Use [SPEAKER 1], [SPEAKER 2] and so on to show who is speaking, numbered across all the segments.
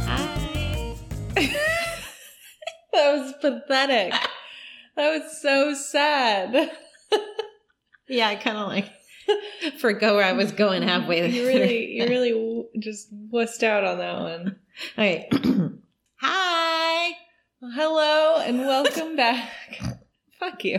[SPEAKER 1] Hi. that was pathetic. That was so sad.
[SPEAKER 2] Yeah, I kind of like forgot where I was going halfway.
[SPEAKER 1] You really, you really w- just wussed out on that one.
[SPEAKER 2] All right. Hi.
[SPEAKER 1] Well, hello and welcome back. Fuck you.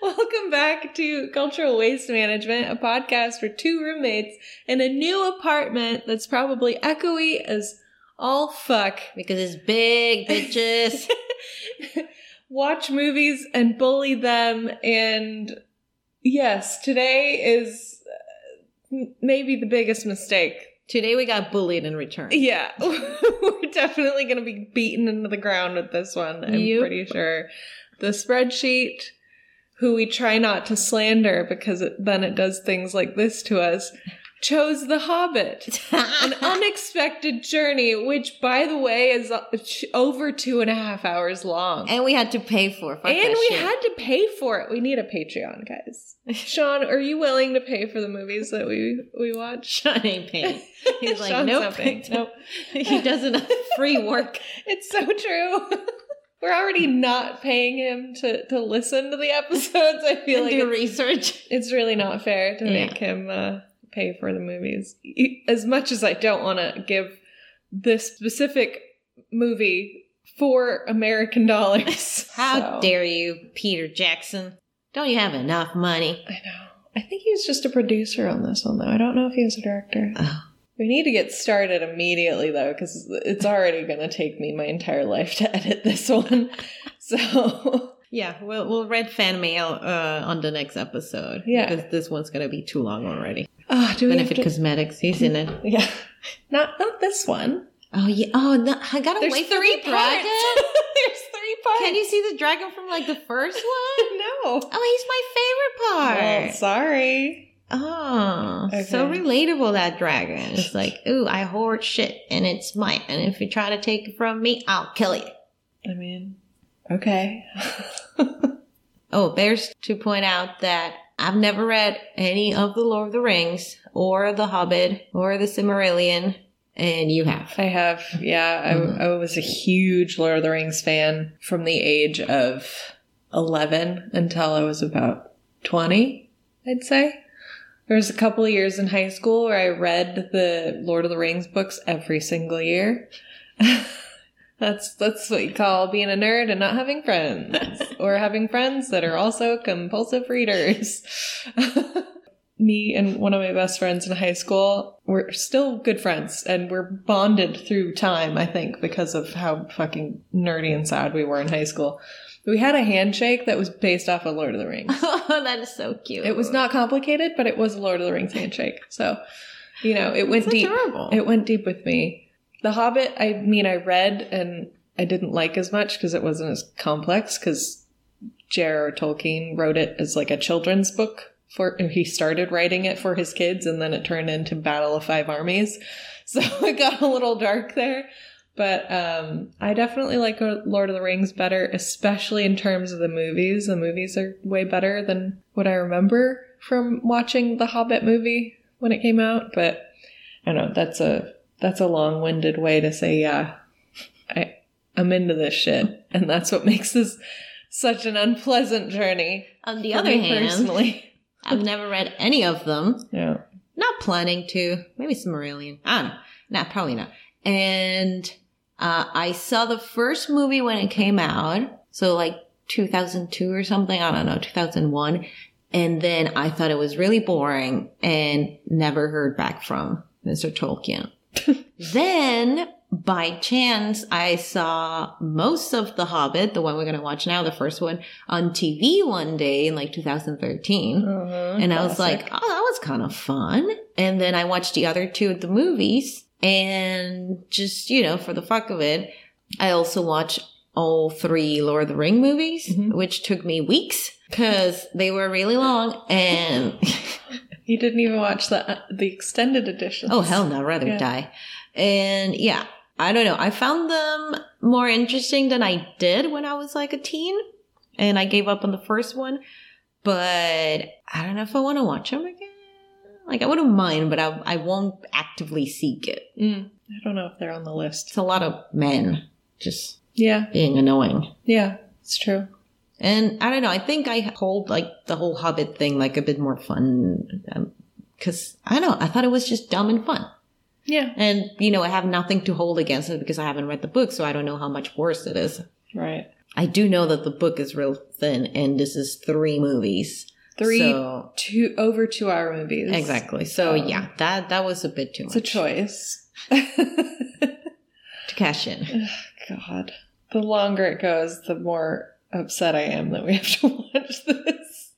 [SPEAKER 1] welcome back to Cultural Waste Management, a podcast for two roommates in a new apartment that's probably echoey as all fuck.
[SPEAKER 2] Because it's big, bitches.
[SPEAKER 1] Watch movies and bully them. And yes, today is uh, m- maybe the biggest mistake
[SPEAKER 2] Today we got bullied in return.
[SPEAKER 1] Yeah, we're definitely going to be beaten into the ground with this one. I'm
[SPEAKER 2] Yep.
[SPEAKER 1] pretty sure. The spreadsheet, who we try not to slander because it, then it does things like this to us, chose The Hobbit. An unexpected journey, which, by the way, is uh, ch- over two and a half hours long.
[SPEAKER 2] and we had to pay for. Fuck
[SPEAKER 1] And
[SPEAKER 2] that
[SPEAKER 1] we
[SPEAKER 2] shit.
[SPEAKER 1] had to pay for it. We need a Patreon, guys. Sean, are you willing to pay for the movies that we we watch?
[SPEAKER 2] Sean ain't paying. He's like,
[SPEAKER 1] Sean's
[SPEAKER 2] nope,
[SPEAKER 1] not paying. Nope.
[SPEAKER 2] he doesn't have free work.
[SPEAKER 1] It's so true. We're already not paying him to, to listen to the episodes. I feel like
[SPEAKER 2] do
[SPEAKER 1] it-
[SPEAKER 2] research.
[SPEAKER 1] it's really not fair to
[SPEAKER 2] Yeah.
[SPEAKER 1] make him uh, pay for the movies. E- As much as I don't want to give this specific movie four American dollars.
[SPEAKER 2] How
[SPEAKER 1] So,
[SPEAKER 2] dare you, Peter Jackson? Don't you have enough money?
[SPEAKER 1] I know. I think he was just a producer on this one, though. I don't know if he was a director.
[SPEAKER 2] Oh.
[SPEAKER 1] We need to get started immediately, though, because it's already going to take me my entire life to edit this one. So.
[SPEAKER 2] Yeah, we'll we'll read fan mail uh, on the next episode.
[SPEAKER 1] Yeah.
[SPEAKER 2] because this one's gonna be too long already.
[SPEAKER 1] Oh, do we have
[SPEAKER 2] Benefit
[SPEAKER 1] to-
[SPEAKER 2] Cosmetics, he's in it.
[SPEAKER 1] Yeah. Not not this one.
[SPEAKER 2] Oh yeah. Oh, no, I gotta
[SPEAKER 1] There's
[SPEAKER 2] wait for
[SPEAKER 1] three
[SPEAKER 2] the
[SPEAKER 1] parts.
[SPEAKER 2] dragon.
[SPEAKER 1] There's three parts.
[SPEAKER 2] Can you see the dragon from like the first one?
[SPEAKER 1] no.
[SPEAKER 2] Oh, he's my favorite
[SPEAKER 1] Well,
[SPEAKER 2] part.
[SPEAKER 1] sorry.
[SPEAKER 2] Oh, so
[SPEAKER 1] Okay.
[SPEAKER 2] relatable that dragon. It's like, ooh, I hoard shit and it's mine. And if you try to take it from me, I'll kill you.
[SPEAKER 1] I mean, okay.
[SPEAKER 2] Oh, there's to point out that I've never read any of The Lord of the Rings or The Hobbit or The Cimmerillion, and you have.
[SPEAKER 1] I have. Yeah, I,
[SPEAKER 2] Mhm.
[SPEAKER 1] I was a huge Lord of the Rings fan from the age of 11 until I was about 20, I'd say. There was a couple of years in high school where I read the Lord of the Rings books every single year. that's that's what you call being a nerd and not having friends or having friends that are also compulsive readers. me and one of my best friends in high school were still good friends and we're bonded through time i think because of how fucking nerdy and sad we were in high school we had a handshake that was based off of lord of the rings
[SPEAKER 2] Oh, that is so cute.
[SPEAKER 1] it was not complicated but it was a lord of the rings handshake so you know it went
[SPEAKER 2] It's
[SPEAKER 1] deep
[SPEAKER 2] adorable.
[SPEAKER 1] it went deep with me the hobbit i mean i read and i didn't like as much because it wasn't as complex because J.R.R. Tolkien wrote it as like a children's book for or he started writing it for his kids and then it turned into Battle of Five Armies. So it got a little dark there. But um, I definitely like Lord of the Rings better, especially in terms of the movies. The movies are way better than what I remember from watching the Hobbit movie when it came out. But I don't know that's a that's a long-winded way to say yeah, I I'm into this shit, and that's what makes this such an unpleasant journey.
[SPEAKER 2] On the
[SPEAKER 1] for
[SPEAKER 2] other
[SPEAKER 1] me
[SPEAKER 2] hand,
[SPEAKER 1] personally,
[SPEAKER 2] I've never read any of them.
[SPEAKER 1] yeah,
[SPEAKER 2] not planning to. Maybe Cimmerillion. I don't know. Not probably not. And uh, I saw the first movie when it came out, so like 2002 or something. I don't know, 2001. And then I thought it was really boring and never heard back from Mr. Tolkien. then by chance, I saw most of The Hobbit, the one we're going to watch now, the first one, on TV one day in like 2013
[SPEAKER 1] Mm-hmm.
[SPEAKER 2] and I was like, oh, that was kind of fun. And then I watched the other two at the movies and just, you know, for the fuck of it, I also watched all three Lord of the Ring movies,
[SPEAKER 1] Mhm.
[SPEAKER 2] which took me weeks because they were really long and
[SPEAKER 1] you didn't even watch the the extended edition.
[SPEAKER 2] oh hell no, I'd rather
[SPEAKER 1] Yeah.
[SPEAKER 2] die. And yeah, I don't know. I found them more interesting than I did when I was like a teen. and I gave up on the first one, but I don't know if I want to watch them again. Like I wouldn't mind, but I I won't actively seek it.
[SPEAKER 1] Mm, I don't know if they're on the list.
[SPEAKER 2] It's a lot of men just
[SPEAKER 1] Yeah,
[SPEAKER 2] being annoying.
[SPEAKER 1] yeah, it's true.
[SPEAKER 2] And I don't know. I think I hold like the whole Hobbit thing like a bit more fun because I don't know. I thought it was just dumb and fun.
[SPEAKER 1] Yeah,
[SPEAKER 2] And you know, I have nothing to hold against it because I haven't read the book, so I don't know how much worse it is.
[SPEAKER 1] right.
[SPEAKER 2] I do know that the book is real thin, and this is three movies.
[SPEAKER 1] Three,
[SPEAKER 2] So-
[SPEAKER 1] two over two hour movies.
[SPEAKER 2] exactly. So
[SPEAKER 1] um,
[SPEAKER 2] yeah, that that was a bit too
[SPEAKER 1] It's
[SPEAKER 2] much.
[SPEAKER 1] a choice.
[SPEAKER 2] to cash in.
[SPEAKER 1] God, the longer it goes, the more upset I am that we have to watch this.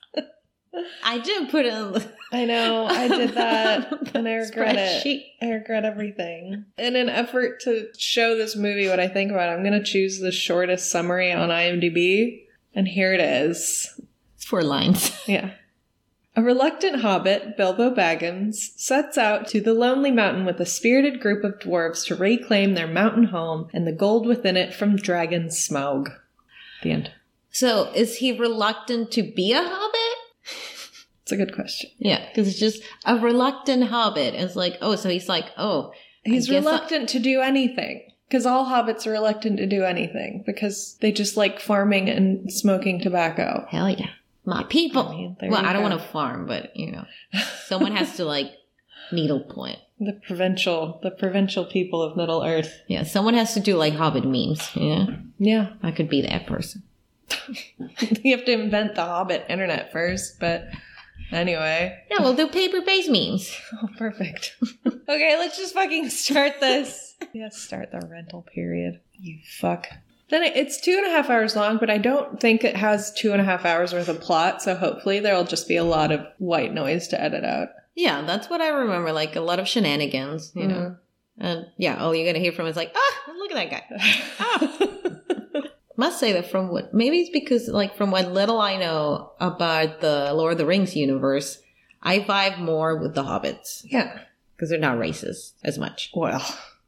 [SPEAKER 2] I did put it. on the-
[SPEAKER 1] I know Oh, I did that, and I regret it.
[SPEAKER 2] spreadsheet.
[SPEAKER 1] I regret everything. In an effort to show this movie what I think about, it, I'm going to choose the shortest summary on IMDb, and here it is.
[SPEAKER 2] It's four lines.
[SPEAKER 1] Yeah. A reluctant hobbit, Bilbo Baggins, sets out to the Lonely Mountain with a spirited group of dwarves to reclaim their mountain home and the gold within it from Dragon Smaug. The end.
[SPEAKER 2] So is he reluctant to be a hobbit?
[SPEAKER 1] It's a good question.
[SPEAKER 2] Yeah, because it's just a reluctant hobbit. It's like, oh, so he's like, oh,
[SPEAKER 1] He's
[SPEAKER 2] guess I-
[SPEAKER 1] reluctant to do anything. Because all hobbits are reluctant to do anything because they just like farming and smoking tobacco.
[SPEAKER 2] hell yeah, my people.
[SPEAKER 1] I mean, there
[SPEAKER 2] well,
[SPEAKER 1] you
[SPEAKER 2] I don't
[SPEAKER 1] go.
[SPEAKER 2] want to farm, but you know, someone has to like needlepoint.
[SPEAKER 1] The provincial, the provincial people of Middle Earth.
[SPEAKER 2] Yeah, someone has to do like hobbit memes. Yeah,
[SPEAKER 1] Yeah,
[SPEAKER 2] I could be that person.
[SPEAKER 1] you have to invent the Hobbit internet first, but anyway,
[SPEAKER 2] No, we'll do paper-based memes.
[SPEAKER 1] oh, perfect. okay, let's just fucking start this. yes, start the rental period. You fuck. Then it- it's two and a half hours long, but I don't think it has two and a half hours worth of plot. So hopefully there'll just be a lot of white noise to edit out.
[SPEAKER 2] Yeah, that's what I remember. Like a lot of shenanigans, you know.
[SPEAKER 1] Mm-hmm.
[SPEAKER 2] And yeah, all you're gonna hear from is like, ah, look at that guy.
[SPEAKER 1] Ah.
[SPEAKER 2] Must say that from what maybe it's because like from what little I know about the Lord of the Rings universe, I vibe more with the hobbits
[SPEAKER 1] yeah.
[SPEAKER 2] because they're not racist as much,
[SPEAKER 1] Well,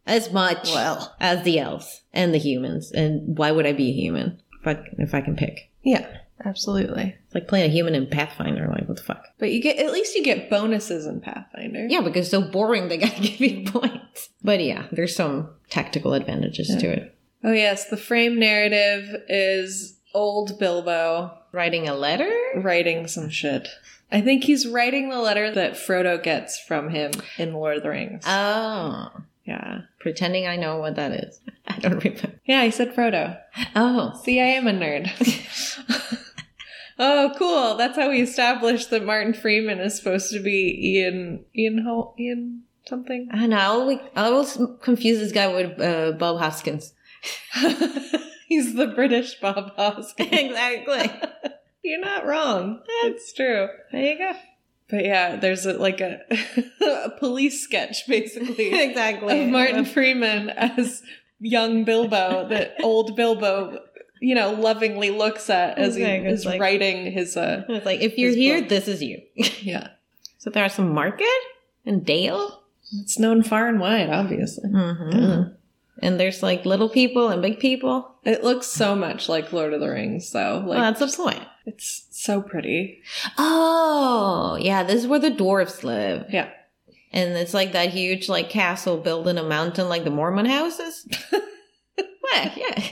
[SPEAKER 2] as much
[SPEAKER 1] Well.
[SPEAKER 2] as the elves and the humans. And why would I be a human if I if I can pick?
[SPEAKER 1] yeah, absolutely.
[SPEAKER 2] It's like playing a human in Pathfinder. Like what the fuck?
[SPEAKER 1] But you get at least you get bonuses in Pathfinder.
[SPEAKER 2] Yeah, because it's so boring they gotta give you points. But yeah, there's some tactical advantages
[SPEAKER 1] Yeah.
[SPEAKER 2] to it.
[SPEAKER 1] Oh yes, the frame narrative is old Bilbo
[SPEAKER 2] Writing a letter?
[SPEAKER 1] writing some shit. I think he's writing the letter that Frodo gets from him in Lord of the Rings.
[SPEAKER 2] Oh.
[SPEAKER 1] yeah.
[SPEAKER 2] Pretending I know what that is. I don't remember.
[SPEAKER 1] Yeah, I said Frodo.
[SPEAKER 2] Oh.
[SPEAKER 1] See, I am a nerd. oh, cool. That's how we established that Martin Freeman is supposed to be Ian Ian Holt Ian something.
[SPEAKER 2] I know. I always, I always confuse this guy with uh, Bob Hoskins.
[SPEAKER 1] he's the British Bob Hoskins.
[SPEAKER 2] exactly.
[SPEAKER 1] You're not wrong. It's true.
[SPEAKER 2] There you go.
[SPEAKER 1] But yeah, there's a, like a, a police sketch basically
[SPEAKER 2] exactly.
[SPEAKER 1] of Martin Freeman as young Bilbo that old Bilbo, you know, lovingly looks at as he
[SPEAKER 2] Exactly.
[SPEAKER 1] is
[SPEAKER 2] Like-
[SPEAKER 1] writing his uh
[SPEAKER 2] It's like, if you're
[SPEAKER 1] His
[SPEAKER 2] here,
[SPEAKER 1] book.
[SPEAKER 2] this is you.
[SPEAKER 1] yeah.
[SPEAKER 2] So there are some market and Dale.
[SPEAKER 1] It's known far and wide, obviously.
[SPEAKER 2] Mm-hmm. And there's like little people and big people.
[SPEAKER 1] It looks so much like Lord of the Rings though. Like
[SPEAKER 2] well, Oh, that's the point.
[SPEAKER 1] it's so pretty.
[SPEAKER 2] Oh, yeah, this is where the dwarfs live.
[SPEAKER 1] Yeah.
[SPEAKER 2] And it's like that huge like castle built in a mountain like the Mormon houses. what? Yeah.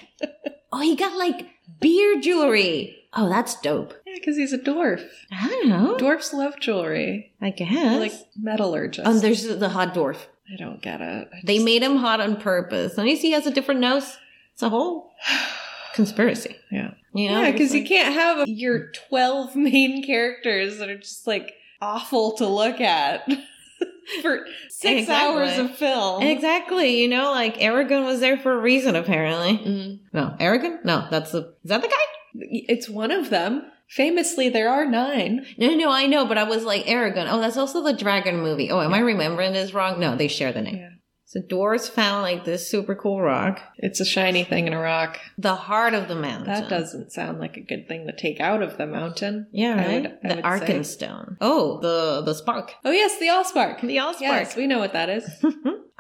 [SPEAKER 2] Oh, he got like beer jewelry. Oh, that's dope.
[SPEAKER 1] Yeah, because he's a dwarf.
[SPEAKER 2] I don't know.
[SPEAKER 1] Dwarfs love jewelry.
[SPEAKER 2] I guess.
[SPEAKER 1] Like metallurgists.
[SPEAKER 2] oh, there's the hot dwarf.
[SPEAKER 1] I don't get it. I
[SPEAKER 2] They
[SPEAKER 1] just-
[SPEAKER 2] made him hot on purpose. And you see he has a different nose. It's a whole conspiracy.
[SPEAKER 1] Yeah.
[SPEAKER 2] You know,
[SPEAKER 1] Yeah, because
[SPEAKER 2] just
[SPEAKER 1] you
[SPEAKER 2] like-
[SPEAKER 1] can't have your 12 main characters that are just like awful to look at for six
[SPEAKER 2] Exactly.
[SPEAKER 1] hours of film.
[SPEAKER 2] Exactly, you know, like Aragon was there for a reason, apparently.
[SPEAKER 1] Mm.
[SPEAKER 2] No, Aragon? No, that's the. Is that the guy?
[SPEAKER 1] It's one of them. Famously, there are nine.
[SPEAKER 2] No, no, I know, but I was like Aragon. Oh, that's also the dragon movie. Oh, am I remembering this wrong? No, they share the name.
[SPEAKER 1] Yeah.
[SPEAKER 2] So dwarves found like this super cool rock,
[SPEAKER 1] It's a shiny thing in a rock.
[SPEAKER 2] the heart of the mountain.
[SPEAKER 1] That doesn't sound like a good thing to take out of the mountain.
[SPEAKER 2] Yeah,
[SPEAKER 1] I
[SPEAKER 2] right.
[SPEAKER 1] would- I
[SPEAKER 2] the
[SPEAKER 1] would say.
[SPEAKER 2] Arkenstone. Oh, the the spark.
[SPEAKER 1] Oh, yes, the Allspark.
[SPEAKER 2] The Allspark.
[SPEAKER 1] Yes, we know what that is.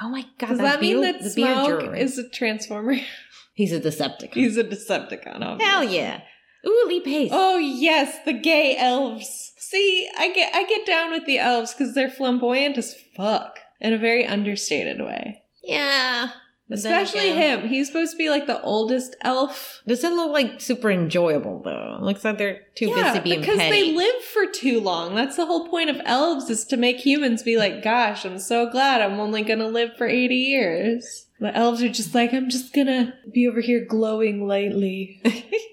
[SPEAKER 2] Oh my god!
[SPEAKER 1] Does that mean
[SPEAKER 2] beer-
[SPEAKER 1] that
[SPEAKER 2] the beer
[SPEAKER 1] Smaug
[SPEAKER 2] jewelry.
[SPEAKER 1] is a transformer?
[SPEAKER 2] He's a Decepticon.
[SPEAKER 1] He's a Decepticon, obviously.
[SPEAKER 2] Hell yeah! Ooh, Lee Pace.
[SPEAKER 1] Oh yes, the gay elves. See, I get I get down with the elves because they're flamboyant as fuck in a very understated way.
[SPEAKER 2] Yeah. But then
[SPEAKER 1] Especially
[SPEAKER 2] again-
[SPEAKER 1] him. He's supposed to be like the oldest elf.
[SPEAKER 2] Doesn't look like super enjoyable though. It looks like they're too busy being
[SPEAKER 1] because
[SPEAKER 2] petty.
[SPEAKER 1] they live for too long. That's the whole point of elves is to make humans be like, "Gosh, I'm so glad I'm only gonna live for eighty years." The elves are just like, "I'm just gonna be over here glowing lightly,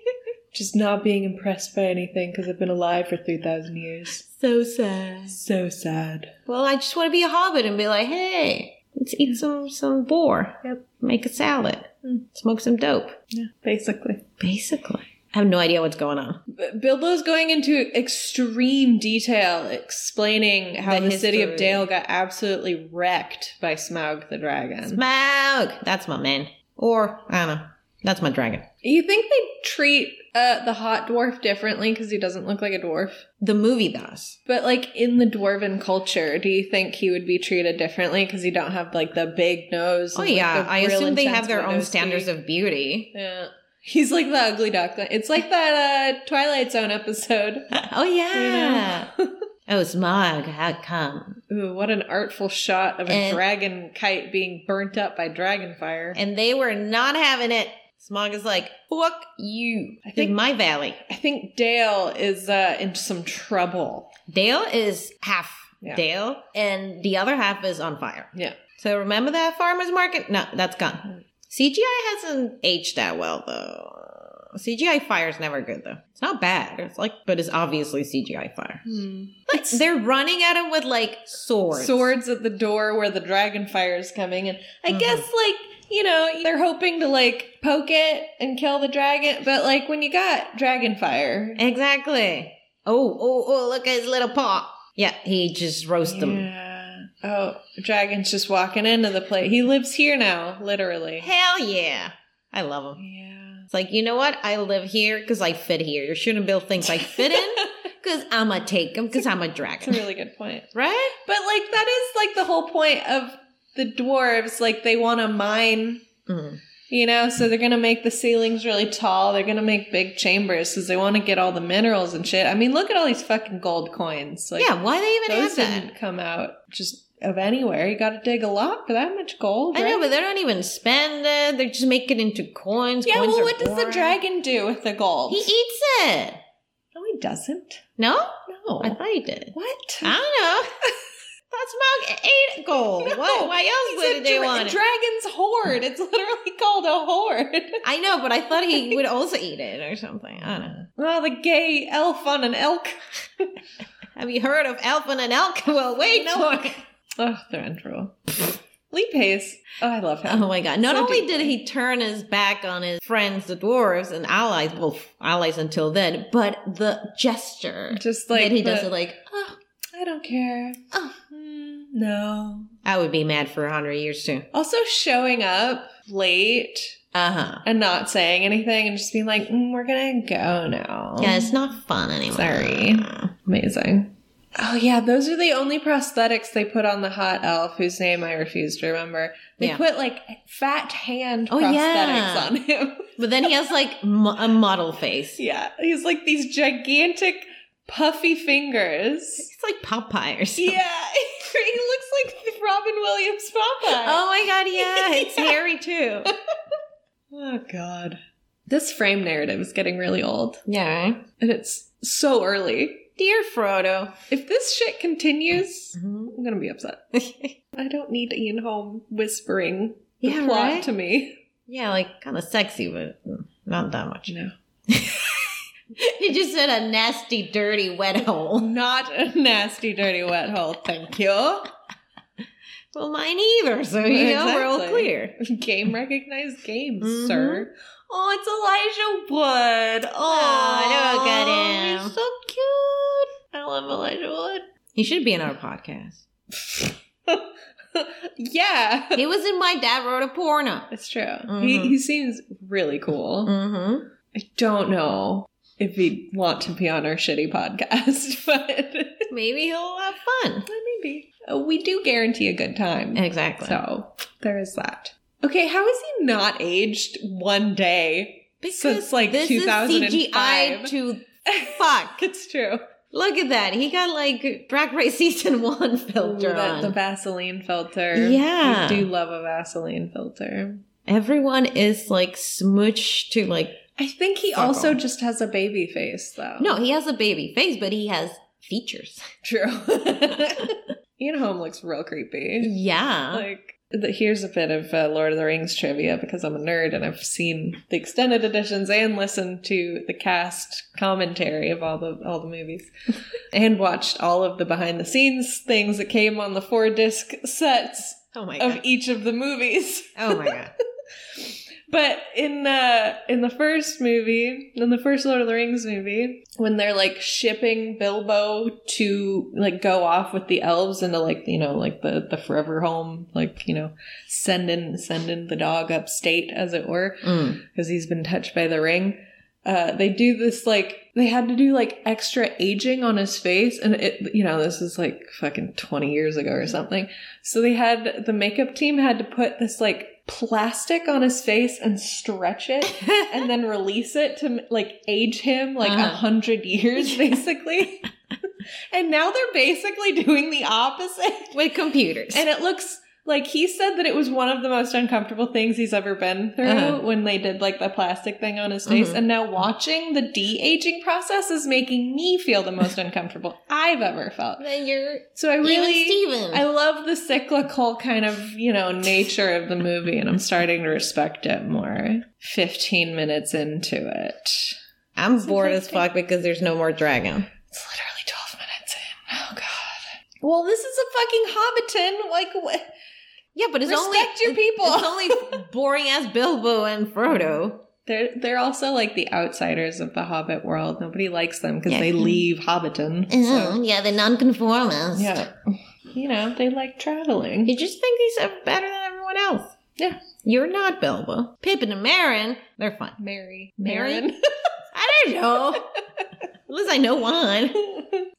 [SPEAKER 1] just not being impressed by anything because I've been alive for three thousand years."
[SPEAKER 2] so sad.
[SPEAKER 1] So sad.
[SPEAKER 2] Well, I just want to be a hobbit and be like, hey, let's eat some some boar. Yep. Make a salad.
[SPEAKER 1] Hmm.
[SPEAKER 2] Smoke some dope.
[SPEAKER 1] Basically.
[SPEAKER 2] Basically. I have no idea what's going on.
[SPEAKER 1] Bilbo's going into extreme detail explaining how the,
[SPEAKER 2] The
[SPEAKER 1] city of
[SPEAKER 2] history.
[SPEAKER 1] Dale got absolutely wrecked by Smaug the dragon.
[SPEAKER 2] Smoke! That's my man. Or I don't know. That's my dragon.
[SPEAKER 1] you think they treat uh, the hot dwarf differently because he doesn't look like a dwarf?
[SPEAKER 2] The movie does.
[SPEAKER 1] But like in the dwarven culture, do you think he would be treated differently because he don't have like the big nose?
[SPEAKER 2] Oh
[SPEAKER 1] and, like,
[SPEAKER 2] yeah.
[SPEAKER 1] the
[SPEAKER 2] I
[SPEAKER 1] real
[SPEAKER 2] assume they
[SPEAKER 1] intense
[SPEAKER 2] have their own
[SPEAKER 1] widow's
[SPEAKER 2] standards
[SPEAKER 1] peak?
[SPEAKER 2] of beauty.
[SPEAKER 1] yeah. He's like the ugly duckling. It's like that uh, Twilight Zone episode.
[SPEAKER 2] Oh yeah. oh smog, how come?
[SPEAKER 1] Ooh, what an artful shot of a
[SPEAKER 2] And-
[SPEAKER 1] dragon kite being burnt up by dragon fire.
[SPEAKER 2] And they were not having it. Smog is like, fuck you.
[SPEAKER 1] I
[SPEAKER 2] I
[SPEAKER 1] think-
[SPEAKER 2] think my valley.
[SPEAKER 1] I think Dale is uh, in some trouble.
[SPEAKER 2] Dale is half
[SPEAKER 1] Yeah.
[SPEAKER 2] Dale, and the other half is on fire.
[SPEAKER 1] Yeah.
[SPEAKER 2] So remember that farmer's market? No, that's gone. CGI hasn't aged that well though. CGI fire is never good though. It's not bad. It's like, but it's obviously CGI fire. Like,
[SPEAKER 1] It's-
[SPEAKER 2] they're running at him with like swords.
[SPEAKER 1] Swords at the door where the dragon fire is coming, and I
[SPEAKER 2] Mhm.
[SPEAKER 1] guess like you know they're hoping to like poke it and kill the dragon, but like when you got dragon fire,
[SPEAKER 2] Exactly. Oh, oh, oh! Look at his little paw. Yeah, he just roasts them.
[SPEAKER 1] yeah. Oh, dragon's just walking into the place. He lives here now, literally.
[SPEAKER 2] Hell yeah! I love him.
[SPEAKER 1] Yeah.
[SPEAKER 2] It's like you know what? I live here because I fit here. You shouldn't build things I fit in. Because I'm a take them because I'm a
[SPEAKER 1] That's a
[SPEAKER 2] dragon.
[SPEAKER 1] really good point.
[SPEAKER 2] Right?
[SPEAKER 1] But like that is like the whole point of the dwarves. Like they want to mine,
[SPEAKER 2] Mm.
[SPEAKER 1] you know. So they're gonna make the ceilings really tall. They're gonna make big chambers because they want to get all the minerals and shit. I mean, look at all these fucking gold coins. Like,
[SPEAKER 2] yeah, why they even
[SPEAKER 1] those
[SPEAKER 2] have that?
[SPEAKER 1] didn't come out just of anywhere. You got to dig a lot for that much gold.
[SPEAKER 2] I know,
[SPEAKER 1] right?
[SPEAKER 2] but they don't even spend it. They just make it into coins.
[SPEAKER 1] yeah.
[SPEAKER 2] Coins
[SPEAKER 1] Well,
[SPEAKER 2] are
[SPEAKER 1] what does the
[SPEAKER 2] boring.
[SPEAKER 1] dragon do with the gold?
[SPEAKER 2] He eats it.
[SPEAKER 1] no, he doesn't.
[SPEAKER 2] No?
[SPEAKER 1] No.
[SPEAKER 2] I thought he did.
[SPEAKER 1] what?
[SPEAKER 2] I don't know. That's Mog ate gold.
[SPEAKER 1] No.
[SPEAKER 2] What? Why else
[SPEAKER 1] He's
[SPEAKER 2] would
[SPEAKER 1] a
[SPEAKER 2] they
[SPEAKER 1] dra-
[SPEAKER 2] want it?
[SPEAKER 1] dragon's hoard. It's literally called a hoard.
[SPEAKER 2] I know, but I thought he would also eat it or something. I don't know.
[SPEAKER 1] Oh, the gay elf on an elk.
[SPEAKER 2] Have you heard of elf and an elk? Well, wait.
[SPEAKER 1] No. Oh, they're untrue. Lee Pace. Oh, I love him.
[SPEAKER 2] Oh my god. Not
[SPEAKER 1] So
[SPEAKER 2] only
[SPEAKER 1] deep.
[SPEAKER 2] did he turn his back on his friends, the dwarves and allies, well, f- allies until then, but the gesture
[SPEAKER 1] Just like
[SPEAKER 2] that he
[SPEAKER 1] the-
[SPEAKER 2] does it like, oh,
[SPEAKER 1] I don't care.
[SPEAKER 2] Oh.
[SPEAKER 1] Mm, no.
[SPEAKER 2] I would be mad for a hundred years too.
[SPEAKER 1] Also showing up late
[SPEAKER 2] Uh huh.
[SPEAKER 1] and not saying anything and just being like, "Mm, "We're gonna go now."
[SPEAKER 2] Yeah, it's not fun anymore.
[SPEAKER 1] Oh. Sorry. amazing. Oh yeah, those are the only prosthetics they put on the hot elf whose name I refuse to remember. They
[SPEAKER 2] Yeah.
[SPEAKER 1] put like fat hand
[SPEAKER 2] Oh,
[SPEAKER 1] prosthetics
[SPEAKER 2] yeah.
[SPEAKER 1] on him.
[SPEAKER 2] But then he has like mo- a model face.
[SPEAKER 1] Yeah, he's like these gigantic, puffy fingers.
[SPEAKER 2] It's like Popeye or something.
[SPEAKER 1] Yeah, he looks like Robin Williams' Popeye.
[SPEAKER 2] Oh my god, yeah. It's hairy too.
[SPEAKER 1] oh God. This frame narrative is getting really old,
[SPEAKER 2] Yeah.
[SPEAKER 1] and it's so early.
[SPEAKER 2] Dear Frodo.
[SPEAKER 1] If this shit continues, I'm gonna be upset. I don't need Ian Holm whispering the
[SPEAKER 2] Yeah,
[SPEAKER 1] plot
[SPEAKER 2] right?
[SPEAKER 1] to me.
[SPEAKER 2] Yeah, like kind of sexy, but not that much.
[SPEAKER 1] No,
[SPEAKER 2] he just said a nasty, dirty wet hole.
[SPEAKER 1] not a nasty, dirty wet hole. Thank you.
[SPEAKER 2] Well, mine either. So you know we're all
[SPEAKER 1] Exactly.
[SPEAKER 2] clear.
[SPEAKER 1] Game recognized games,
[SPEAKER 2] Mhm.
[SPEAKER 1] sir.
[SPEAKER 2] Oh, it's Elijah Wood. Oh, look at him.
[SPEAKER 1] he's
[SPEAKER 2] so cute. I love Elijah Wood. He should be in our podcast.
[SPEAKER 1] yeah,
[SPEAKER 2] He was in My Dad Wrote a Porno.
[SPEAKER 1] it's true. He,
[SPEAKER 2] Mhm.
[SPEAKER 1] he seems really cool.
[SPEAKER 2] Mm-hmm.
[SPEAKER 1] I don't know if he'd want to be on our shitty podcast, but
[SPEAKER 2] Maybe he'll have fun.
[SPEAKER 1] maybe. We do guarantee a good time.
[SPEAKER 2] Exactly.
[SPEAKER 1] So there is that. Okay, how is he not aged one day?
[SPEAKER 2] Because
[SPEAKER 1] Since, like,
[SPEAKER 2] this
[SPEAKER 1] 2005.
[SPEAKER 2] is CGI to fuck.
[SPEAKER 1] it's true.
[SPEAKER 2] Look at that. He got like Drag Race season one filter
[SPEAKER 1] Ooh, that-
[SPEAKER 2] on.
[SPEAKER 1] the Vaseline filter.
[SPEAKER 2] Yeah.
[SPEAKER 1] I do love a Vaseline filter.
[SPEAKER 2] Everyone is like smooched to like.
[SPEAKER 1] I think he
[SPEAKER 2] Fuck
[SPEAKER 1] also
[SPEAKER 2] off.
[SPEAKER 1] just has a baby face, though.
[SPEAKER 2] No, he has a baby face, but he has features.
[SPEAKER 1] True. Ian Holm looks real creepy.
[SPEAKER 2] Yeah.
[SPEAKER 1] Like, the, here's a bit of uh, Lord of the Rings trivia because I'm a nerd and I've seen the extended editions and listened to the cast commentary of all the all the movies, and watched all of the behind the scenes things that came on the four disc sets
[SPEAKER 2] Oh my
[SPEAKER 1] of each of the movies.
[SPEAKER 2] Oh my god.
[SPEAKER 1] But in the in the first movie, in the first Lord of the Rings movie, when they're like shipping Bilbo to like go off with the elves into like you know like the the forever home, like you know sending sending the dog upstate as it were,
[SPEAKER 2] Mm.
[SPEAKER 1] because he's been touched by the ring. Uh, they do this like they had to do like extra aging on his face, and it you know this is like fucking twenty years ago or something. So they had the makeup team had to put this like plastic on his face and stretch it
[SPEAKER 2] Mm.
[SPEAKER 1] and then release it to like age him like a
[SPEAKER 2] Uh-huh.
[SPEAKER 1] hundred years basically. and now they're basically doing the opposite.
[SPEAKER 2] With computers.
[SPEAKER 1] And it looks like he said that it was one of the most uncomfortable things he's ever been through
[SPEAKER 2] Uh-huh.
[SPEAKER 1] when they did like the plastic thing on his face.
[SPEAKER 2] Mhm.
[SPEAKER 1] And now watching the de aging process is making me feel the most uncomfortable I've ever felt.
[SPEAKER 2] then you're
[SPEAKER 1] So I really,
[SPEAKER 2] Steven.
[SPEAKER 1] I love the cyclical kind of you know nature of the movie, and I'm starting to respect it more. Fifteen minutes into it,
[SPEAKER 2] I'm bored as fuck because there's no more dragon.
[SPEAKER 1] it's literally twelve minutes in. Oh god. Well, this is a fucking Hobbiton. Like, what?
[SPEAKER 2] Yeah, but it's only
[SPEAKER 1] respect your people.
[SPEAKER 2] it's only boring ass Bilbo and Frodo.
[SPEAKER 1] They're they're also like the outsiders of the Hobbit world. Nobody likes them because
[SPEAKER 2] Yeah. Mm-hmm.
[SPEAKER 1] they leave Hobbiton. So,
[SPEAKER 2] yeah, the nonconformists.
[SPEAKER 1] yeah, you know they like traveling.
[SPEAKER 2] You just think these are better than everyone else.
[SPEAKER 1] Yeah.
[SPEAKER 2] You're not Bilbo. Pippin and Marin, they're fun.
[SPEAKER 1] Mary,
[SPEAKER 2] Mary?
[SPEAKER 1] Marin.
[SPEAKER 2] I don't know. At least I know one.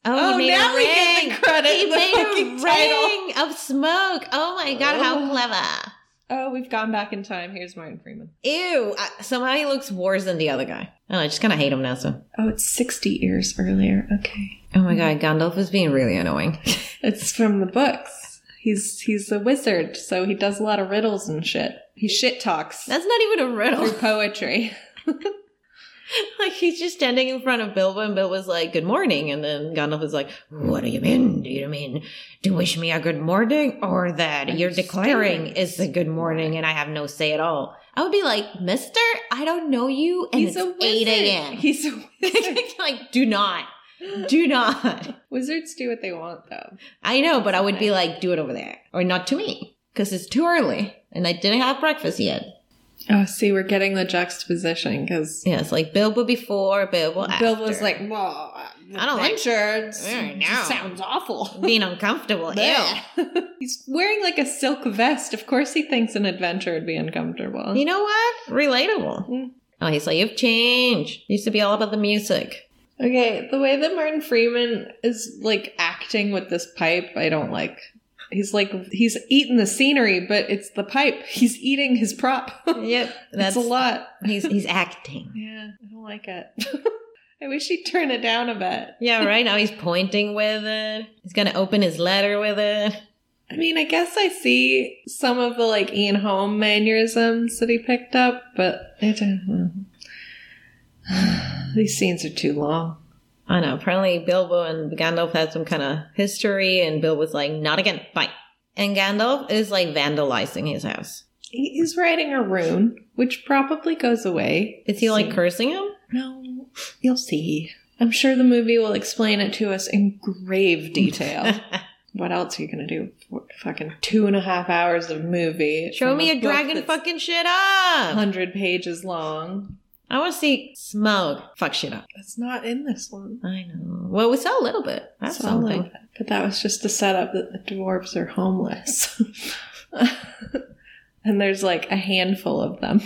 [SPEAKER 1] Oh,
[SPEAKER 2] he made
[SPEAKER 1] now
[SPEAKER 2] a
[SPEAKER 1] we get the
[SPEAKER 2] ring.
[SPEAKER 1] credit,
[SPEAKER 2] He
[SPEAKER 1] the
[SPEAKER 2] made
[SPEAKER 1] fucking
[SPEAKER 2] a
[SPEAKER 1] title.
[SPEAKER 2] ring of smoke. Oh my god, how
[SPEAKER 1] Ugh.
[SPEAKER 2] clever.
[SPEAKER 1] oh, we've gone back in time. Here's Martin Freeman.
[SPEAKER 2] Ew. I, somehow he looks worse than the other guy. And I just kind of hate him now, so.
[SPEAKER 1] Oh, it's sixty years earlier. Okay.
[SPEAKER 2] Oh my god, Gandalf is being really annoying.
[SPEAKER 1] It's from the books. He's he's a wizard, so he does a lot of riddles and shit. He shit talks
[SPEAKER 2] That's not even a riddle.
[SPEAKER 1] through poetry.
[SPEAKER 2] like he's just standing in front of Bilbo, and Bilbo's like, "Good morning," and then Gandalf is like, "What do you mean? Do you mean to wish me a good morning, or that you're declaring it's a good morning and I have no say at all?" I would be like, "Mister, I don't know you, and
[SPEAKER 1] he's
[SPEAKER 2] it's
[SPEAKER 1] a wizard.
[SPEAKER 2] eight a.m.
[SPEAKER 1] He's a wizard.
[SPEAKER 2] like, do not, do not."
[SPEAKER 1] Wizards do what they want, though.
[SPEAKER 2] I know, but I would be like, "Do it over there, or not to me, because it's too early, and I didn't have breakfast yet."
[SPEAKER 1] Oh, see, we're getting the juxtaposition because
[SPEAKER 2] Yeah, it's like Bilbo before, Bilbo after.
[SPEAKER 1] Bill was like, "Well,
[SPEAKER 2] I don't like-
[SPEAKER 1] sure.
[SPEAKER 2] I know.
[SPEAKER 1] sounds awful."
[SPEAKER 2] being uncomfortable. Ew.
[SPEAKER 1] Yeah, He's wearing like a silk vest. Of course, he thinks an adventure would be uncomfortable.
[SPEAKER 2] You know what? Relatable.
[SPEAKER 1] Mm.
[SPEAKER 2] Oh, he's like, you've changed. Used to be all about the music.
[SPEAKER 1] Okay, the way that Martin Freeman is like acting with this pipe, I don't like. He's like he's eating the scenery, but it's the pipe. He's eating his prop.
[SPEAKER 2] Yep,
[SPEAKER 1] That's
[SPEAKER 2] that's
[SPEAKER 1] a lot.
[SPEAKER 2] He's he's acting.
[SPEAKER 1] Yeah, I don't like it. I wish he'd turn it down a bit.
[SPEAKER 2] Yeah, right now he's pointing with it. He's gonna open his letter with it.
[SPEAKER 1] I mean, I guess I see some of the like Ian Holm mannerisms that he picked up, but I don't. These scenes are too long.
[SPEAKER 2] I know. Apparently, Bilbo and Gandalf had some kind of history, and Bill was like, "Not again, fight." And Gandalf is like vandalizing his house.
[SPEAKER 1] He- He's writing a rune, which probably goes away.
[SPEAKER 2] Is he like
[SPEAKER 1] soon.
[SPEAKER 2] cursing him?
[SPEAKER 1] No, you'll see. I'm sure the movie will explain it to us in grave detail. what else are you gonna do? for Fucking two and a half hours of movie.
[SPEAKER 2] Show me a dragon fucking shit up.
[SPEAKER 1] Hundred pages long.
[SPEAKER 2] I want to see smoke fuck shit up.
[SPEAKER 1] That's not in this one.
[SPEAKER 2] I know. Well, we saw a little bit. That's
[SPEAKER 1] That's all
[SPEAKER 2] something.
[SPEAKER 1] like that. But that was just to set up that the dwarves are homeless. and there's like a handful of them.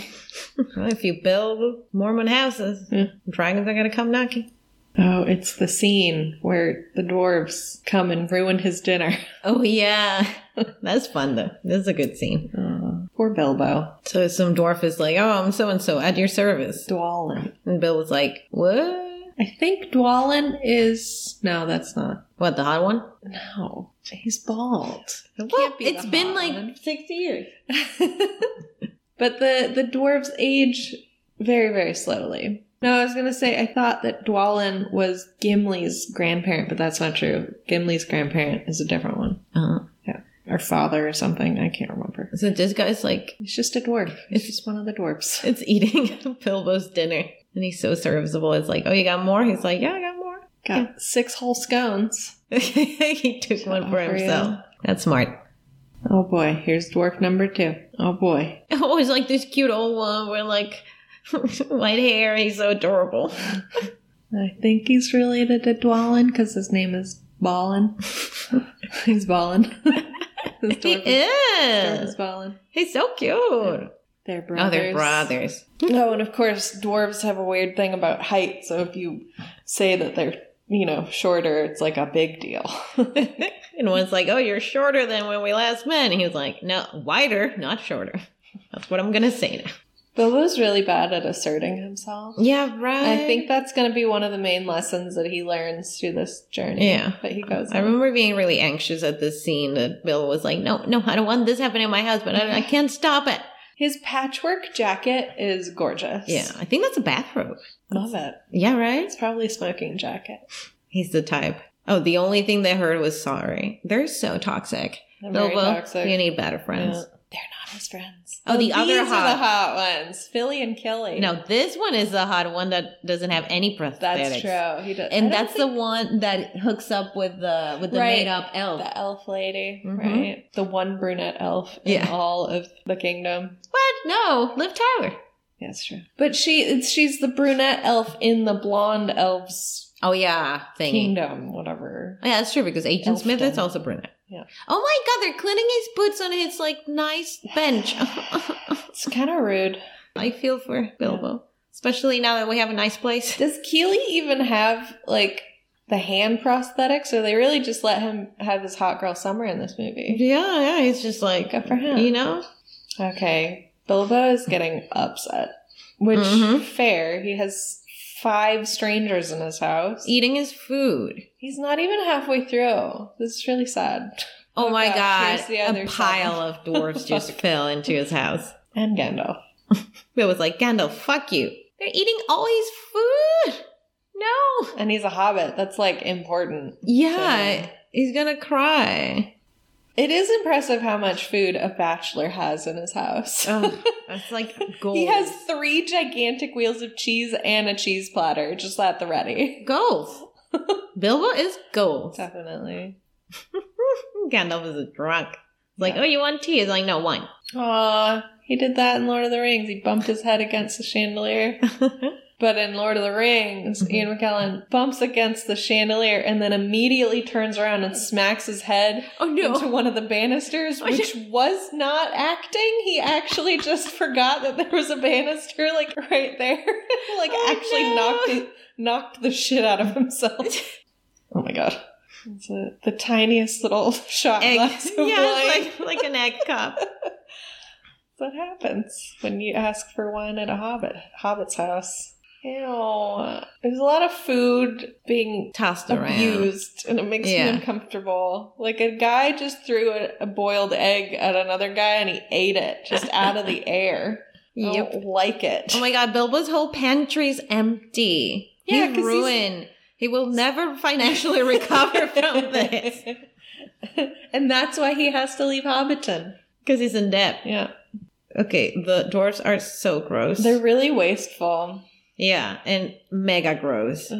[SPEAKER 2] Well, if you build Mormon houses,
[SPEAKER 1] Yeah.
[SPEAKER 2] dragons are gonna come knocking.
[SPEAKER 1] Oh, it's the scene where the dwarves come and ruin his dinner.
[SPEAKER 2] Oh yeah, that's fun though. This is a good scene.
[SPEAKER 1] Oh, Poor Bilbo.
[SPEAKER 2] So some dwarf is like, oh, I'm so and so at your service.
[SPEAKER 1] Dwalin.
[SPEAKER 2] And Bill was like, what?
[SPEAKER 1] I think Dwalin is. No, that's not.
[SPEAKER 2] What, the hot one?
[SPEAKER 1] No. He's bald.
[SPEAKER 2] Well,
[SPEAKER 1] It can't be the
[SPEAKER 2] it's been
[SPEAKER 1] hot
[SPEAKER 2] like
[SPEAKER 1] one.
[SPEAKER 2] 60 years.
[SPEAKER 1] but the the dwarves age very very slowly. No, I was gonna say I thought that Dwalin was Gimli's grandparent, but that's not true. Gimli's grandparent is a different one,
[SPEAKER 2] Uh,
[SPEAKER 1] or father or something. I can't remember.
[SPEAKER 2] so this guy's like,
[SPEAKER 1] He's just a dwarf. He's just one of the dwarves.
[SPEAKER 2] it's eating Bilbo's dinner. And he's so serviceable. It's like, oh, you got more? He's like, yeah, I got more.
[SPEAKER 1] Got six whole scones.
[SPEAKER 2] he took one for
[SPEAKER 1] Shut up, Rio.
[SPEAKER 2] himself. That's smart.
[SPEAKER 1] Oh boy, here's dwarf number two. Oh boy.
[SPEAKER 2] Oh, he's like this cute old one with like white hair. He's so adorable.
[SPEAKER 1] I think he's related to Dwalin because his name is Ballin. he's Ballin. His
[SPEAKER 2] he
[SPEAKER 1] dwarf is, dwarf is
[SPEAKER 2] is.
[SPEAKER 1] Ballin.
[SPEAKER 2] He's so cute.
[SPEAKER 1] They're brothers.
[SPEAKER 2] Oh, they're brothers.
[SPEAKER 1] Oh, and of course, dwarves have a weird thing about height. So if you say that they're, you know, shorter, it's like a big deal.
[SPEAKER 2] and one's like, oh, you're shorter than when we last met. And he was like, no, wider, not shorter. That's what I'm going to say now.
[SPEAKER 1] Bilbo's really bad at asserting himself.
[SPEAKER 2] Yeah, right.
[SPEAKER 1] I think that's going to be one of the main lessons that he learns through this journey.
[SPEAKER 2] Yeah.
[SPEAKER 1] But he goes,
[SPEAKER 2] I remember being really anxious at this scene that Bill was like, no, no, I don't want this happening in my house, but I, I can't stop it.
[SPEAKER 1] his patchwork jacket is gorgeous.
[SPEAKER 2] Yeah, I think that's a bathrobe.
[SPEAKER 1] Love it.
[SPEAKER 2] Yeah, right?
[SPEAKER 1] It's probably a smoking jacket.
[SPEAKER 2] He's the type. Oh, the only thing they heard was sorry. They're so toxic.
[SPEAKER 1] They're very
[SPEAKER 2] Bilbo,
[SPEAKER 1] toxic.
[SPEAKER 2] you need better friends.
[SPEAKER 1] Yeah. They're not his friends.
[SPEAKER 2] Oh, the other
[SPEAKER 1] these are
[SPEAKER 2] hot-
[SPEAKER 1] the hot ones, Philly and Killy.
[SPEAKER 2] Now this one is the hot one that doesn't have any prosthetics.
[SPEAKER 1] that's true. He does, I don't
[SPEAKER 2] And that's
[SPEAKER 1] think
[SPEAKER 2] the one that hooks up with the with the
[SPEAKER 1] Right.
[SPEAKER 2] made up elf.
[SPEAKER 1] the elf lady,
[SPEAKER 2] Mhm.
[SPEAKER 1] right? The one brunette elf in
[SPEAKER 2] Yeah.
[SPEAKER 1] all of the kingdom.
[SPEAKER 2] What? No, Liv Tyler.
[SPEAKER 1] Yeah, it's true. But she, it's, she's the brunette elf in the blonde elves
[SPEAKER 2] Oh yeah, thingy. Oh,
[SPEAKER 1] kingdom, whatever.
[SPEAKER 2] Yeah, that's true because Agent Smith is
[SPEAKER 1] Elfdom.
[SPEAKER 2] also brunette.
[SPEAKER 1] Yeah.
[SPEAKER 2] Oh my god, they're cleaning his boots on his like nice bench.
[SPEAKER 1] It's kind of rude.
[SPEAKER 2] I feel for Bilbo, especially now that we have a nice place.
[SPEAKER 1] Does Keely even have like the hand prosthetics, or they really just let him have his hot girl summer in this movie?
[SPEAKER 2] Yeah, yeah, he's just like
[SPEAKER 1] Good for him.
[SPEAKER 2] You know,
[SPEAKER 1] Okay. Bilbo is getting upset, which
[SPEAKER 2] Mhm.
[SPEAKER 1] fair. He has five strangers in his house.
[SPEAKER 2] eating his food.
[SPEAKER 1] He's not even halfway through. This is really sad.
[SPEAKER 2] Oh,
[SPEAKER 1] Oh
[SPEAKER 2] my
[SPEAKER 1] gosh,
[SPEAKER 2] god,
[SPEAKER 1] here's the
[SPEAKER 2] a
[SPEAKER 1] other
[SPEAKER 2] pile
[SPEAKER 1] side.
[SPEAKER 2] of dwarves just fell into his house.
[SPEAKER 1] And Gandalf.
[SPEAKER 2] Bill was like, Gandalf, fuck you. They're eating all his food. No.
[SPEAKER 1] And he's a hobbit. That's like important.
[SPEAKER 2] Yeah,
[SPEAKER 1] So-
[SPEAKER 2] he's gonna cry.
[SPEAKER 1] It is impressive how much food a bachelor has in his house.
[SPEAKER 2] Ugh, that's like gold.
[SPEAKER 1] He has three gigantic wheels of cheese and a cheese platter just at the ready.
[SPEAKER 2] goals. Bilbo is goals.
[SPEAKER 1] Definitely.
[SPEAKER 2] Gandalf is a drunk. He's like,
[SPEAKER 1] Yeah.
[SPEAKER 2] oh, you want tea? He's like, no, wine.
[SPEAKER 1] Aw, he did that in Lord of the Rings. He bumped his head against the chandelier. But in Lord of the Rings,
[SPEAKER 2] Mhm.
[SPEAKER 1] Ian McKellen bumps against the chandelier and then immediately turns around and smacks his head
[SPEAKER 2] oh
[SPEAKER 1] into one of the banisters,
[SPEAKER 2] Oh, yeah.
[SPEAKER 1] which was not acting. He actually just forgot that there was a banister like right there. like
[SPEAKER 2] Oh,
[SPEAKER 1] actually
[SPEAKER 2] no.
[SPEAKER 1] knocked it, knocked the shit out of himself. oh my god. It's a, the tiniest little shot
[SPEAKER 2] Egg.
[SPEAKER 1] glass of
[SPEAKER 2] Yeah,
[SPEAKER 1] wine.
[SPEAKER 2] it's like, like an egg cup.
[SPEAKER 1] That's what happens when you ask for wine at a hobbit hobbit's house. Ew. There's a lot of food being
[SPEAKER 2] Tossed around.
[SPEAKER 1] abused and it makes
[SPEAKER 2] Yeah.
[SPEAKER 1] me uncomfortable. Like a guy just threw a, a boiled egg at another guy and he ate it just out of the air. I
[SPEAKER 2] Yep.
[SPEAKER 1] don't like it.
[SPEAKER 2] Oh my god, Bilbo's whole pantry's empty.
[SPEAKER 1] Yeah,
[SPEAKER 2] he's
[SPEAKER 1] 'cause he's-
[SPEAKER 2] ruined. He will never financially recover from this
[SPEAKER 1] and that's why he has to leave Hobbiton.
[SPEAKER 2] because he's in debt.
[SPEAKER 1] Yeah.
[SPEAKER 2] Okay, the dwarves are so gross.
[SPEAKER 1] They're really wasteful.
[SPEAKER 2] yeah, and mega gross.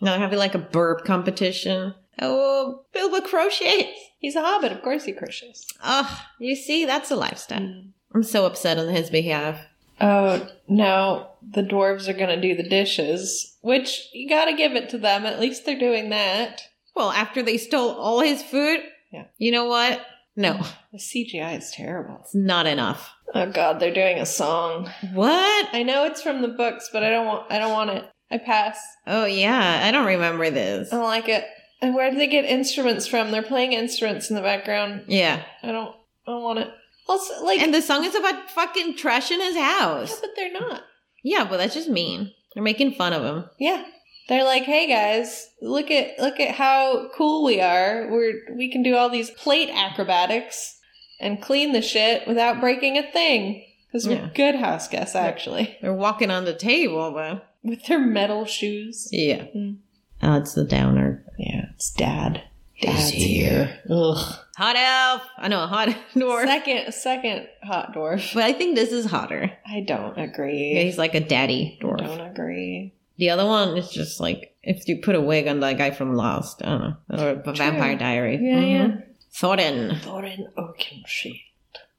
[SPEAKER 2] Now they're having like a burp competition. Oh, Bilbo crochets.
[SPEAKER 1] He's a hobbit, of course he Hmm. crochets.
[SPEAKER 2] Oh, you see, that's a lifestyle. I'm so upset on his behalf.
[SPEAKER 1] Oh, now the dwarves are going to do the dishes, which you got to give it to them. At least they're doing that.
[SPEAKER 2] Well, after they stole all his food,
[SPEAKER 1] Yeah.
[SPEAKER 2] you know what? No,
[SPEAKER 1] The CGI is terrible.
[SPEAKER 2] it's not enough.
[SPEAKER 1] Oh god, they're doing a song.
[SPEAKER 2] What?
[SPEAKER 1] I know it's from the books, but I don't want I don't want it. I pass.
[SPEAKER 2] Oh, yeah, I don't remember this.
[SPEAKER 1] I don't like it. And where do they get instruments from? They're playing instruments in the background.
[SPEAKER 2] Yeah.
[SPEAKER 1] I don't I don't want it. Also, like,
[SPEAKER 2] And the song is about fucking trash in his
[SPEAKER 1] yeah,
[SPEAKER 2] house.
[SPEAKER 1] but they're not.
[SPEAKER 2] Yeah, but that's just mean. They're making fun of him.
[SPEAKER 1] Yeah. They're like, "Hey guys, look at look at how cool we are. We're we can do all these plate acrobatics and clean the shit without breaking a thing cuz we're
[SPEAKER 2] Yeah.
[SPEAKER 1] good house guests
[SPEAKER 2] Yeah.
[SPEAKER 1] actually
[SPEAKER 2] They're walking on the table, but
[SPEAKER 1] with their metal shoes."
[SPEAKER 2] yeah.
[SPEAKER 1] Mm.
[SPEAKER 2] Oh, it's the downer.
[SPEAKER 1] Yeah, it's dad.
[SPEAKER 2] Dad's here.
[SPEAKER 1] Ugh.
[SPEAKER 2] Hot elf. I know, hot dwarf.
[SPEAKER 1] Second second hot dwarf.
[SPEAKER 2] but I think this is hotter.
[SPEAKER 1] I don't
[SPEAKER 2] Yeah,
[SPEAKER 1] agree.
[SPEAKER 2] he's like a daddy
[SPEAKER 1] I
[SPEAKER 2] dwarf.
[SPEAKER 1] don't agree.
[SPEAKER 2] The other one is just like if you put a wig on that guy from Lost, I don't know, or a Vampire Diary.
[SPEAKER 1] Yeah, yeah.
[SPEAKER 2] Mhm. Thorin,
[SPEAKER 1] Thorin Oakenshield.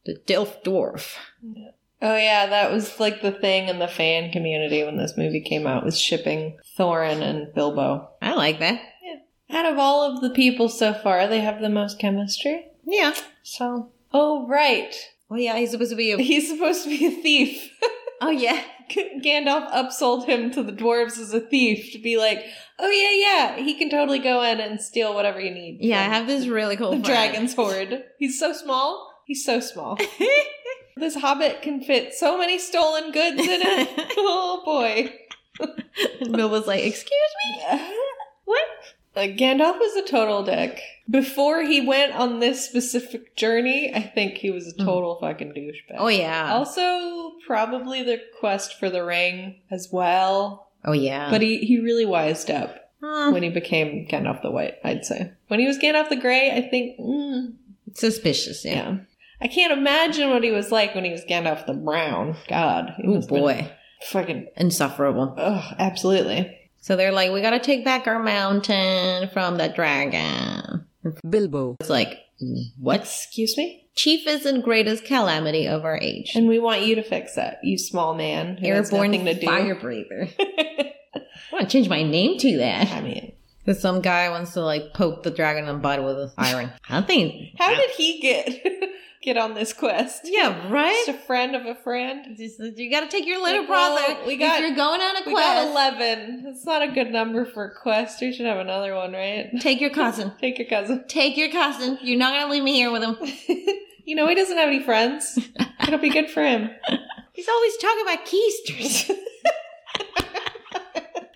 [SPEAKER 2] the Dilf Dwarf.
[SPEAKER 1] Oh yeah, that was like the thing in the fan community when this movie came out was shipping Thorin and Bilbo.
[SPEAKER 2] I like that.
[SPEAKER 1] Out of all of the people so far, they have the most chemistry.
[SPEAKER 2] Yeah.
[SPEAKER 1] So, oh right,
[SPEAKER 2] Well, yeah, he's supposed to be. A-
[SPEAKER 1] he's supposed to be a thief.
[SPEAKER 2] oh yeah.
[SPEAKER 1] Gandalf upsold him to the dwarves as a thief to be like, oh yeah, yeah, he can totally go in and steal whatever you need.
[SPEAKER 2] Yeah, I
[SPEAKER 1] from
[SPEAKER 2] have this really cool.
[SPEAKER 1] the
[SPEAKER 2] friend.
[SPEAKER 1] dragon's hoard. He's so small. He's so small. this hobbit can fit so many stolen goods in it. oh boy.
[SPEAKER 2] And Bill was like, "Excuse
[SPEAKER 1] what? Like Gandalf was a total dick. Before he went on this specific journey, I think he was a total fucking douchebag.
[SPEAKER 2] me." Hmm. Oh yeah.
[SPEAKER 1] Also, probably the quest for the ring as well.
[SPEAKER 2] Oh yeah.
[SPEAKER 1] But he, he really wised up
[SPEAKER 2] Hmm,
[SPEAKER 1] when he became Gandalf the White, I'd say. When he was Gandalf the Grey, I think, mm,
[SPEAKER 2] suspicious. Yeah.
[SPEAKER 1] yeah. I can't imagine what he was like when he was Gandalf the Brown. God. he
[SPEAKER 2] Oh
[SPEAKER 1] must've been
[SPEAKER 2] boy,
[SPEAKER 1] Fucking,
[SPEAKER 2] insufferable.
[SPEAKER 1] ugh, absolutely.
[SPEAKER 2] So they're like, "We gotta take back our mountain from the dragon."
[SPEAKER 3] Bilbo,
[SPEAKER 2] It's like, what?
[SPEAKER 1] Excuse me?
[SPEAKER 2] Chief is in greatest calamity of our age.
[SPEAKER 1] And we want you to fix that, you small man. Who has
[SPEAKER 2] airborne
[SPEAKER 1] nothing to do.
[SPEAKER 2] fire breather. I want to change my name to
[SPEAKER 1] I
[SPEAKER 2] that.
[SPEAKER 1] mean,
[SPEAKER 2] Because some guy wants to like poke the dragon in the butt with an iron. I don't think.
[SPEAKER 1] how did he get get on this quest?
[SPEAKER 2] Yeah,
[SPEAKER 1] Just
[SPEAKER 2] right.
[SPEAKER 1] a friend of a friend.
[SPEAKER 2] Just- you got to take your little
[SPEAKER 1] Like, well,
[SPEAKER 2] brother.
[SPEAKER 1] we got-
[SPEAKER 2] If you're going on a
[SPEAKER 1] We got
[SPEAKER 2] quest,
[SPEAKER 1] eleven. That's not a good number for a quest. We should have another one, right?
[SPEAKER 2] take your cousin.
[SPEAKER 1] Take your cousin.
[SPEAKER 2] Take your cousin. You're not gonna leave me here with him.
[SPEAKER 1] You know he doesn't have any friends. It'll be good for him.
[SPEAKER 2] He's always talking about keisters.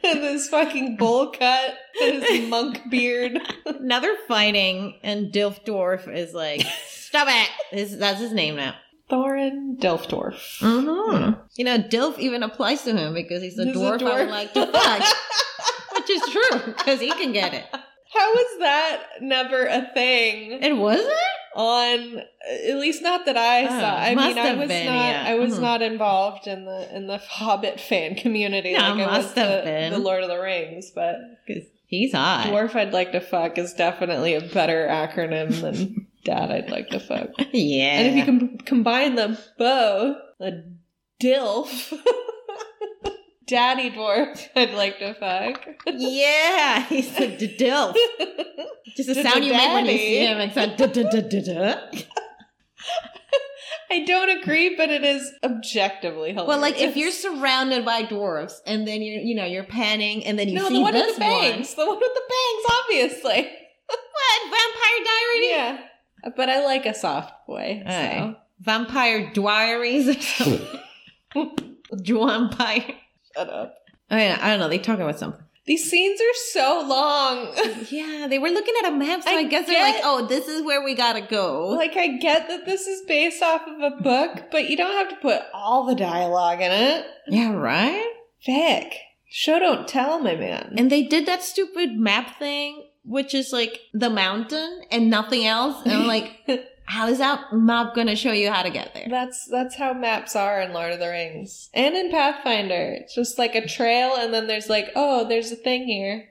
[SPEAKER 1] And this fucking bowl cut, and his monk beard.
[SPEAKER 2] now they're fighting, and Dilf Dwarf is like, "Stop it!" His, that's his name now.
[SPEAKER 1] Thorin Delfdorf.
[SPEAKER 2] Mm-hmm. You know, Dilf even applies to him because he's a
[SPEAKER 1] He's a
[SPEAKER 2] dwarf. I
[SPEAKER 1] dwarf.
[SPEAKER 2] would like to fuck, which is true because he can get it.
[SPEAKER 1] How was that never a thing?
[SPEAKER 2] It wasn't.
[SPEAKER 1] on at least not that I
[SPEAKER 2] Oh,
[SPEAKER 1] saw. I
[SPEAKER 2] must
[SPEAKER 1] mean, I
[SPEAKER 2] have
[SPEAKER 1] was
[SPEAKER 2] been,
[SPEAKER 1] not.
[SPEAKER 2] yeah.
[SPEAKER 1] I was
[SPEAKER 2] Mhm.
[SPEAKER 1] not involved in the in the Hobbit fan community.
[SPEAKER 2] No,
[SPEAKER 1] like I was
[SPEAKER 2] must have
[SPEAKER 1] the,
[SPEAKER 2] been.
[SPEAKER 1] the Lord of the Rings, but
[SPEAKER 2] Because he's hot.
[SPEAKER 1] dwarf I'd like to fuck is definitely a better acronym than dad I'd like to fuck.
[SPEAKER 2] Yeah.
[SPEAKER 1] And if you can combine them both, a dilf. Daddy dwarf, I'd like to fuck.
[SPEAKER 2] yeah, he's a d- Dilf. Just a
[SPEAKER 1] D- d-
[SPEAKER 2] sound you make when you see
[SPEAKER 1] daddy.
[SPEAKER 2] him. It's like, duh, duh, duh, duh, duh.
[SPEAKER 1] I don't agree, but it is objectively hilarious.
[SPEAKER 2] Well, like if you're surrounded by dwarves and then you're, you know, you're panning and then you
[SPEAKER 1] no,
[SPEAKER 2] see
[SPEAKER 1] the one with
[SPEAKER 2] this
[SPEAKER 1] the bangs, the one with the bangs, obviously.
[SPEAKER 2] What? Vampire Diary?
[SPEAKER 1] Yeah. But I like a soft boy.
[SPEAKER 2] Aye. Vampire Diaries or something. Dwampire.
[SPEAKER 1] So shut up.
[SPEAKER 2] I mean, Oh, I don't know. They talking about something.
[SPEAKER 1] These scenes are so long.
[SPEAKER 2] Yeah, they were looking at a map, so I,
[SPEAKER 1] I
[SPEAKER 2] guess they're
[SPEAKER 1] get-
[SPEAKER 2] like, "Oh, this is where we gotta go."
[SPEAKER 1] like I get that this is based off of a book, but you don't have to put all the dialogue in it.
[SPEAKER 2] yeah, right.
[SPEAKER 1] Vic. Show don't tell, my man.
[SPEAKER 2] And they did that stupid map thing, which is like the mountain and nothing else. And I'm like, how is that map gonna show you how to get there?
[SPEAKER 1] that's that's how maps are in Lord of the Rings. And in Pathfinder. It's just like a trail and then there's like, oh, there's a thing here.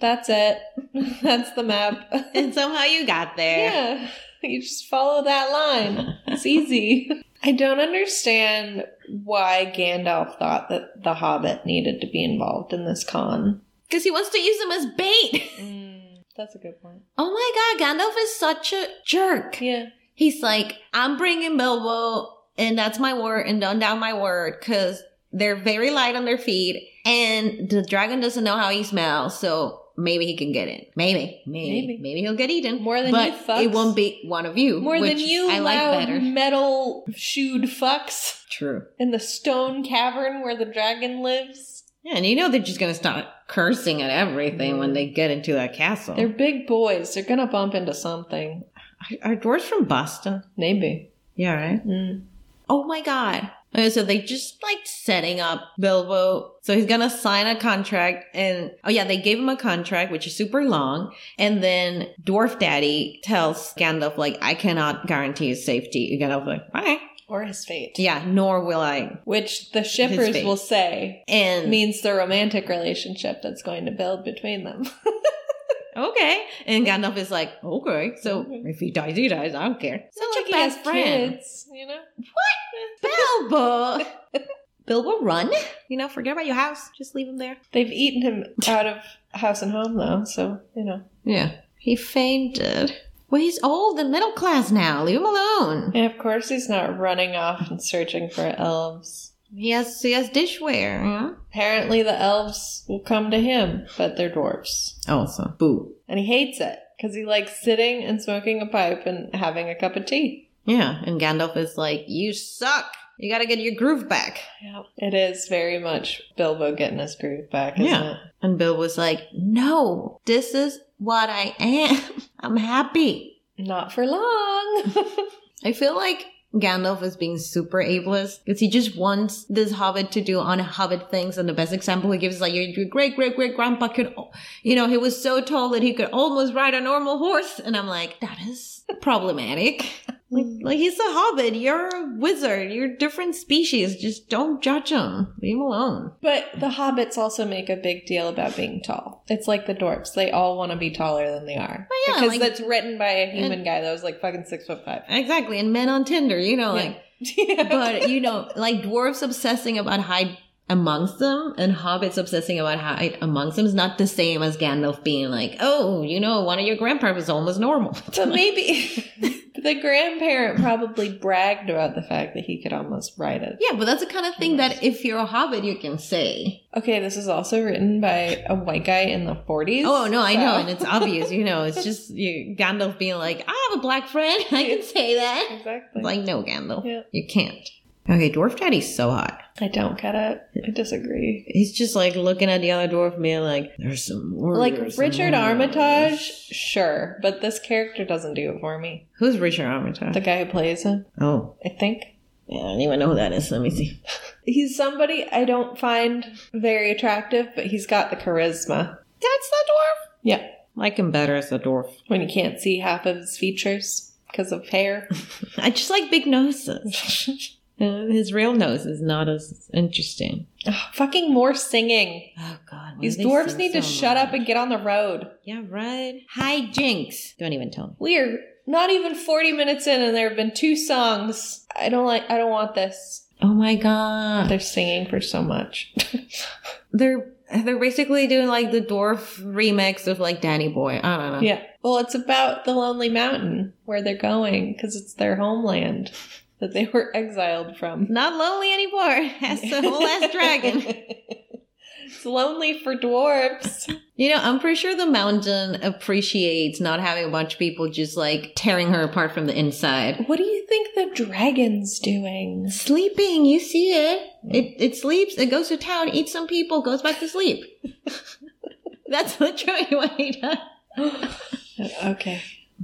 [SPEAKER 1] that's it. That's the map.
[SPEAKER 2] And somehow you got there.
[SPEAKER 1] Yeah. You just follow that line. It's easy. I don't understand why Gandalf thought that the Hobbit needed to be involved in this con.
[SPEAKER 2] Because he wants to use them as bait.
[SPEAKER 1] that's a good point.
[SPEAKER 2] Oh my god, Gandalf is such a jerk.
[SPEAKER 1] Yeah.
[SPEAKER 2] He's like, I'm bringing Bilbo, and that's my word, and don't doubt my word, because they're very light on their feet, and the dragon doesn't know how he smells, so maybe he can get in. Maybe, maybe,
[SPEAKER 1] Maybe.
[SPEAKER 2] maybe, he'll get eaten.
[SPEAKER 1] More than
[SPEAKER 2] but
[SPEAKER 1] you fucks.
[SPEAKER 2] It won't be one of you.
[SPEAKER 1] More than
[SPEAKER 2] which
[SPEAKER 1] you,
[SPEAKER 2] I like
[SPEAKER 1] loud
[SPEAKER 2] better.
[SPEAKER 1] metal shoed fucks
[SPEAKER 2] True.
[SPEAKER 1] in the stone cavern where the dragon lives.
[SPEAKER 2] Yeah, and you know they're just gonna start cursing at everything when they get into that castle.
[SPEAKER 1] They're big boys. They're gonna bump into something.
[SPEAKER 2] Are, are dwarves from Boston?
[SPEAKER 1] Maybe.
[SPEAKER 2] Yeah, right.
[SPEAKER 1] Mm.
[SPEAKER 2] Oh my god. Okay, so they just like setting up Bilbo. So he's gonna sign a contract and oh yeah, they gave him a contract, which is super long. And then Dwarf Daddy tells Gandalf, like, I cannot guarantee his safety. And Gandalf's like, okay.
[SPEAKER 1] Or his fate.
[SPEAKER 2] Yeah, nor will I.
[SPEAKER 1] Which the shippers
[SPEAKER 2] fate. Mm.
[SPEAKER 1] will say
[SPEAKER 2] And
[SPEAKER 1] means the romantic relationship that's going to build between them.
[SPEAKER 2] okay. And Gandalf is like, okay. So
[SPEAKER 1] Okay.
[SPEAKER 2] if he dies, he dies. I don't care. So
[SPEAKER 1] Such
[SPEAKER 2] like
[SPEAKER 1] a
[SPEAKER 2] he has
[SPEAKER 1] bad
[SPEAKER 2] friends.
[SPEAKER 1] kids, you know?
[SPEAKER 2] Bilbo. Bilbo, run. You know, forget about your house. Just leave him there.
[SPEAKER 1] They've eaten him out of house and home though, so you know.
[SPEAKER 2] Yeah. He fainted. Well, he's old and middle class now. Leave him alone.
[SPEAKER 1] And of course he's not running off and searching for elves.
[SPEAKER 2] He has he has dishware. Yeah.
[SPEAKER 1] Apparently the elves will come to him, but they're dwarfs.
[SPEAKER 2] Also, boo.
[SPEAKER 1] And he hates it because he likes sitting and smoking a pipe and having a cup of tea.
[SPEAKER 2] Yeah. And Gandalf is like, "You suck. You got to get your groove back."
[SPEAKER 1] Yeah. It is very much Bilbo getting his groove back, isn't
[SPEAKER 2] Yeah.
[SPEAKER 1] it?
[SPEAKER 2] And Bill was like, "No, this is what I am. I'm happy.
[SPEAKER 1] Not for long.
[SPEAKER 2] I feel like." Gandalf is being super ableist because he just wants this hobbit to do on hobbit things. And the best example he gives is like, your your great, great, great grandpa could, al- you know, he was so tall that he could almost ride a normal horse. And I'm like, that is problematic. like, like, he's a hobbit. You're a wizard. You're a different species. Just don't judge him. Leave him alone.
[SPEAKER 1] but the hobbits also make a big deal about being tall. It's like the dwarfs. They all want to be taller than they are.
[SPEAKER 2] Well, yeah,
[SPEAKER 1] because
[SPEAKER 2] like-
[SPEAKER 1] that's written by a human guy that was like fucking six foot five.
[SPEAKER 2] Exactly. And men on Tinder, you know,
[SPEAKER 1] Yeah.
[SPEAKER 2] Oh, like, but you know, like dwarves obsessing about height amongst them and hobbits obsessing about height amongst them is not the same as Gandalf being like, oh, you know, one of your grandparents was almost normal.
[SPEAKER 1] So maybe the grandparent probably bragged about the fact that he could almost ride it.
[SPEAKER 2] yeah, but that's the kind of thing that if you're a hobbit, you can say.
[SPEAKER 1] Okay, this is also written by a white guy in the 40s.
[SPEAKER 2] Oh no, I
[SPEAKER 1] so-
[SPEAKER 2] know, and it's obvious. You know, it's just you, Gandalf being like, I have a black friend. I can say that.
[SPEAKER 1] Exactly.
[SPEAKER 2] It's like, no, Gandalf,
[SPEAKER 1] Yeah.
[SPEAKER 2] you can't. Okay, dwarf daddy's so hot.
[SPEAKER 1] I don't get it. I disagree.
[SPEAKER 2] He's just like looking at the other dwarf man, like there's some more.
[SPEAKER 1] Like
[SPEAKER 2] there's
[SPEAKER 1] Richard
[SPEAKER 2] more."
[SPEAKER 1] Armitage, sure, but this character doesn't do it for me.
[SPEAKER 2] Who's Richard Armitage?
[SPEAKER 1] The guy who plays him,
[SPEAKER 2] oh,
[SPEAKER 1] I think.
[SPEAKER 2] yeah, I don't even know who that is. Let me see.
[SPEAKER 1] He's somebody I don't find very attractive, but he's got the charisma.
[SPEAKER 2] That's the dwarf.
[SPEAKER 1] Yeah,
[SPEAKER 2] Like him better as a dwarf.
[SPEAKER 1] when you can't see half of his features because of hair.
[SPEAKER 2] I just like big noses. Uh, His real nose is not as interesting.
[SPEAKER 1] Ugh, Ah, fucking more singing.
[SPEAKER 2] Oh God, why
[SPEAKER 1] These
[SPEAKER 2] do they
[SPEAKER 1] dwarves
[SPEAKER 2] sing
[SPEAKER 1] need to
[SPEAKER 2] so
[SPEAKER 1] shut up
[SPEAKER 2] much?
[SPEAKER 1] and get on the road.
[SPEAKER 2] Yeah, right. Hi, Jinx. Don't even tell me.
[SPEAKER 1] We are not even 40 minutes in and there have been two songs. I don't like I don't want this.
[SPEAKER 2] Oh my God,
[SPEAKER 1] They're singing for so much.
[SPEAKER 2] they're they're basically doing like the dwarf remix of like Danny Boy. I don't know.
[SPEAKER 1] yeah. Well, it's about the Lonely Mountain where they're going because it's their homeland that they were exiled from.
[SPEAKER 2] Not lonely anymore. That's the whole ass dragon.
[SPEAKER 1] it's lonely for dwarves.
[SPEAKER 2] You know, I'm pretty sure the mountain appreciates not having a bunch of people just like tearing her apart from the inside.
[SPEAKER 1] What do you think the dragon's doing?
[SPEAKER 2] Sleeping, you see it. It it sleeps, it goes to town, eats some people, goes back to sleep. That's literally what he does.
[SPEAKER 1] okay.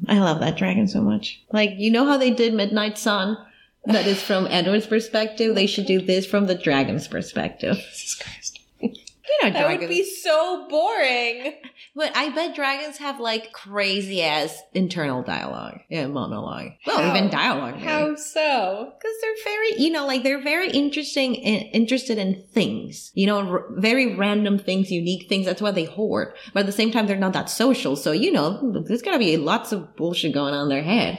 [SPEAKER 2] I love that dragon so much. Like, you know how they did Midnight Sun? That is from Edward's perspective. They should do this from the dragon's perspective.
[SPEAKER 1] Jesus Christ.
[SPEAKER 2] You know,
[SPEAKER 1] That would be so boring.
[SPEAKER 2] But I bet dragons have like crazy ass internal dialogue. Yeah, monologue.
[SPEAKER 1] How?
[SPEAKER 2] Well, even dialogue. really.
[SPEAKER 1] How so?
[SPEAKER 2] Because they're very, you know, like they're very interesting and interested in things, you know, r- very random things, unique things. That's why they hoard. But at the same time, they're not that social. So, you know, there's got to be lots of bullshit going on in their head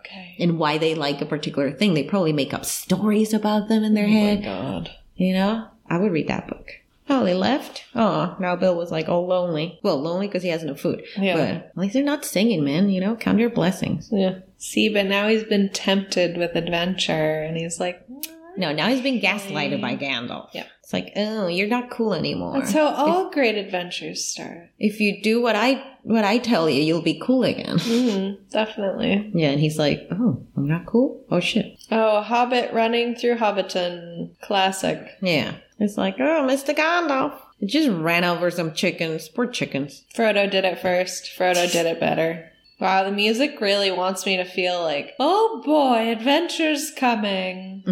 [SPEAKER 1] Okay.
[SPEAKER 2] and why they like a particular thing. They probably make up stories about them in their
[SPEAKER 1] Oh my
[SPEAKER 2] head,
[SPEAKER 1] god.
[SPEAKER 2] you know? I would read that book. Oh, they left? Oh, now Bill was like all lonely. Well, lonely because he has no food.
[SPEAKER 1] Yeah.
[SPEAKER 2] But at least they're not singing, man. You know, count your blessings.
[SPEAKER 1] Yeah. See, but now he's been tempted with adventure and he's like, "Mm, I
[SPEAKER 2] No, now he's been gaslighted by Gandalf.
[SPEAKER 1] Mm. Yeah.
[SPEAKER 2] It's like, oh, you're not cool anymore.
[SPEAKER 1] That's how all great adventures start.
[SPEAKER 2] if you do what I what I tell you, you'll be cool again.
[SPEAKER 1] Mm, definitely.
[SPEAKER 2] Yeah, and he's like, oh, I'm not cool. Oh shit.
[SPEAKER 1] Oh, Hobbit running through Hobbiton. Classic.
[SPEAKER 2] Yeah. It's like, oh, Mr. Gandalf. It just ran over some chickens. Poor chickens.
[SPEAKER 1] Frodo did it first. Frodo did it better. Wow, the music really wants me to feel like, oh boy, adventure's coming.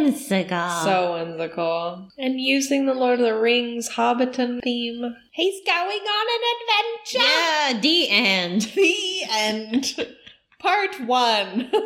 [SPEAKER 2] Whimsical.
[SPEAKER 1] So whimsical. And using the Lord of the Rings Hobbiton theme.
[SPEAKER 2] he's going on an adventure. Yeah, the end.
[SPEAKER 1] The end. Part one.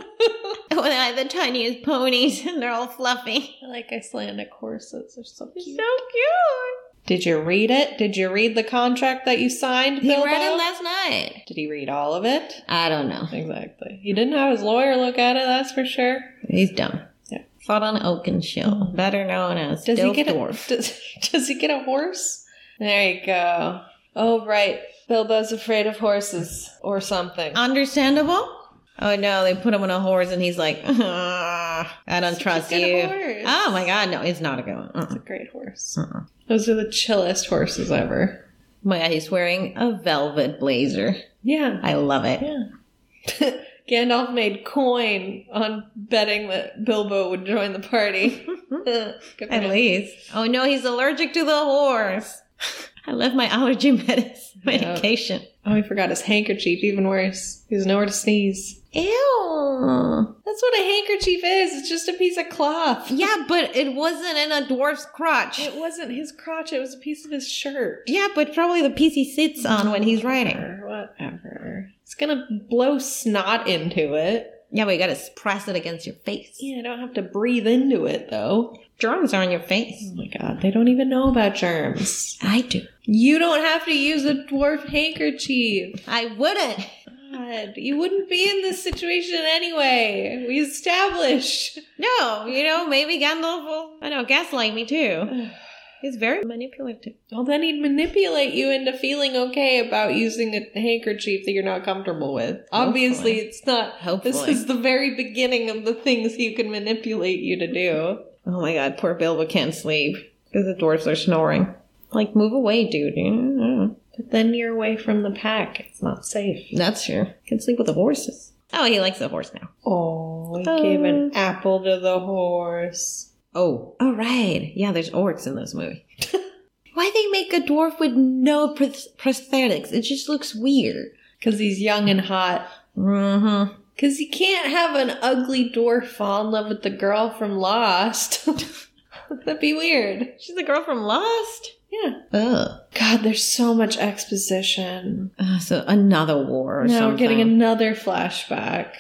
[SPEAKER 2] When I have the tiniest ponies and they're all fluffy.
[SPEAKER 1] I like Icelandic horses. They're so
[SPEAKER 2] So
[SPEAKER 1] cute.
[SPEAKER 2] cute.
[SPEAKER 1] Did you read it? Did you read the contract that you signed,
[SPEAKER 2] He
[SPEAKER 1] Bilbo?
[SPEAKER 2] read it last night.
[SPEAKER 1] Did he read all of it?
[SPEAKER 2] I don't know.
[SPEAKER 1] Exactly. He didn't have his lawyer look at it, that's for sure.
[SPEAKER 2] He's dumb.
[SPEAKER 1] Yeah.
[SPEAKER 2] Fought on Oakenshield, better known as
[SPEAKER 1] Does he get a,
[SPEAKER 2] Dilfdorf.
[SPEAKER 1] does, does he get a horse? There you go. Oh right. Bilbo's afraid of horses or something.
[SPEAKER 2] Understandable? Oh no, they put him on a horse and he's like, "Ah, I don't
[SPEAKER 1] Such a
[SPEAKER 2] trust
[SPEAKER 1] good
[SPEAKER 2] you.
[SPEAKER 1] horse.
[SPEAKER 2] Oh my god, no, it's not a good one.
[SPEAKER 1] It's
[SPEAKER 2] Uh-uh.
[SPEAKER 1] a great horse.
[SPEAKER 2] Uh-uh.
[SPEAKER 1] Those are the chillest horses ever.
[SPEAKER 2] My god, he's wearing a velvet blazer.
[SPEAKER 1] Yeah.
[SPEAKER 2] I love it.
[SPEAKER 1] Yeah. Gandalf made coin on betting that Bilbo would join the party. Good for
[SPEAKER 2] At
[SPEAKER 1] him.
[SPEAKER 2] least. Oh no, he's allergic to the horse. I left my allergy medicine
[SPEAKER 1] Yep.
[SPEAKER 2] medication.
[SPEAKER 1] Oh, he forgot his handkerchief, even worse. He's nowhere to sneeze.
[SPEAKER 2] Ew.
[SPEAKER 1] That's what a handkerchief is. It's just a piece of cloth.
[SPEAKER 2] Yeah, but it wasn't in a dwarf's crotch.
[SPEAKER 1] It wasn't his crotch, it was a piece of his shirt.
[SPEAKER 2] Yeah, but probably the piece he sits on when he's writing.
[SPEAKER 1] Whatever, whatever. It's gonna blow snot into it.
[SPEAKER 2] Yeah, but you gotta press it against your face.
[SPEAKER 1] Yeah, I don't have to breathe into it though.
[SPEAKER 2] Germs are on your face.
[SPEAKER 1] Oh my god, they don't even know about germs.
[SPEAKER 2] I do.
[SPEAKER 1] You don't have to use a dwarf handkerchief.
[SPEAKER 2] I wouldn't.
[SPEAKER 1] God, you wouldn't be in this situation anyway. We established.
[SPEAKER 2] No, you know, maybe Gandalf will, I know, gaslight me too. He's very manipulative.
[SPEAKER 1] Well, then he'd manipulate you into feeling okay about using a handkerchief that you're not comfortable with. Obviously,
[SPEAKER 2] Hopefully.
[SPEAKER 1] it's not
[SPEAKER 2] Hopefully.
[SPEAKER 1] This is the very beginning of the things he can manipulate you to do.
[SPEAKER 2] oh my god, poor Bilbo can't sleep because the dwarves are snoring. Like, move away, dude. you know?
[SPEAKER 1] But then you're away from the pack. It's not safe.
[SPEAKER 2] That's true. Can sleep with the horses. Oh, he likes the horse now.
[SPEAKER 1] Oh, he
[SPEAKER 2] Oh.
[SPEAKER 1] gave an apple to the horse.
[SPEAKER 2] Oh. Oh, right. Yeah, there's orcs in this movie. Why they make a dwarf with no pros- prosthetics? It just looks weird.
[SPEAKER 1] Because he's young and hot.
[SPEAKER 2] Mm-hmm.
[SPEAKER 1] Because you can't have an ugly dwarf fall in love with the girl from Lost. That'd be weird.
[SPEAKER 2] She's the girl from Lost.
[SPEAKER 1] Yeah.
[SPEAKER 2] Ugh.
[SPEAKER 1] God, there's so much exposition.
[SPEAKER 2] Uh, so another war or
[SPEAKER 1] now
[SPEAKER 2] something.
[SPEAKER 1] we're getting another flashback.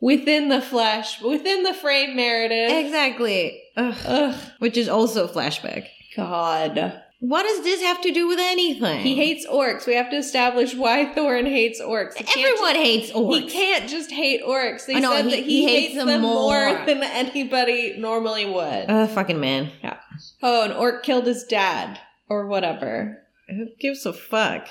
[SPEAKER 1] Within the flash, within the frame narrative.
[SPEAKER 2] exactly. Ugh.
[SPEAKER 1] Ugh,
[SPEAKER 2] Which is also a flashback.
[SPEAKER 1] God.
[SPEAKER 2] What does this have to do with anything?
[SPEAKER 1] He hates orcs. We have to establish why Thorin hates orcs. He can't
[SPEAKER 2] Everyone hates
[SPEAKER 1] just-
[SPEAKER 2] orcs.
[SPEAKER 1] He can't just hate orcs. They
[SPEAKER 2] I know,
[SPEAKER 1] said
[SPEAKER 2] he-
[SPEAKER 1] that he,
[SPEAKER 2] he
[SPEAKER 1] hates, them, more.
[SPEAKER 2] more.
[SPEAKER 1] than anybody normally would.
[SPEAKER 2] Ugh, fucking man.
[SPEAKER 1] oh, an orc killed his dad or whatever.
[SPEAKER 2] Who gives a fuck?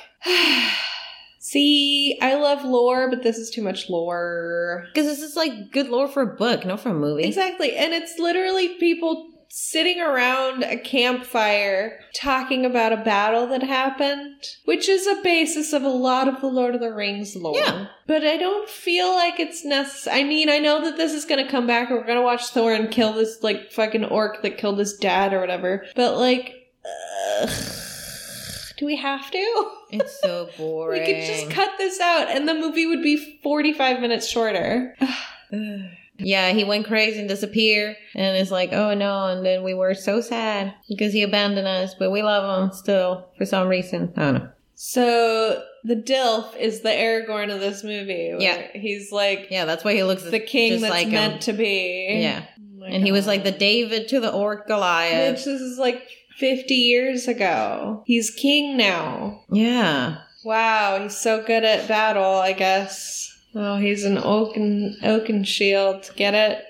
[SPEAKER 1] See, I love lore, but this is too much lore.
[SPEAKER 2] Because this is like good lore for a book, not for a movie.
[SPEAKER 1] Exactly. And it's literally people sitting around a campfire talking about a battle that happened, which is a basis of a lot of the Lord of the Rings lore.
[SPEAKER 2] Yeah.
[SPEAKER 1] But I don't feel like it's necessary. I mean, I know that this is going to come back and we're going to watch Thorin kill this, like, fucking orc that killed his dad or whatever. But, like, ugh, do we have to?
[SPEAKER 2] It's so
[SPEAKER 1] We
[SPEAKER 2] boring.
[SPEAKER 1] could just cut this out and the movie would be 45 minutes shorter.
[SPEAKER 2] Ugh. Yeah, he went crazy and disappeared, and it's like, oh no! And then we were so sad because he abandoned us, but we love him still for some reason. I don't know.
[SPEAKER 1] So the Dilf is the Aragorn of this movie. where
[SPEAKER 2] Yeah.
[SPEAKER 1] he's like
[SPEAKER 2] Yeah, that's why he looks
[SPEAKER 1] the king
[SPEAKER 2] just
[SPEAKER 1] that's
[SPEAKER 2] like
[SPEAKER 1] meant
[SPEAKER 2] him.
[SPEAKER 1] to be.
[SPEAKER 2] Yeah,
[SPEAKER 1] Oh my
[SPEAKER 2] and he was like the
[SPEAKER 1] God.
[SPEAKER 2] David to the orc Goliath.
[SPEAKER 1] Which this is like fifty years ago. He's king now.
[SPEAKER 2] yeah,
[SPEAKER 1] Wow, he's so good at battle. I guess. Oh, he's an oaken oaken shield. Get it?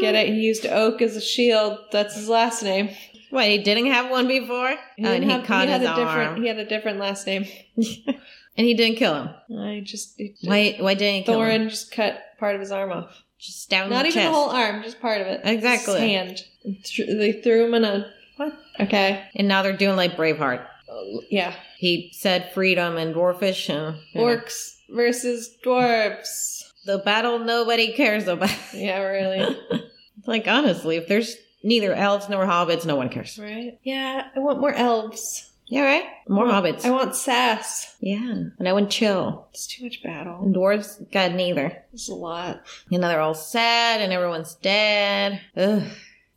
[SPEAKER 1] Get it? He used oak as a shield. That's his last name.
[SPEAKER 2] Wait, he didn't have one before, Oh, and
[SPEAKER 1] didn't
[SPEAKER 2] he
[SPEAKER 1] have-
[SPEAKER 2] caught
[SPEAKER 1] had
[SPEAKER 2] his
[SPEAKER 1] a
[SPEAKER 2] arm,
[SPEAKER 1] different. He had a different last name.
[SPEAKER 2] and he didn't kill him.
[SPEAKER 1] I just it,
[SPEAKER 2] Why? Why didn't he kill him?
[SPEAKER 1] Thorin just cut part of his arm off.
[SPEAKER 2] Just down
[SPEAKER 1] Not
[SPEAKER 2] the
[SPEAKER 1] even the
[SPEAKER 2] chest.
[SPEAKER 1] whole arm, just part of it.
[SPEAKER 2] Exactly.
[SPEAKER 1] His hand. Th- They threw him in a. What? Okay.
[SPEAKER 2] and now they're doing like Braveheart.
[SPEAKER 1] Yeah.
[SPEAKER 2] He said freedom and dwarfish and
[SPEAKER 1] Orcs versus dwarves.
[SPEAKER 2] the battle nobody cares about.
[SPEAKER 1] Yeah, really.
[SPEAKER 2] like honestly, if there's neither elves nor hobbits, no one cares.
[SPEAKER 1] right? Yeah, I want more elves.
[SPEAKER 2] Yeah, right. More hobbits.
[SPEAKER 1] I want sass.
[SPEAKER 2] yeah, and I went chill.
[SPEAKER 1] It's too much battle.
[SPEAKER 2] And dwarves got neither.
[SPEAKER 1] It's a lot.
[SPEAKER 2] You know, they're all sad and everyone's dead. Ugh.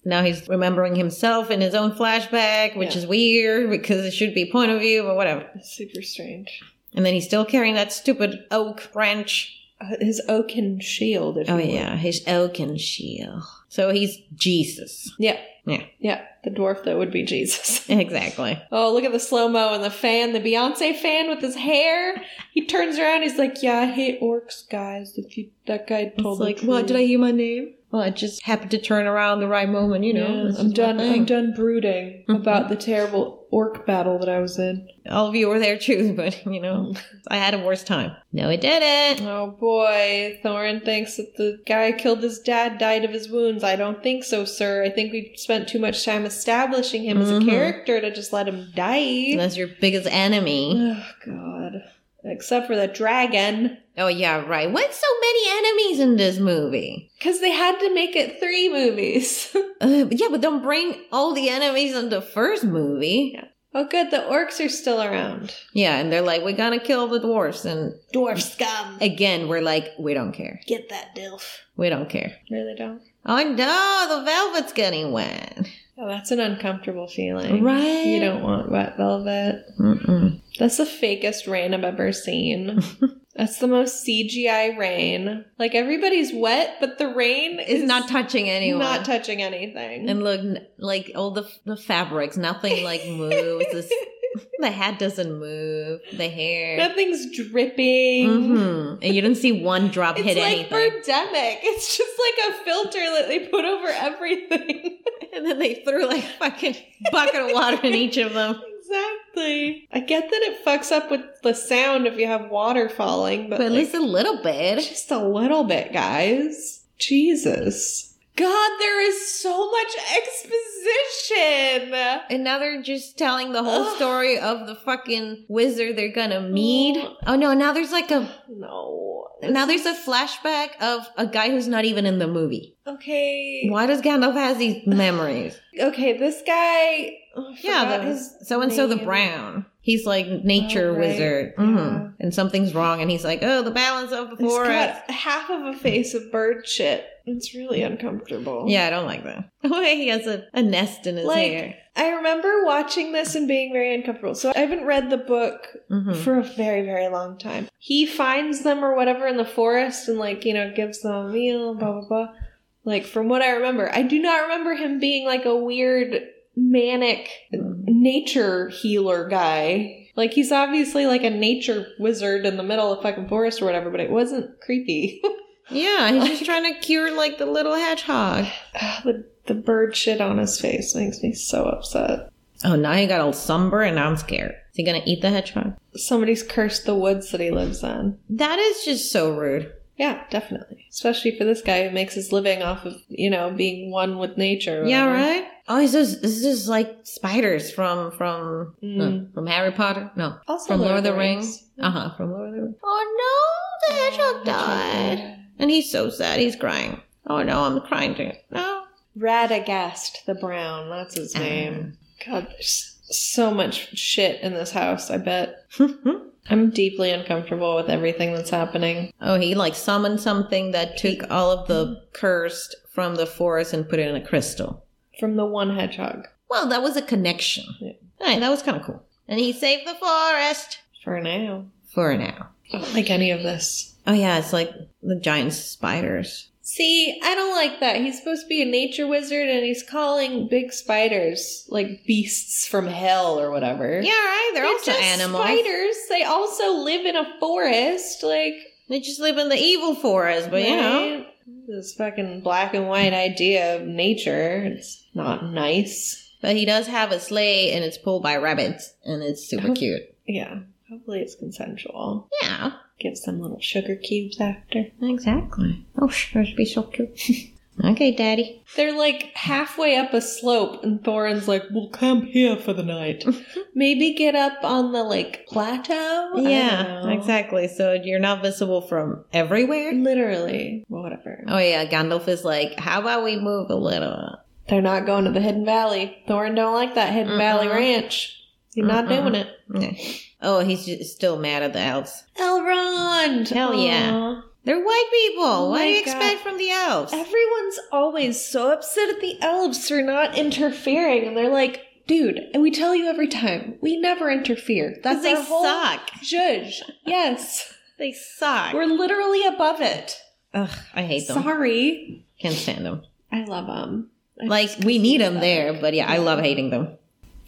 [SPEAKER 2] Now he's remembering himself in his own flashback, which
[SPEAKER 1] Yeah.
[SPEAKER 2] is weird because it should be point of view, but whatever.
[SPEAKER 1] It's super strange.
[SPEAKER 2] And then he's still carrying that stupid oak branch.
[SPEAKER 1] Uh, his oaken shield. If
[SPEAKER 2] Oh,
[SPEAKER 1] you will.
[SPEAKER 2] yeah, his oaken shield. So he's Jesus.
[SPEAKER 1] Yeah.
[SPEAKER 2] Yeah.
[SPEAKER 1] Yeah. The dwarf that would be Jesus.
[SPEAKER 2] Exactly.
[SPEAKER 1] Oh, look at the slow mo and the fan, the Beyonce fan with his hair. He turns around. He's like, "Yeah, I hate orcs, guys. If you that guy told
[SPEAKER 2] It's like,
[SPEAKER 1] the
[SPEAKER 2] what?
[SPEAKER 1] truth."
[SPEAKER 2] Did I hear my name? Well, I just happened to turn around the right moment, you know.
[SPEAKER 1] Yeah,
[SPEAKER 2] this
[SPEAKER 1] I'm
[SPEAKER 2] is my
[SPEAKER 1] done.
[SPEAKER 2] thing.
[SPEAKER 1] I'm done brooding about the terrible orc battle that I was in.
[SPEAKER 2] All of you were there too, but, you know, I had a worse time. No, it didn't.
[SPEAKER 1] Oh boy, Thorin thinks that the guy who killed his dad died of his wounds. I don't think so, sir. I think we spent too much time establishing him as a
[SPEAKER 2] Mhm.
[SPEAKER 1] character to just let him die.
[SPEAKER 2] That's your biggest enemy.
[SPEAKER 1] Oh god. Except for the dragon.
[SPEAKER 2] Oh yeah, right. What's so many enemies in this movie?
[SPEAKER 1] Because they had to make it three movies.
[SPEAKER 2] Uh, yeah, but don't bring all the enemies in the first movie.
[SPEAKER 1] Yeah. oh good, the orcs are still around.
[SPEAKER 2] Yeah, and they're like, we're gonna kill the dwarfs, and
[SPEAKER 1] Dwarf scum.
[SPEAKER 2] again, we're like, we don't care.
[SPEAKER 1] Get that dilf.
[SPEAKER 2] We don't care.
[SPEAKER 1] Really don't.
[SPEAKER 2] Oh no, the velvet's getting wet.
[SPEAKER 1] Oh, that's an uncomfortable feeling.
[SPEAKER 2] Right?
[SPEAKER 1] You don't want wet velvet.
[SPEAKER 2] Mm-mm.
[SPEAKER 1] That's the fakest rain I've ever seen. That's the most CGI rain. Like everybody's wet, but the rain
[SPEAKER 2] It's
[SPEAKER 1] is
[SPEAKER 2] not touching anyone.
[SPEAKER 1] not touching anything.
[SPEAKER 2] and look, n- like all the the fabrics, nothing like moves. This- the hat doesn't move. The hair.
[SPEAKER 1] Nothing's dripping.
[SPEAKER 2] Mm-hmm. And you didn't see one drop
[SPEAKER 1] It's
[SPEAKER 2] hit
[SPEAKER 1] like
[SPEAKER 2] anything.
[SPEAKER 1] birdemic. It's just like a filter that they put over everything.
[SPEAKER 2] And then they threw like a fucking bucket of water in each of them.
[SPEAKER 1] exactly. I get that it fucks up with the sound if you have water falling, but,
[SPEAKER 2] But at
[SPEAKER 1] like,
[SPEAKER 2] least a little bit.
[SPEAKER 1] Just a little bit, guys. Jesus. God, there is so much exposition.
[SPEAKER 2] And now they're just telling the whole
[SPEAKER 1] Ugh.
[SPEAKER 2] story of the fucking wizard they're gonna meet. Oh no, now there's like a
[SPEAKER 1] No.
[SPEAKER 2] now there's a flashback of a guy who's not even in the movie.
[SPEAKER 1] Okay.
[SPEAKER 2] Why does Gandalf has these memories?
[SPEAKER 1] Okay, this guy. oh, I
[SPEAKER 2] yeah,
[SPEAKER 1] forgot
[SPEAKER 2] the,
[SPEAKER 1] his
[SPEAKER 2] so and so the
[SPEAKER 1] name.
[SPEAKER 2] brown. He's like nature
[SPEAKER 1] Oh, right.
[SPEAKER 2] wizard,
[SPEAKER 1] Yeah.
[SPEAKER 2] Mhm. and something's wrong, and he's like, "Oh, the balance of the
[SPEAKER 1] He's
[SPEAKER 2] forest."
[SPEAKER 1] got half of a face of bird shit. It's really uncomfortable.
[SPEAKER 2] Yeah, I don't like that. Oh, he has a, a nest in his
[SPEAKER 1] Like-
[SPEAKER 2] hair.
[SPEAKER 1] I remember watching this and being very uncomfortable. So I haven't read the book
[SPEAKER 2] Mhm.
[SPEAKER 1] for a very, very long time. He finds them or whatever in the forest and, like, you know, gives them a meal, blah, blah, blah. Like, from what I remember, I do not remember him being like a weird, manic nature healer guy. Like, he's obviously like a nature wizard in the middle of fucking forest or whatever, but it wasn't creepy.
[SPEAKER 2] Yeah, he's just trying to cure like the little hedgehog.
[SPEAKER 1] Ah, the, the bird shit on his face makes me so upset.
[SPEAKER 2] Oh, now he got all somber and now I'm scared. Is he gonna eat the hedgehog?
[SPEAKER 1] Somebody's cursed the woods that he lives on.
[SPEAKER 2] That is just so rude.
[SPEAKER 1] Yeah, definitely. Especially for this guy who makes his living off of, you know, being one with nature. or
[SPEAKER 2] Yeah,
[SPEAKER 1] whatever.
[SPEAKER 2] right. Oh, he's just this is just like spiders from from
[SPEAKER 1] Mm.
[SPEAKER 2] uh, from Harry Potter. No,
[SPEAKER 1] Also,
[SPEAKER 2] from Lord of the Rings. Uh huh. From Lord of the Rings. Oh no, the hedgehog died, and he's so sad. He's crying. Oh no, I'm crying too. No.
[SPEAKER 1] Radagast the Brown. That's his
[SPEAKER 2] Ah.
[SPEAKER 1] name. God, there's so much shit in this house, I bet.
[SPEAKER 2] oh,
[SPEAKER 1] I'm deeply uncomfortable with everything that's happening.
[SPEAKER 2] Oh, he like summoned something that took all of the cursed from the forest and put it in a crystal.
[SPEAKER 1] From the one hedgehog
[SPEAKER 2] Well, that was a connection.
[SPEAKER 1] Yeah.
[SPEAKER 2] Hey, that was kind of cool. And he saved the forest
[SPEAKER 1] for now.
[SPEAKER 2] for now.
[SPEAKER 1] I don't like any of this.
[SPEAKER 2] Oh yeah, it's like the giant spiders.
[SPEAKER 1] See, I don't like that. He's supposed to be a nature wizard and he's calling big spiders like beasts from hell or whatever.
[SPEAKER 2] Yeah, right. They're, also animals.
[SPEAKER 1] Spiders. They also live in a forest. Like,
[SPEAKER 2] They just live in the evil forest, but you know,
[SPEAKER 1] right? this fucking black and white idea of nature. It's not nice.
[SPEAKER 2] but he does have a sleigh and it's pulled by rabbits and it's super
[SPEAKER 1] Oh.
[SPEAKER 2] cute.
[SPEAKER 1] Yeah. Hopefully, it's consensual.
[SPEAKER 2] Yeah,
[SPEAKER 1] Give some little sugar cubes after.
[SPEAKER 2] Exactly. Oh, sure, it'd be so cute. okay, Daddy.
[SPEAKER 1] They're like halfway up a slope, and Thorin's like, "We'll camp here for the night. Maybe get up on the like plateau."
[SPEAKER 2] Oh,
[SPEAKER 1] I
[SPEAKER 2] Yeah,
[SPEAKER 1] don't know.
[SPEAKER 2] exactly. So you're not visible from everywhere.
[SPEAKER 1] Literally, whatever.
[SPEAKER 2] Oh yeah, Gandalf is like, how about we move a little?
[SPEAKER 1] They're not going to the Hidden Valley. Thorin don't like that Hidden
[SPEAKER 2] Uh-uh.
[SPEAKER 1] Valley Ranch. He's not
[SPEAKER 2] Uh-uh.
[SPEAKER 1] doing it.
[SPEAKER 2] Yeah. Oh, he's just still mad at the elves.
[SPEAKER 1] Elrond.
[SPEAKER 2] Hell yeah.
[SPEAKER 1] Aw.
[SPEAKER 2] They're white people.
[SPEAKER 1] Oh
[SPEAKER 2] what
[SPEAKER 1] my
[SPEAKER 2] do you
[SPEAKER 1] God.
[SPEAKER 2] expect from the elves?
[SPEAKER 1] Everyone's always so upset at the elves for not interfering, and they're like, "Dude, and we tell you every time, we never interfere. That's
[SPEAKER 2] they
[SPEAKER 1] our whole
[SPEAKER 2] suck.
[SPEAKER 1] judge. Yes,
[SPEAKER 2] They suck.
[SPEAKER 1] we're literally above it.
[SPEAKER 2] Ugh, I hate them.
[SPEAKER 1] Sorry,
[SPEAKER 2] Can't stand them.
[SPEAKER 1] I love them.
[SPEAKER 2] Like we need them there, but yeah, I love hating them.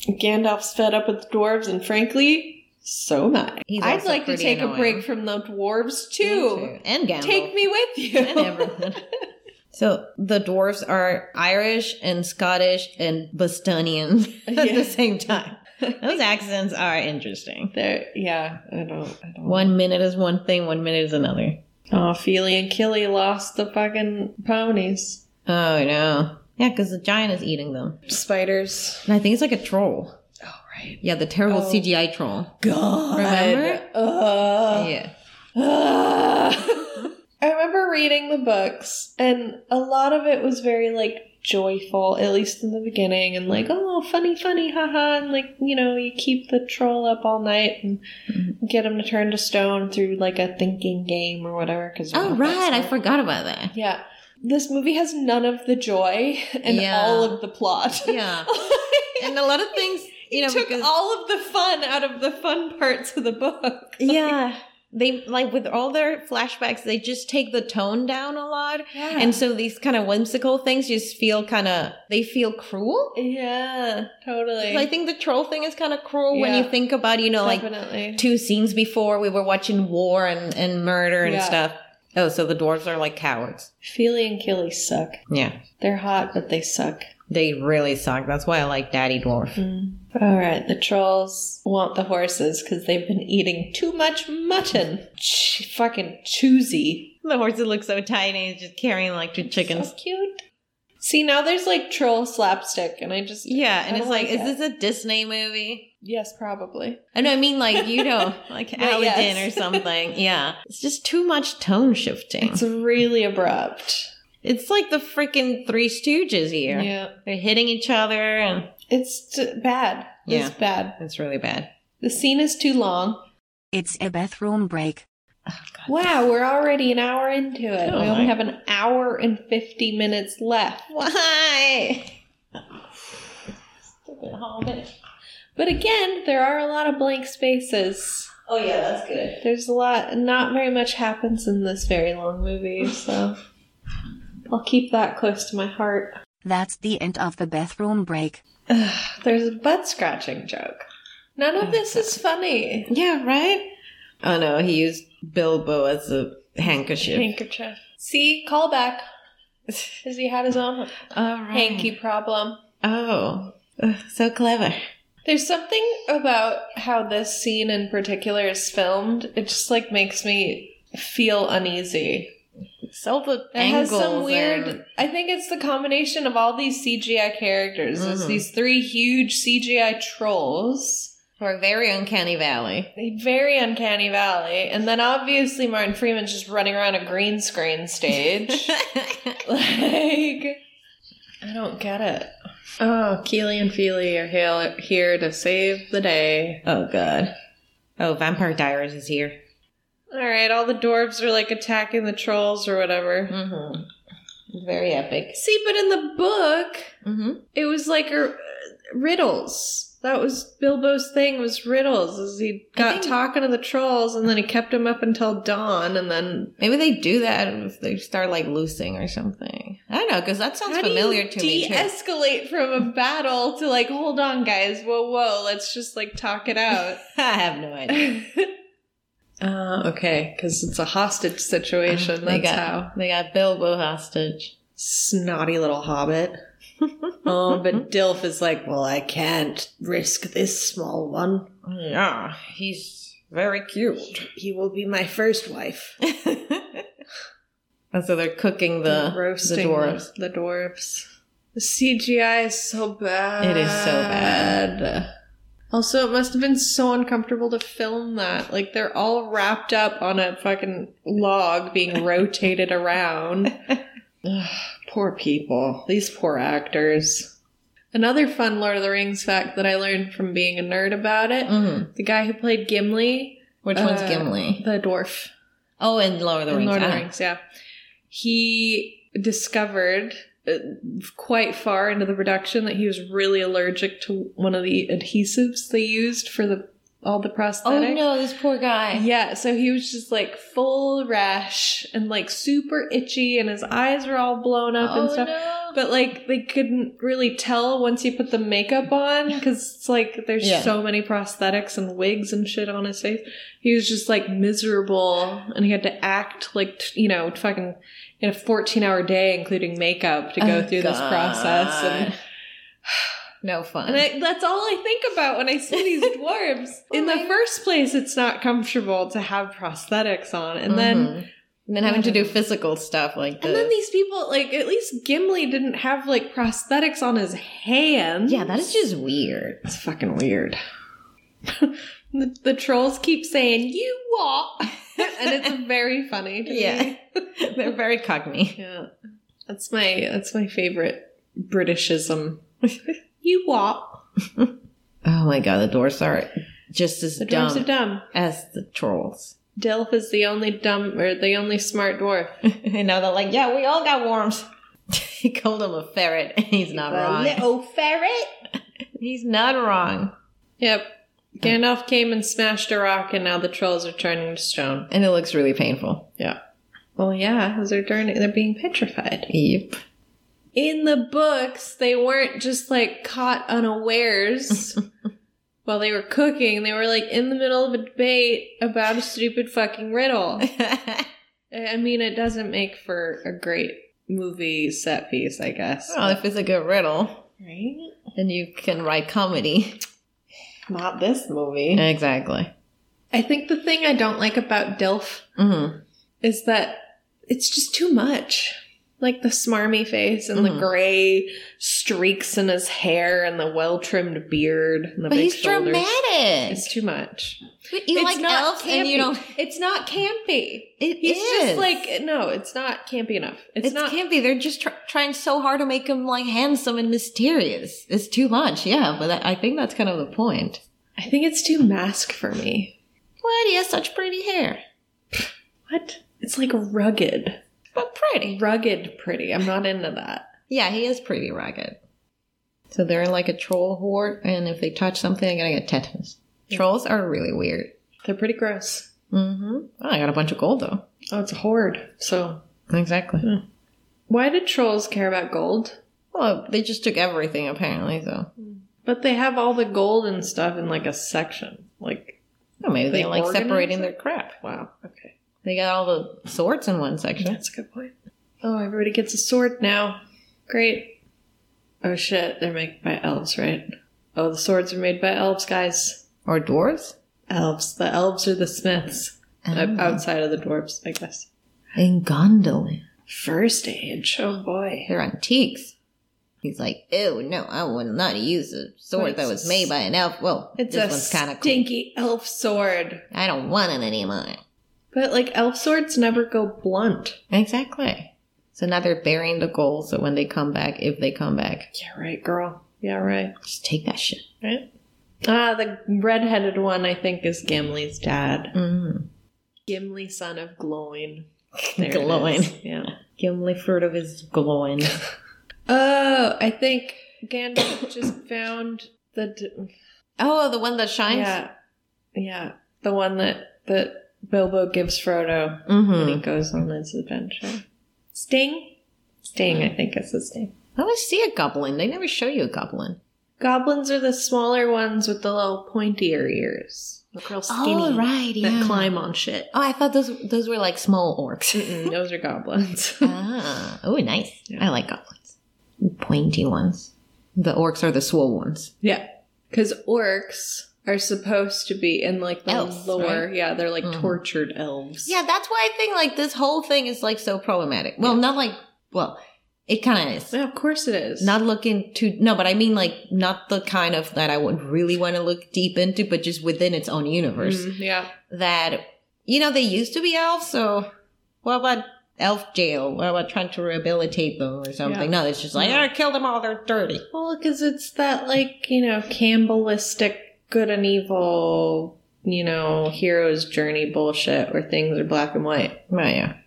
[SPEAKER 1] Gandalf's fed up with dwarves, and frankly, so am I.
[SPEAKER 2] He's
[SPEAKER 1] I'd
[SPEAKER 2] also
[SPEAKER 1] like to
[SPEAKER 2] pretty
[SPEAKER 1] take a
[SPEAKER 2] annoying.
[SPEAKER 1] break from the dwarves too.
[SPEAKER 2] and Gandalf.
[SPEAKER 1] Take me with you.
[SPEAKER 2] and everyone. So the dwarves are Irish and Scottish and Bostonian at
[SPEAKER 1] Yeah.
[SPEAKER 2] the same time. Those accents are interesting.
[SPEAKER 1] There, yeah, I don't. I don't
[SPEAKER 2] One minute is one thing, one minute is another.
[SPEAKER 1] Oh, Feely and Killy lost the fucking ponies.
[SPEAKER 2] Oh no. Yeah, because the giant is eating them.
[SPEAKER 1] Spiders.
[SPEAKER 2] And I think it's like a troll.
[SPEAKER 1] Oh, right.
[SPEAKER 2] Yeah, the terrible
[SPEAKER 1] Oh.
[SPEAKER 2] CGI troll.
[SPEAKER 1] God.
[SPEAKER 2] Remember?
[SPEAKER 1] Ugh.
[SPEAKER 2] yeah.
[SPEAKER 1] Ugh. I remember reading the books, and a lot of it was very, like, joyful, at least in the beginning, and like, oh, funny, funny, haha, and like, you know, you keep the troll up all night and
[SPEAKER 2] Mm-hmm.
[SPEAKER 1] get him to turn to stone through, like, a thinking game or whatever. Cause you
[SPEAKER 2] Oh
[SPEAKER 1] know,
[SPEAKER 2] right,
[SPEAKER 1] that's
[SPEAKER 2] I
[SPEAKER 1] what-
[SPEAKER 2] forgot about that.
[SPEAKER 1] Yeah. This movie has none of the joy and
[SPEAKER 2] Yeah.
[SPEAKER 1] all of the plot.
[SPEAKER 2] Yeah. And a lot of things, you know,
[SPEAKER 1] took
[SPEAKER 2] because
[SPEAKER 1] all of the fun out of the fun parts of the book.
[SPEAKER 2] yeah, they like with all their flashbacks, they just take the tone down a lot.
[SPEAKER 1] Yeah.
[SPEAKER 2] And so these kind of whimsical things just feel kind of they feel cruel.
[SPEAKER 1] yeah, totally.
[SPEAKER 2] I think the troll thing is kind of cruel when
[SPEAKER 1] Yeah.
[SPEAKER 2] you think about, you know, like
[SPEAKER 1] Definitely.
[SPEAKER 2] two scenes before we were watching war and, and murder and
[SPEAKER 1] Yeah.
[SPEAKER 2] stuff. Oh, so the dwarves are like cowards.
[SPEAKER 1] Feely and Killy suck.
[SPEAKER 2] Yeah.
[SPEAKER 1] They're hot, but they suck.
[SPEAKER 2] They really suck. That's why I like Daddy Dwarf.
[SPEAKER 1] All right, the trolls want the horses because they've been eating too much mutton. Ch- fucking choosy.
[SPEAKER 2] The horses look so tiny, it's just carrying like two chickens.
[SPEAKER 1] So cute. See, now there's like troll slapstick, and I just.
[SPEAKER 2] yeah, and
[SPEAKER 1] I
[SPEAKER 2] it's
[SPEAKER 1] don't
[SPEAKER 2] like,
[SPEAKER 1] like
[SPEAKER 2] is
[SPEAKER 1] that.
[SPEAKER 2] this a Disney movie? Oh,
[SPEAKER 1] Yes, probably.
[SPEAKER 2] I know, I mean like, you know, like
[SPEAKER 1] Yeah,
[SPEAKER 2] Aladdin
[SPEAKER 1] yes.
[SPEAKER 2] or something. Yeah. It's just too much tone shifting.
[SPEAKER 1] It's
[SPEAKER 2] It's,
[SPEAKER 1] really abrupt.
[SPEAKER 2] like the freaking Three Stooges here.
[SPEAKER 1] Yeah.
[SPEAKER 2] They're hitting each other and
[SPEAKER 1] It's t- bad.
[SPEAKER 2] Yeah.
[SPEAKER 1] It's bad.
[SPEAKER 2] it's really bad.
[SPEAKER 1] The scene is too long.
[SPEAKER 3] It's a bathroom break.
[SPEAKER 1] Wow, we're already an hour into it.
[SPEAKER 2] Oh
[SPEAKER 1] we only
[SPEAKER 2] my-
[SPEAKER 1] have an hour and 50 minutes left.
[SPEAKER 2] Why?
[SPEAKER 1] Stupid whole minute. But again, there are a lot of blank spaces.
[SPEAKER 2] Oh yeah, that's good.
[SPEAKER 1] There's a lot, not very much happens in this very long movie, so I'll keep that close to my heart.
[SPEAKER 3] That's the end of the bathroom break.
[SPEAKER 1] There's a butt scratching joke. None of this is funny.
[SPEAKER 2] Yeah, right? Oh no, he used Bilbo as a handkerchief.
[SPEAKER 1] Handkerchief. See, callback. Because he had his own
[SPEAKER 2] All right.
[SPEAKER 1] hanky problem.
[SPEAKER 2] Oh, Ugh, so clever.
[SPEAKER 1] There's something about how this scene in particular is filmed. It just like makes me feel uneasy.
[SPEAKER 2] So the
[SPEAKER 1] It has some weird. I think it's the combination of all these CGI characters. There's
[SPEAKER 2] Mhm.
[SPEAKER 1] these three huge CGI trolls.
[SPEAKER 2] We're very uncanny valley.
[SPEAKER 1] A very uncanny valley, and then obviously Martin Freeman's just running around a green screen stage. like I don't get it. Oh, Keely and Feely are hail- here to save the day.
[SPEAKER 2] oh god. Oh, Vampire Diaries is here.
[SPEAKER 1] All right, all the dwarves are like attacking the trolls or whatever.
[SPEAKER 2] Mm-hmm. Very epic.
[SPEAKER 1] See, but in the book,
[SPEAKER 2] Mm-hmm.
[SPEAKER 1] it was like a, riddles. That was Bilbo's thing was riddles. Is he
[SPEAKER 2] I
[SPEAKER 1] got
[SPEAKER 2] think-
[SPEAKER 1] talking to the trolls and then he kept them up until dawn and then
[SPEAKER 2] Maybe they do that if they start like losing or something. I don't know because that sounds
[SPEAKER 1] How do you
[SPEAKER 2] familiar to me too.
[SPEAKER 1] De-escalate from a battle to like, hold on, guys, whoa, whoa, let's just like talk it out.
[SPEAKER 2] I have no idea.
[SPEAKER 1] uh,
[SPEAKER 2] Uh,
[SPEAKER 1] okay, because it's a hostage situation.
[SPEAKER 2] they got
[SPEAKER 1] That's how.
[SPEAKER 2] they got Bilbo hostage.
[SPEAKER 1] snotty little hobbit. oh,
[SPEAKER 4] Um,
[SPEAKER 1] but Dilf is like, well, I can't risk this small one.
[SPEAKER 2] Yeah, he's
[SPEAKER 1] Very cute.
[SPEAKER 4] He will be my first wife.
[SPEAKER 2] and so they're cooking the the dwarves.
[SPEAKER 1] The dwarves. The CGI is so bad.
[SPEAKER 2] It is so bad.
[SPEAKER 1] Also, it must have been so uncomfortable to film that. Like they're all wrapped up on a fucking log being rotated around. Ugh, poor people. These poor actors. Another fun Lord of the Rings fact that I learned from being a nerd about it:
[SPEAKER 2] Mhm.
[SPEAKER 1] the guy who played Gimli,
[SPEAKER 2] Which one's
[SPEAKER 1] Uh,
[SPEAKER 2] Gimli?
[SPEAKER 1] the dwarf,
[SPEAKER 2] Oh, and Lord of the
[SPEAKER 1] in
[SPEAKER 2] Rings.
[SPEAKER 1] Lord of the
[SPEAKER 2] ah.
[SPEAKER 1] Rings, yeah. He discovered uh, quite far into the production that he was really allergic to one of the adhesives they used for the all the
[SPEAKER 2] Oh
[SPEAKER 1] prosthetics.
[SPEAKER 2] no, this poor guy.
[SPEAKER 1] Yeah, so he was just like full rash and like super itchy, and his eyes were all blown up and
[SPEAKER 2] Oh,
[SPEAKER 1] stuff.
[SPEAKER 2] no.
[SPEAKER 1] But like they couldn't really tell once you put the makeup on because it's like there's
[SPEAKER 2] Yeah.
[SPEAKER 1] so many prosthetics and wigs and shit on his face. He was just like miserable and he had to act like, t- you know, fucking in a 14 hour day, including makeup to go
[SPEAKER 2] Oh,
[SPEAKER 1] through this
[SPEAKER 2] God.
[SPEAKER 1] process. And,
[SPEAKER 2] no fun.
[SPEAKER 1] and I, that's all I think about when I see these dwarves. in the
[SPEAKER 2] Oh my-
[SPEAKER 1] first place, it's not comfortable to have prosthetics on. And then
[SPEAKER 2] Mhm. and then having to do physical stuff like this.
[SPEAKER 1] And then these people, like, at least Gimli didn't have, like, prosthetics on his hands.
[SPEAKER 2] yeah, that is just weird.
[SPEAKER 1] It's fucking weird. the, the trolls keep saying, you walk. and it's very funny to
[SPEAKER 2] Yeah,
[SPEAKER 1] me.
[SPEAKER 2] they're very cockney.
[SPEAKER 1] Yeah. That's my, that's my favorite Britishism. you walk.
[SPEAKER 2] Oh my god, the dwarves are just as
[SPEAKER 1] The
[SPEAKER 2] dumb,
[SPEAKER 1] dwarves are dumb.
[SPEAKER 2] as the trolls.
[SPEAKER 1] Dilf is the only dumb, or the only smart dwarf.
[SPEAKER 2] and now they're like, yeah, we all got worms. he called him a ferret, and he's not wrong.
[SPEAKER 4] ferret.
[SPEAKER 2] He's not wrong.
[SPEAKER 1] Yep. Gandalf came and smashed a rock, and now the trolls are turning to stone.
[SPEAKER 2] And it looks really painful.
[SPEAKER 1] Well, yeah, because they're turning, they're being petrified.
[SPEAKER 2] Yep.
[SPEAKER 1] In the books, they weren't just like caught unawares while they were cooking. They were like in the middle of a debate about a stupid fucking riddle.
[SPEAKER 2] oh,
[SPEAKER 1] I mean, it doesn't make for a great movie set piece, I guess.
[SPEAKER 2] Oh, if it's a good riddle,
[SPEAKER 1] Right?
[SPEAKER 2] then you can write comedy.
[SPEAKER 1] Not this movie.
[SPEAKER 2] exactly.
[SPEAKER 1] I think the thing I don't like about Dilf
[SPEAKER 2] hmm
[SPEAKER 1] is that it's just too much. Like the smarmy face and
[SPEAKER 2] Mhm.
[SPEAKER 1] the gray streaks in his hair and the well trimmed beard and the
[SPEAKER 2] But
[SPEAKER 1] big
[SPEAKER 2] he's
[SPEAKER 1] shoulders.
[SPEAKER 2] dramatic.
[SPEAKER 1] It's too much.
[SPEAKER 2] you
[SPEAKER 1] It's
[SPEAKER 2] like
[SPEAKER 1] not
[SPEAKER 2] elves and you
[SPEAKER 1] campy.
[SPEAKER 2] don't.
[SPEAKER 1] It's not campy.
[SPEAKER 2] It
[SPEAKER 1] He's
[SPEAKER 2] is.
[SPEAKER 1] just like no, it's not campy enough. It's,
[SPEAKER 2] It's
[SPEAKER 1] not.
[SPEAKER 2] can't be. They're just tr- trying so hard to make him like handsome and mysterious. It's too much, yeah. But I I think that's kind of the point.
[SPEAKER 1] I think it's too mask for me.
[SPEAKER 2] Why do you have such pretty hair?
[SPEAKER 1] What? It's like rugged,
[SPEAKER 2] But pretty.
[SPEAKER 1] rugged pretty. I'm not into that.
[SPEAKER 2] Yeah, he is pretty ragged. So they're like a troll horde, and if they touch something, they're gonna get tetanus. Trolls are really weird.
[SPEAKER 1] They're pretty gross.
[SPEAKER 2] Mm-hmm. Oh, I got a bunch of gold though.
[SPEAKER 1] Oh, it's a horde. So
[SPEAKER 2] Exactly.
[SPEAKER 1] why did trolls care about gold?
[SPEAKER 2] Well, they just took everything apparently. So
[SPEAKER 1] But they have all the gold and stuff in like a section. Like,
[SPEAKER 2] Well, Oh, maybe
[SPEAKER 1] They
[SPEAKER 2] they are like
[SPEAKER 1] organized
[SPEAKER 2] separating
[SPEAKER 1] it?
[SPEAKER 2] their crap.
[SPEAKER 1] wow, okay.
[SPEAKER 2] They got all the swords in one section.
[SPEAKER 1] That's a good point. Oh, everybody gets a sword now. Great. Oh shit, they're made by elves, right? Oh, the swords are made by elves, guys.
[SPEAKER 2] Or dwarves.
[SPEAKER 1] Elves. The elves are the smiths. O-
[SPEAKER 2] Oh.
[SPEAKER 1] Outside of the dwarves, I guess.
[SPEAKER 2] In Gondolin.
[SPEAKER 1] First age. Oh boy.
[SPEAKER 2] They're antiques. He's like, ew, no, I will not use a sword that was made by an elf. Well,
[SPEAKER 1] It's
[SPEAKER 2] this
[SPEAKER 1] a
[SPEAKER 2] one's kind of cool.
[SPEAKER 1] stinky elf sword.
[SPEAKER 2] I don't want it anymore.
[SPEAKER 1] But like elf swords never go blunt.
[SPEAKER 2] Exactly. So now they're burying the gold. So when they come back, if they come back,
[SPEAKER 1] Yeah, right, girl. Yeah, right.
[SPEAKER 2] just take that shit.
[SPEAKER 1] Right? Ah, the redheaded one I think is Gimli's dad.
[SPEAKER 2] Mm.
[SPEAKER 1] Gimli, son of Gloin. it
[SPEAKER 2] Glowing.
[SPEAKER 1] is. Yeah.
[SPEAKER 2] Gimli fruit of his glowing.
[SPEAKER 1] Oh, I think Gandalf just found the. D-
[SPEAKER 2] oh, the one that shines?
[SPEAKER 1] yeah. Yeah. The one that, that Bilbo gives Frodo when
[SPEAKER 2] Mm-hmm.
[SPEAKER 1] he goes on his adventure. Sting? Sting, I think is his name.
[SPEAKER 2] I always see a goblin. They never show you a goblin.
[SPEAKER 1] Goblins are the smaller ones with the little pointier ears. The real skinny.
[SPEAKER 2] oh, right.
[SPEAKER 1] That
[SPEAKER 2] yeah.
[SPEAKER 1] climb on shit.
[SPEAKER 2] Oh, I thought those those were like small orcs.
[SPEAKER 1] Mm-mm, those are goblins.
[SPEAKER 2] ah, oh, nice.
[SPEAKER 1] Yeah.
[SPEAKER 2] I like goblins. Pointy ones. The orcs are the swole ones.
[SPEAKER 1] yeah. Because orcs are supposed to be in like the
[SPEAKER 2] Elves,
[SPEAKER 1] lore. Yeah, they're like
[SPEAKER 2] Mhm.
[SPEAKER 1] tortured elves.
[SPEAKER 2] Yeah, that's why I think like this whole thing is like so problematic. Well, not like well, it kind of is.
[SPEAKER 1] Yeah, of course it is.
[SPEAKER 2] Not looking too no, but I mean like not the kind of that I would really want to look deep into, but just within its own universe.
[SPEAKER 1] Mm, yeah.
[SPEAKER 2] That you know they used to be elves, so what about elf jail? What about trying to rehabilitate them or something? No, it's just like
[SPEAKER 1] Yeah.
[SPEAKER 2] oh, kill them all. They're dirty.
[SPEAKER 1] Well, because it's that like you know Campbellistic good and evil you know hero's journey bullshit where things are black and white.
[SPEAKER 2] Right. Yeah.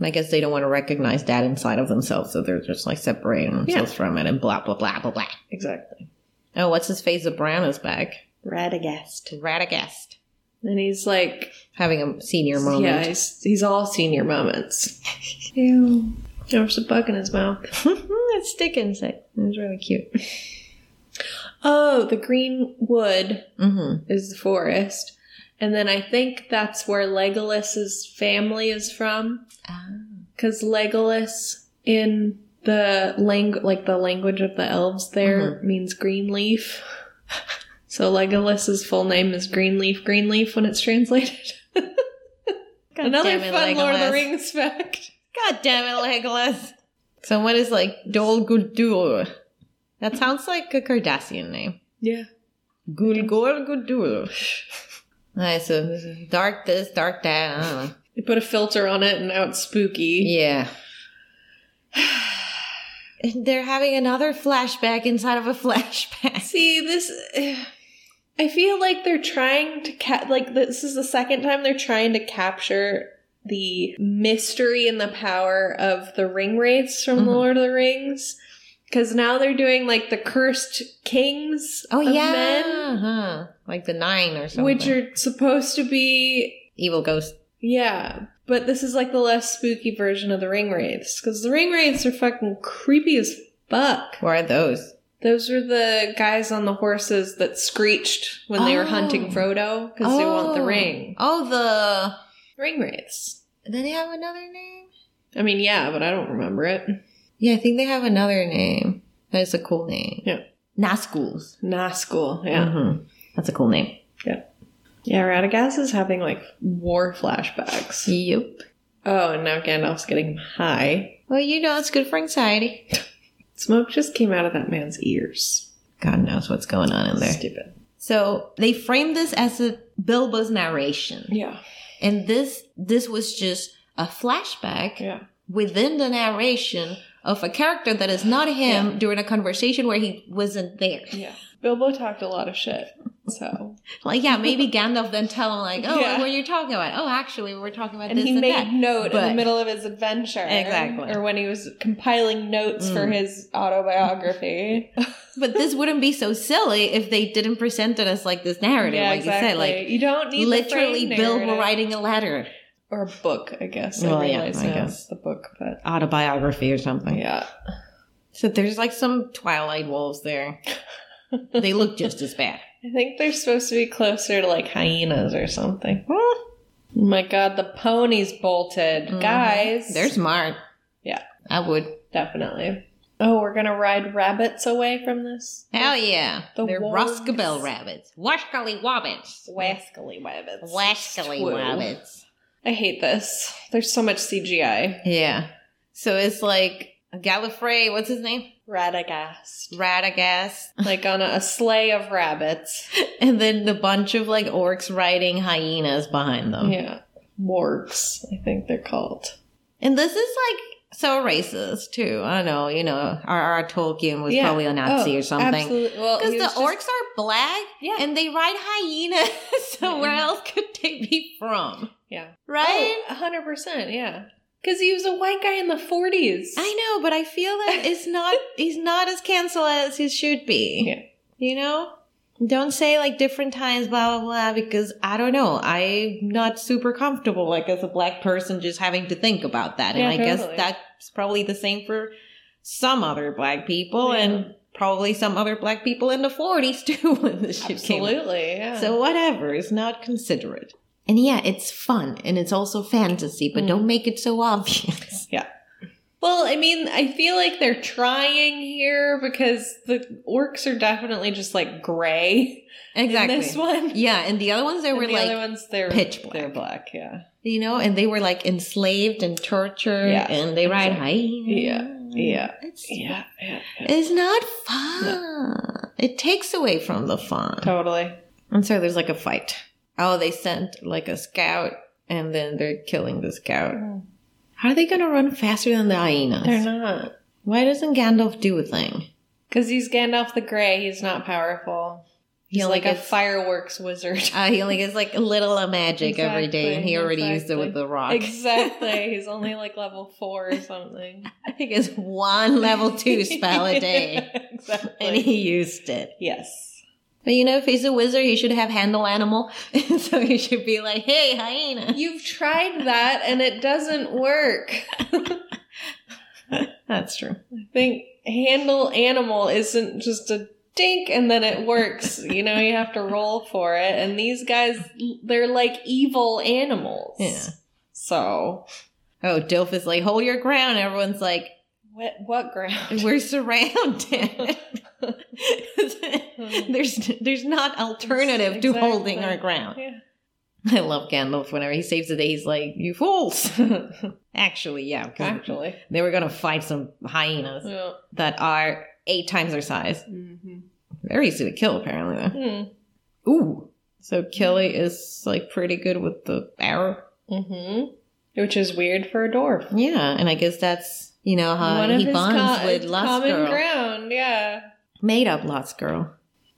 [SPEAKER 2] I guess they don't want to recognize that inside of themselves, so they're just like separating themselves from it and blah blah blah blah blah.
[SPEAKER 1] Exactly.
[SPEAKER 2] Oh, what's his face? The brown is back.
[SPEAKER 4] Radagast.
[SPEAKER 2] Radagast
[SPEAKER 1] And he's like,
[SPEAKER 2] having a senior moment.
[SPEAKER 1] yeah, he's, he's all senior moments. Ew. There's a bug in his mouth.
[SPEAKER 2] it's stick insect. It's really cute.
[SPEAKER 1] Oh, the green wood
[SPEAKER 2] hmm
[SPEAKER 1] is the forest. And then I think that's where Legolas's family is from. Because Legolas in the lang- like the language of the elves there means green leaf. so Legolas's full name is Greenleaf Greenleaf when it's translated. Another fun Lord of the Rings fact.
[SPEAKER 2] God damn it, Legolas. Someone is like Dol Guldur. That sounds like a Cardassian name.
[SPEAKER 1] Yeah.
[SPEAKER 2] Gulgor Guldur. Alright, so this is dark this, dark that. I don't know.
[SPEAKER 1] They put a filter on it and now it's spooky.
[SPEAKER 2] Yeah. And They're having another flashback inside of a flashback.
[SPEAKER 1] See, this. I feel like they're trying to ca- like this is the second time they're trying to capture the mystery and the power of the ring wraiths from the
[SPEAKER 2] Mhm.
[SPEAKER 1] Lord of the Rings. Because now they're doing like the cursed kings.
[SPEAKER 2] Oh
[SPEAKER 1] of
[SPEAKER 2] yeah,
[SPEAKER 1] men,
[SPEAKER 2] huh. like the nine or something.
[SPEAKER 1] which are supposed to be
[SPEAKER 2] evil ghost.
[SPEAKER 1] yeah. But this is like the less spooky version of the ring wraiths because the ring wraiths are fucking creepy as fuck.
[SPEAKER 2] What are those?
[SPEAKER 1] Those were the guys on the horses that screeched when they were
[SPEAKER 2] Oh.
[SPEAKER 1] hunting Frodo because they want the ring.
[SPEAKER 2] Oh, the.
[SPEAKER 1] Ring wraiths.
[SPEAKER 2] Do they have another name?
[SPEAKER 1] I mean, yeah, but I don't remember it.
[SPEAKER 2] Yeah, I think they have another name. That is a cool name.
[SPEAKER 1] Yeah.
[SPEAKER 2] Nazguls.
[SPEAKER 1] Nazgul, yeah.
[SPEAKER 2] Mhm. That's a cool name.
[SPEAKER 1] Yeah, Radagast is having like war flashbacks.
[SPEAKER 2] Yep.
[SPEAKER 1] Oh, and now Gandalf's getting high.
[SPEAKER 2] Well, you know, it's good for anxiety.
[SPEAKER 1] Smoke just came out of that man's ears.
[SPEAKER 2] God knows what's going on in there.
[SPEAKER 1] Stupid.
[SPEAKER 2] So they framed this as a Bilbo's narration,
[SPEAKER 1] Yeah,
[SPEAKER 2] and this this was just a flashback
[SPEAKER 1] yeah.
[SPEAKER 2] within the narration of a character that is not him during a conversation where he wasn't there.
[SPEAKER 1] Yeah. Bilbo talked a lot of shit, so.
[SPEAKER 2] Like, yeah, maybe Gandalf then tell him, like, oh,
[SPEAKER 1] Yeah.
[SPEAKER 2] what you're talking about? Oh, actually, we we're talking about
[SPEAKER 1] and
[SPEAKER 2] this
[SPEAKER 1] he
[SPEAKER 2] and
[SPEAKER 1] made
[SPEAKER 2] that.
[SPEAKER 1] note in
[SPEAKER 2] But-
[SPEAKER 1] the middle of his adventure.
[SPEAKER 2] Exactly.
[SPEAKER 1] Or when he was compiling notes for
[SPEAKER 2] Mm.
[SPEAKER 1] his autobiography.
[SPEAKER 2] But this wouldn't be so silly if they didn't present it as like this narrative, like you said, like
[SPEAKER 1] you don't need
[SPEAKER 2] literally
[SPEAKER 1] the
[SPEAKER 2] Bill
[SPEAKER 1] narrative.
[SPEAKER 2] writing a letter,
[SPEAKER 1] or a book, I guess.
[SPEAKER 2] Well,
[SPEAKER 1] I
[SPEAKER 2] yeah,
[SPEAKER 1] realize
[SPEAKER 2] I
[SPEAKER 1] now
[SPEAKER 2] guess.
[SPEAKER 1] it's the book, but
[SPEAKER 2] autobiography or something.
[SPEAKER 1] yeah,
[SPEAKER 2] So there's like some Twilight wolves there. they look just as bad.
[SPEAKER 1] I think they're supposed to be closer to like hyenas or something.
[SPEAKER 2] Well,
[SPEAKER 1] Oh my god, the ponies bolted,
[SPEAKER 2] Mhm.
[SPEAKER 1] guys.
[SPEAKER 2] They're smart.
[SPEAKER 1] Yeah.
[SPEAKER 2] I would.
[SPEAKER 1] definitely. Oh, we're gonna ride rabbits away from this.
[SPEAKER 2] Hell yeah.
[SPEAKER 1] The
[SPEAKER 2] They're
[SPEAKER 1] wolves.
[SPEAKER 2] Ruskabel rabbits. Washkali Wabbits.
[SPEAKER 1] Wascally rabbits.
[SPEAKER 2] Washkali
[SPEAKER 1] Woo.
[SPEAKER 2] Wabbits.
[SPEAKER 1] I hate this. There's so much CGI.
[SPEAKER 2] Yeah. So it's like Gallifrey, what's his name?
[SPEAKER 1] Radagast.
[SPEAKER 2] Radagast.
[SPEAKER 1] like on a, a sleigh of rabbits.
[SPEAKER 2] And then the bunch of like orcs riding hyenas behind them.
[SPEAKER 1] Yeah. Wargs, I think they're called.
[SPEAKER 2] And this is like so racist too. I don't know, you know, R.R. Tolkien was
[SPEAKER 1] Yeah.
[SPEAKER 2] probably a Nazi
[SPEAKER 1] Oh,
[SPEAKER 2] or something.
[SPEAKER 1] Absolutely. Well,
[SPEAKER 2] Because
[SPEAKER 1] he
[SPEAKER 2] the
[SPEAKER 1] was just-
[SPEAKER 2] orcs are black
[SPEAKER 1] Yeah.
[SPEAKER 2] and they ride hyenas. so
[SPEAKER 1] Yeah.
[SPEAKER 2] where else could they be from?
[SPEAKER 1] Yeah.
[SPEAKER 2] Right?
[SPEAKER 1] Oh, 100%, yeah. Because he was a white guy in the 40s.
[SPEAKER 2] I know, but I feel that it's not he's not as canceled as he should be.
[SPEAKER 1] Yeah.
[SPEAKER 2] You know? Don't say like different times, blah blah blah, because I don't know. I'm not super comfortable, like as a black person, just having to think about that. And
[SPEAKER 1] Yeah,
[SPEAKER 2] I guess
[SPEAKER 1] totally.
[SPEAKER 2] that's probably the same for some other black people
[SPEAKER 1] Yeah.
[SPEAKER 2] and probably some other black people in the 40s too when this shit came out.
[SPEAKER 1] Absolutely, yeah.
[SPEAKER 2] So whatever, it's not considerate. And yeah, it's fun and it's also fantasy, but
[SPEAKER 1] Mm.
[SPEAKER 2] don't make it so obvious.
[SPEAKER 1] Yeah. Well, I mean, I feel like they're trying here because the orcs are definitely just like gray
[SPEAKER 2] Exactly.
[SPEAKER 1] in this one.
[SPEAKER 2] Yeah, and the other ones they
[SPEAKER 1] And
[SPEAKER 2] were
[SPEAKER 1] the
[SPEAKER 2] like
[SPEAKER 1] other ones, they're
[SPEAKER 2] pitch black.
[SPEAKER 1] They're black, yeah.
[SPEAKER 2] you know, and they were like enslaved and tortured,
[SPEAKER 1] Yeah.
[SPEAKER 2] and they ride hyenas.
[SPEAKER 1] Yeah. Yeah.
[SPEAKER 2] It's,
[SPEAKER 1] Yeah, yeah, yeah.
[SPEAKER 2] it's not fun. It takes away from the fun.
[SPEAKER 1] Totally.
[SPEAKER 2] And so there's like a fight. Oh, they sent like a scout, and then they're killing the scout. How are they gonna run faster than the hyenas?
[SPEAKER 1] They're not.
[SPEAKER 2] Why doesn't Gandalf do a thing?
[SPEAKER 1] Because he's Gandalf the Grey. He's not powerful. He's
[SPEAKER 2] He only
[SPEAKER 1] like a
[SPEAKER 2] gets-
[SPEAKER 1] fireworks wizard.
[SPEAKER 2] Uh, he only gets like a little of magic every day, and he
[SPEAKER 1] Exactly,
[SPEAKER 2] already used it
[SPEAKER 1] exactly.
[SPEAKER 2] with the rock.
[SPEAKER 1] exactly. He's only like level four or something.
[SPEAKER 2] I think it's one level two spell a day,
[SPEAKER 1] exactly.
[SPEAKER 2] and he used it.
[SPEAKER 1] yes.
[SPEAKER 2] But you know, if he's a wizard, he should have handle animal. so he should be like, hey, hyena.
[SPEAKER 1] You've tried that and it doesn't work.
[SPEAKER 2] That's true.
[SPEAKER 1] I think handle animal isn't just a dink and then it works. You know, you have to roll for it. And these guys, they're like evil animals.
[SPEAKER 2] Yeah.
[SPEAKER 1] So,
[SPEAKER 2] Oh, Dilf is like, hold your ground. Everyone's like,
[SPEAKER 1] what, what ground?
[SPEAKER 2] we're surrounded. there's there's not alternative to holding our ground.
[SPEAKER 1] Yeah.
[SPEAKER 2] I love Gandalf whenever he saves the day, he's like, You fools. Actually, yeah. 'cause
[SPEAKER 1] Actually.
[SPEAKER 2] They were gonna fight some hyenas
[SPEAKER 1] Yeah.
[SPEAKER 2] that are eight times their size.
[SPEAKER 1] Mm-hmm.
[SPEAKER 2] Very easy to kill apparently though.
[SPEAKER 1] Hmm.
[SPEAKER 2] Ooh. So Kelly is like pretty good with the arrow.
[SPEAKER 1] Mm-hmm. Which is weird for a dwarf.
[SPEAKER 2] Yeah, and I guess that's you know how
[SPEAKER 1] One of
[SPEAKER 2] Uh, he
[SPEAKER 1] his
[SPEAKER 2] bonds
[SPEAKER 1] co-
[SPEAKER 2] with Lost
[SPEAKER 1] common
[SPEAKER 2] Girl,
[SPEAKER 1] ground, yeah.
[SPEAKER 2] made up Lost Girl.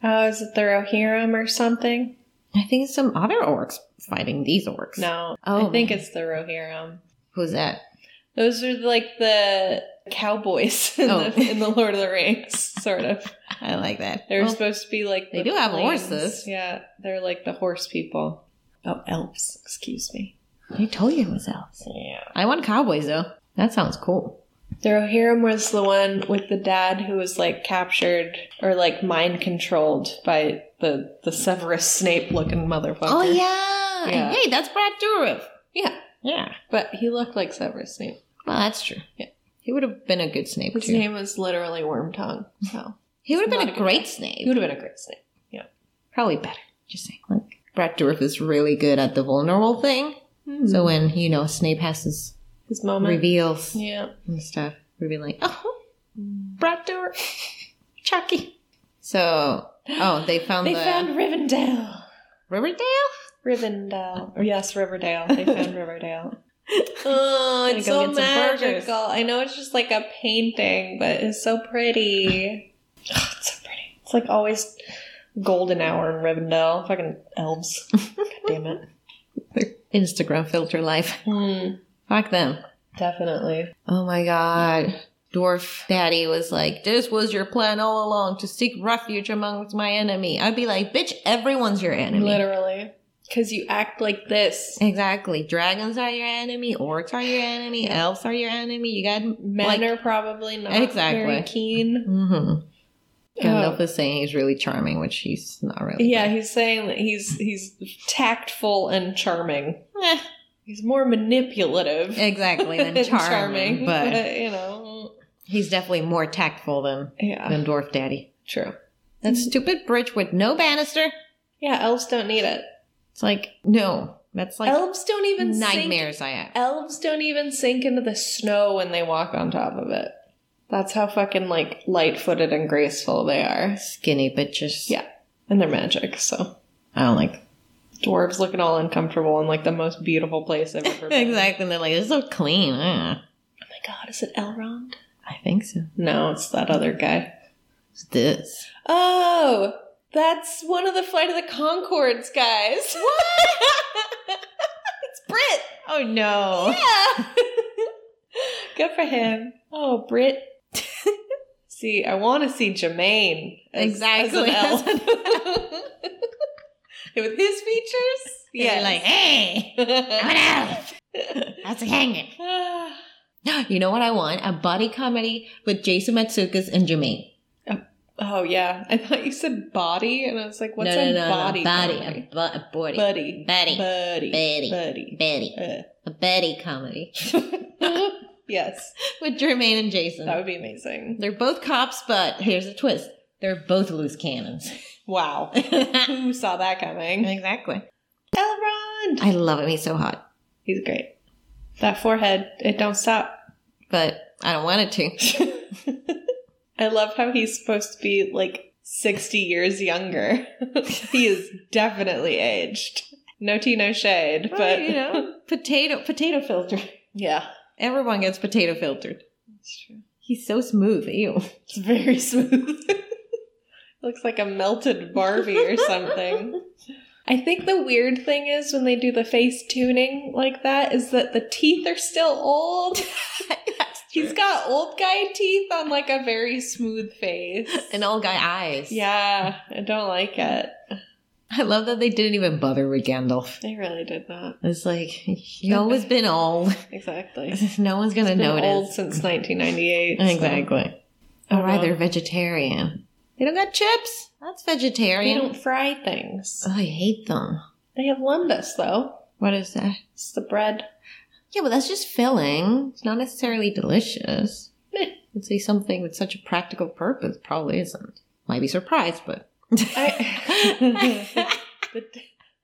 [SPEAKER 1] Oh, is it the Rohirrim or something?
[SPEAKER 2] I think it's some other orcs fighting these orcs.
[SPEAKER 1] No,
[SPEAKER 2] Oh,
[SPEAKER 1] I think
[SPEAKER 2] man.
[SPEAKER 1] it's the Rohirrim.
[SPEAKER 2] who's that?
[SPEAKER 1] Those are like the cowboys in,
[SPEAKER 2] Oh.
[SPEAKER 1] the, in the Lord of the Rings, sort of.
[SPEAKER 2] I like that.
[SPEAKER 1] They're
[SPEAKER 2] Well,
[SPEAKER 1] supposed to be like
[SPEAKER 2] they
[SPEAKER 1] the
[SPEAKER 2] do have
[SPEAKER 1] plains.
[SPEAKER 2] horses.
[SPEAKER 1] Yeah, they're like the horse people. Oh, elves. Excuse me.
[SPEAKER 2] I told Oh, you it was elves.
[SPEAKER 1] Yeah.
[SPEAKER 2] I want cowboys though. That sounds cool.
[SPEAKER 1] The Rohirrim was the one with the dad who was like captured or like mind controlled by the the Severus Snape looking motherfucker.
[SPEAKER 2] Oh yeah.
[SPEAKER 1] Yeah.
[SPEAKER 2] Hey, that's Brad Dourif.
[SPEAKER 1] yeah.
[SPEAKER 2] Yeah.
[SPEAKER 1] But he looked like Severus Snape.
[SPEAKER 2] Well, that's true.
[SPEAKER 1] Yeah.
[SPEAKER 2] He would have been a good Snape
[SPEAKER 1] His
[SPEAKER 2] too.
[SPEAKER 1] name was literally Wormtongue, so
[SPEAKER 2] he would have
[SPEAKER 1] Not
[SPEAKER 2] been a,
[SPEAKER 1] a good
[SPEAKER 2] great
[SPEAKER 1] he
[SPEAKER 2] Snape.
[SPEAKER 1] would have been a great Snape.
[SPEAKER 2] Probably better. Just saying. Like Brad Dourif is really good at the vulnerable thing.
[SPEAKER 1] Hmm.
[SPEAKER 2] So when you know Snape has his
[SPEAKER 1] his moment,
[SPEAKER 2] reveals
[SPEAKER 1] yeah,
[SPEAKER 2] and stuff, we'd be like, "Oh,
[SPEAKER 1] Mm.
[SPEAKER 2] Brad Dourif, Chucky." So, oh, they found
[SPEAKER 1] they
[SPEAKER 2] the
[SPEAKER 1] found Rivendell.
[SPEAKER 2] Riverdale.
[SPEAKER 1] Rivendell, Oh, yes, Riverdale. They found Riverdale.
[SPEAKER 2] Oh,
[SPEAKER 1] Gonna go get some burgers. I know it's just like a painting, but it's so pretty. Oh, it's so pretty. It's like always golden hour in Rivendell. Fucking elves. God damn it.
[SPEAKER 2] Instagram filter life.
[SPEAKER 1] Mm,
[SPEAKER 2] Fuck them.
[SPEAKER 1] definitely.
[SPEAKER 2] Oh my god. Dwarf Daddy was like, This was your plan all along to seek refuge amongst my enemy. I'd be like, Bitch, everyone's your enemy.
[SPEAKER 1] Literally. Because you act like this.
[SPEAKER 2] Exactly. Dragons are your enemy, orcs are your enemy, elves are your enemy. You got.
[SPEAKER 1] Men
[SPEAKER 2] like-
[SPEAKER 1] are probably not
[SPEAKER 2] Exactly.
[SPEAKER 1] very keen.
[SPEAKER 2] Mm-hmm. Gandalf
[SPEAKER 1] Oh.
[SPEAKER 2] is saying he's really charming, which he's not really.
[SPEAKER 1] Yeah, he's saying that he's he's tactful and charming.
[SPEAKER 2] Eh,
[SPEAKER 1] He's more manipulative
[SPEAKER 2] exactly. Than
[SPEAKER 1] than
[SPEAKER 2] charming, But,
[SPEAKER 1] you know,
[SPEAKER 2] he's definitely more tactful than,
[SPEAKER 1] yeah,
[SPEAKER 2] than Dwarf Daddy.
[SPEAKER 1] true.
[SPEAKER 2] That stupid bridge with no banister.
[SPEAKER 1] Yeah, elves don't need it.
[SPEAKER 2] It's like, no. That's like
[SPEAKER 1] elves don't even Sink,
[SPEAKER 2] nightmares I have.
[SPEAKER 1] elves don't even sink into the snow when they walk on top of it. That's how fucking like light-footed and graceful they are,
[SPEAKER 2] skinny bitches.
[SPEAKER 1] Yeah. and they're magic. So
[SPEAKER 2] I don't like
[SPEAKER 1] dwarves looking all uncomfortable in like the most beautiful place I've ever been.
[SPEAKER 2] exactly. And they're like, "It's so clean." Ugh.
[SPEAKER 1] Oh my god, is it Elrond?
[SPEAKER 2] I think so.
[SPEAKER 1] No, it's that other guy.
[SPEAKER 2] It's this.
[SPEAKER 1] Oh, that's one of the Flight of the Concords guys. What? it's Brit.
[SPEAKER 2] Oh no!
[SPEAKER 1] Yeah. Good for him. Oh, Brit. see, I want to see Jermaine. as-
[SPEAKER 2] Exactly.
[SPEAKER 1] As an elf. With his features?
[SPEAKER 2] Yeah. Like, hey, I'm an elf. That's hanging. You know what I want? A body comedy with Jason Matsukas and Jermaine.
[SPEAKER 1] oh, yeah. I thought you said body, and I was like, what's
[SPEAKER 2] no, no,
[SPEAKER 1] a
[SPEAKER 2] no,
[SPEAKER 1] body?
[SPEAKER 2] No, body,
[SPEAKER 1] comedy?
[SPEAKER 2] a, bu- a body,
[SPEAKER 1] Buddy.
[SPEAKER 2] Buddy.
[SPEAKER 1] Buddy.
[SPEAKER 2] Buddy.
[SPEAKER 1] Buddy.
[SPEAKER 2] Betty,
[SPEAKER 1] Uh.
[SPEAKER 2] a Betty comedy.
[SPEAKER 1] Yes,
[SPEAKER 2] with Jermaine and Jason.
[SPEAKER 1] that would be amazing.
[SPEAKER 2] They're both cops, but here's a twist. They're both loose cannons.
[SPEAKER 1] Wow, who saw that coming?
[SPEAKER 2] exactly.
[SPEAKER 1] Elrond,
[SPEAKER 2] I love him. He's so hot.
[SPEAKER 1] he's great. That forehead, it don't stop.
[SPEAKER 2] But I don't want it to.
[SPEAKER 1] I love how he's supposed to be like sixty years younger. he is definitely aged. No tea, no shade. but
[SPEAKER 2] you know, potato potato filter.
[SPEAKER 1] yeah,
[SPEAKER 2] Everyone gets potato filtered.
[SPEAKER 1] it's true.
[SPEAKER 2] He's so smooth. Ew.
[SPEAKER 1] It's very smooth. Looks like a melted Barbie or something. I think the weird thing is when they do the face tuning like that is that the teeth are still old. He's got old guy teeth on like a very smooth face.
[SPEAKER 2] An old guy eyes.
[SPEAKER 1] yeah, I don't like it.
[SPEAKER 2] I love that they didn't even bother with Gandalf.
[SPEAKER 1] They really did not.
[SPEAKER 2] It's like he's always been old.
[SPEAKER 1] Exactly.
[SPEAKER 2] No one's gonna
[SPEAKER 1] Been old
[SPEAKER 2] notice.
[SPEAKER 1] since 1998. so-
[SPEAKER 2] Exactly.
[SPEAKER 1] Oh,
[SPEAKER 2] All right,
[SPEAKER 1] well.
[SPEAKER 2] they're vegetarian. They don't got chips. That's
[SPEAKER 1] They
[SPEAKER 2] vegetarian.
[SPEAKER 1] don't fry things.
[SPEAKER 2] Oh, I hate them.
[SPEAKER 1] They have lumbus though.
[SPEAKER 2] What is that?
[SPEAKER 1] It's the bread.
[SPEAKER 2] Yeah, but that's just filling. It's not necessarily delicious.
[SPEAKER 1] Meh.
[SPEAKER 2] I'd say something with such a practical purpose probably isn't. Might be surprised, but
[SPEAKER 1] I- the,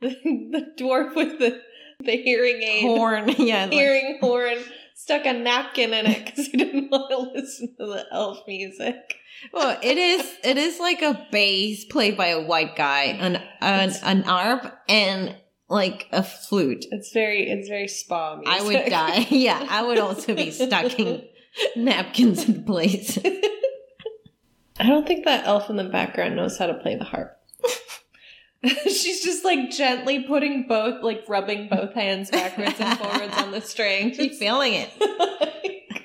[SPEAKER 1] the, the dwarf with the, the hearing aid,
[SPEAKER 2] horn. Yeah, it's like-
[SPEAKER 1] hearing horn, stuck a napkin in it because he didn't want to listen to the elf music.
[SPEAKER 2] Well, it is it is like a bass played by a white guy, an an, an arp, and like a flute.
[SPEAKER 1] It's very, it's very spa music.
[SPEAKER 2] I would die. Yeah, I would also be stuck in napkins in place.
[SPEAKER 1] I don't think that elf in the background knows how to play the harp. She's just like gently putting both, like rubbing both hands backwards and forwards on the strings.
[SPEAKER 2] She's feeling it.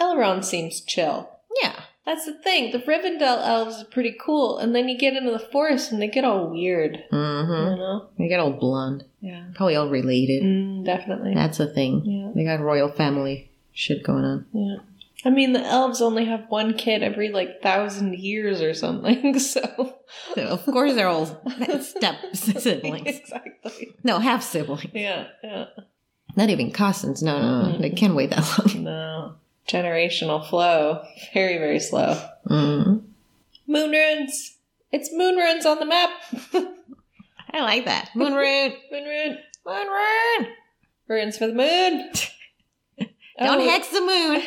[SPEAKER 1] Elrond seems chill.
[SPEAKER 2] Yeah,
[SPEAKER 1] That's the thing. The Rivendell elves are pretty cool, and then you get into the forest and they get all weird.
[SPEAKER 2] mm-hmm.
[SPEAKER 1] You know?
[SPEAKER 2] they got all blonde,
[SPEAKER 1] Hmm. Yeah.
[SPEAKER 2] probably all related.
[SPEAKER 1] Mm, definitely.
[SPEAKER 2] That's a thing.
[SPEAKER 1] Yeah.
[SPEAKER 2] They got royal family shit going on.
[SPEAKER 1] Yeah. I mean, the elves only have one kid every like thousand years or something. So
[SPEAKER 2] So of course they're all step siblings.
[SPEAKER 1] exactly.
[SPEAKER 2] No, half siblings.
[SPEAKER 1] Yeah. Yeah.
[SPEAKER 2] Not even cousins. No, no, no. They
[SPEAKER 1] Mm.
[SPEAKER 2] can't wait that long.
[SPEAKER 1] No. Generational flow. Very very slow. Mm-hmm.
[SPEAKER 2] Mm.
[SPEAKER 1] Moon runes. It's moon runes on the map.
[SPEAKER 2] I like that. Moon root.
[SPEAKER 1] Moon rune.
[SPEAKER 2] Moon root.
[SPEAKER 1] Runes for the moon.
[SPEAKER 2] Don't
[SPEAKER 1] Oh.
[SPEAKER 2] hex the moon.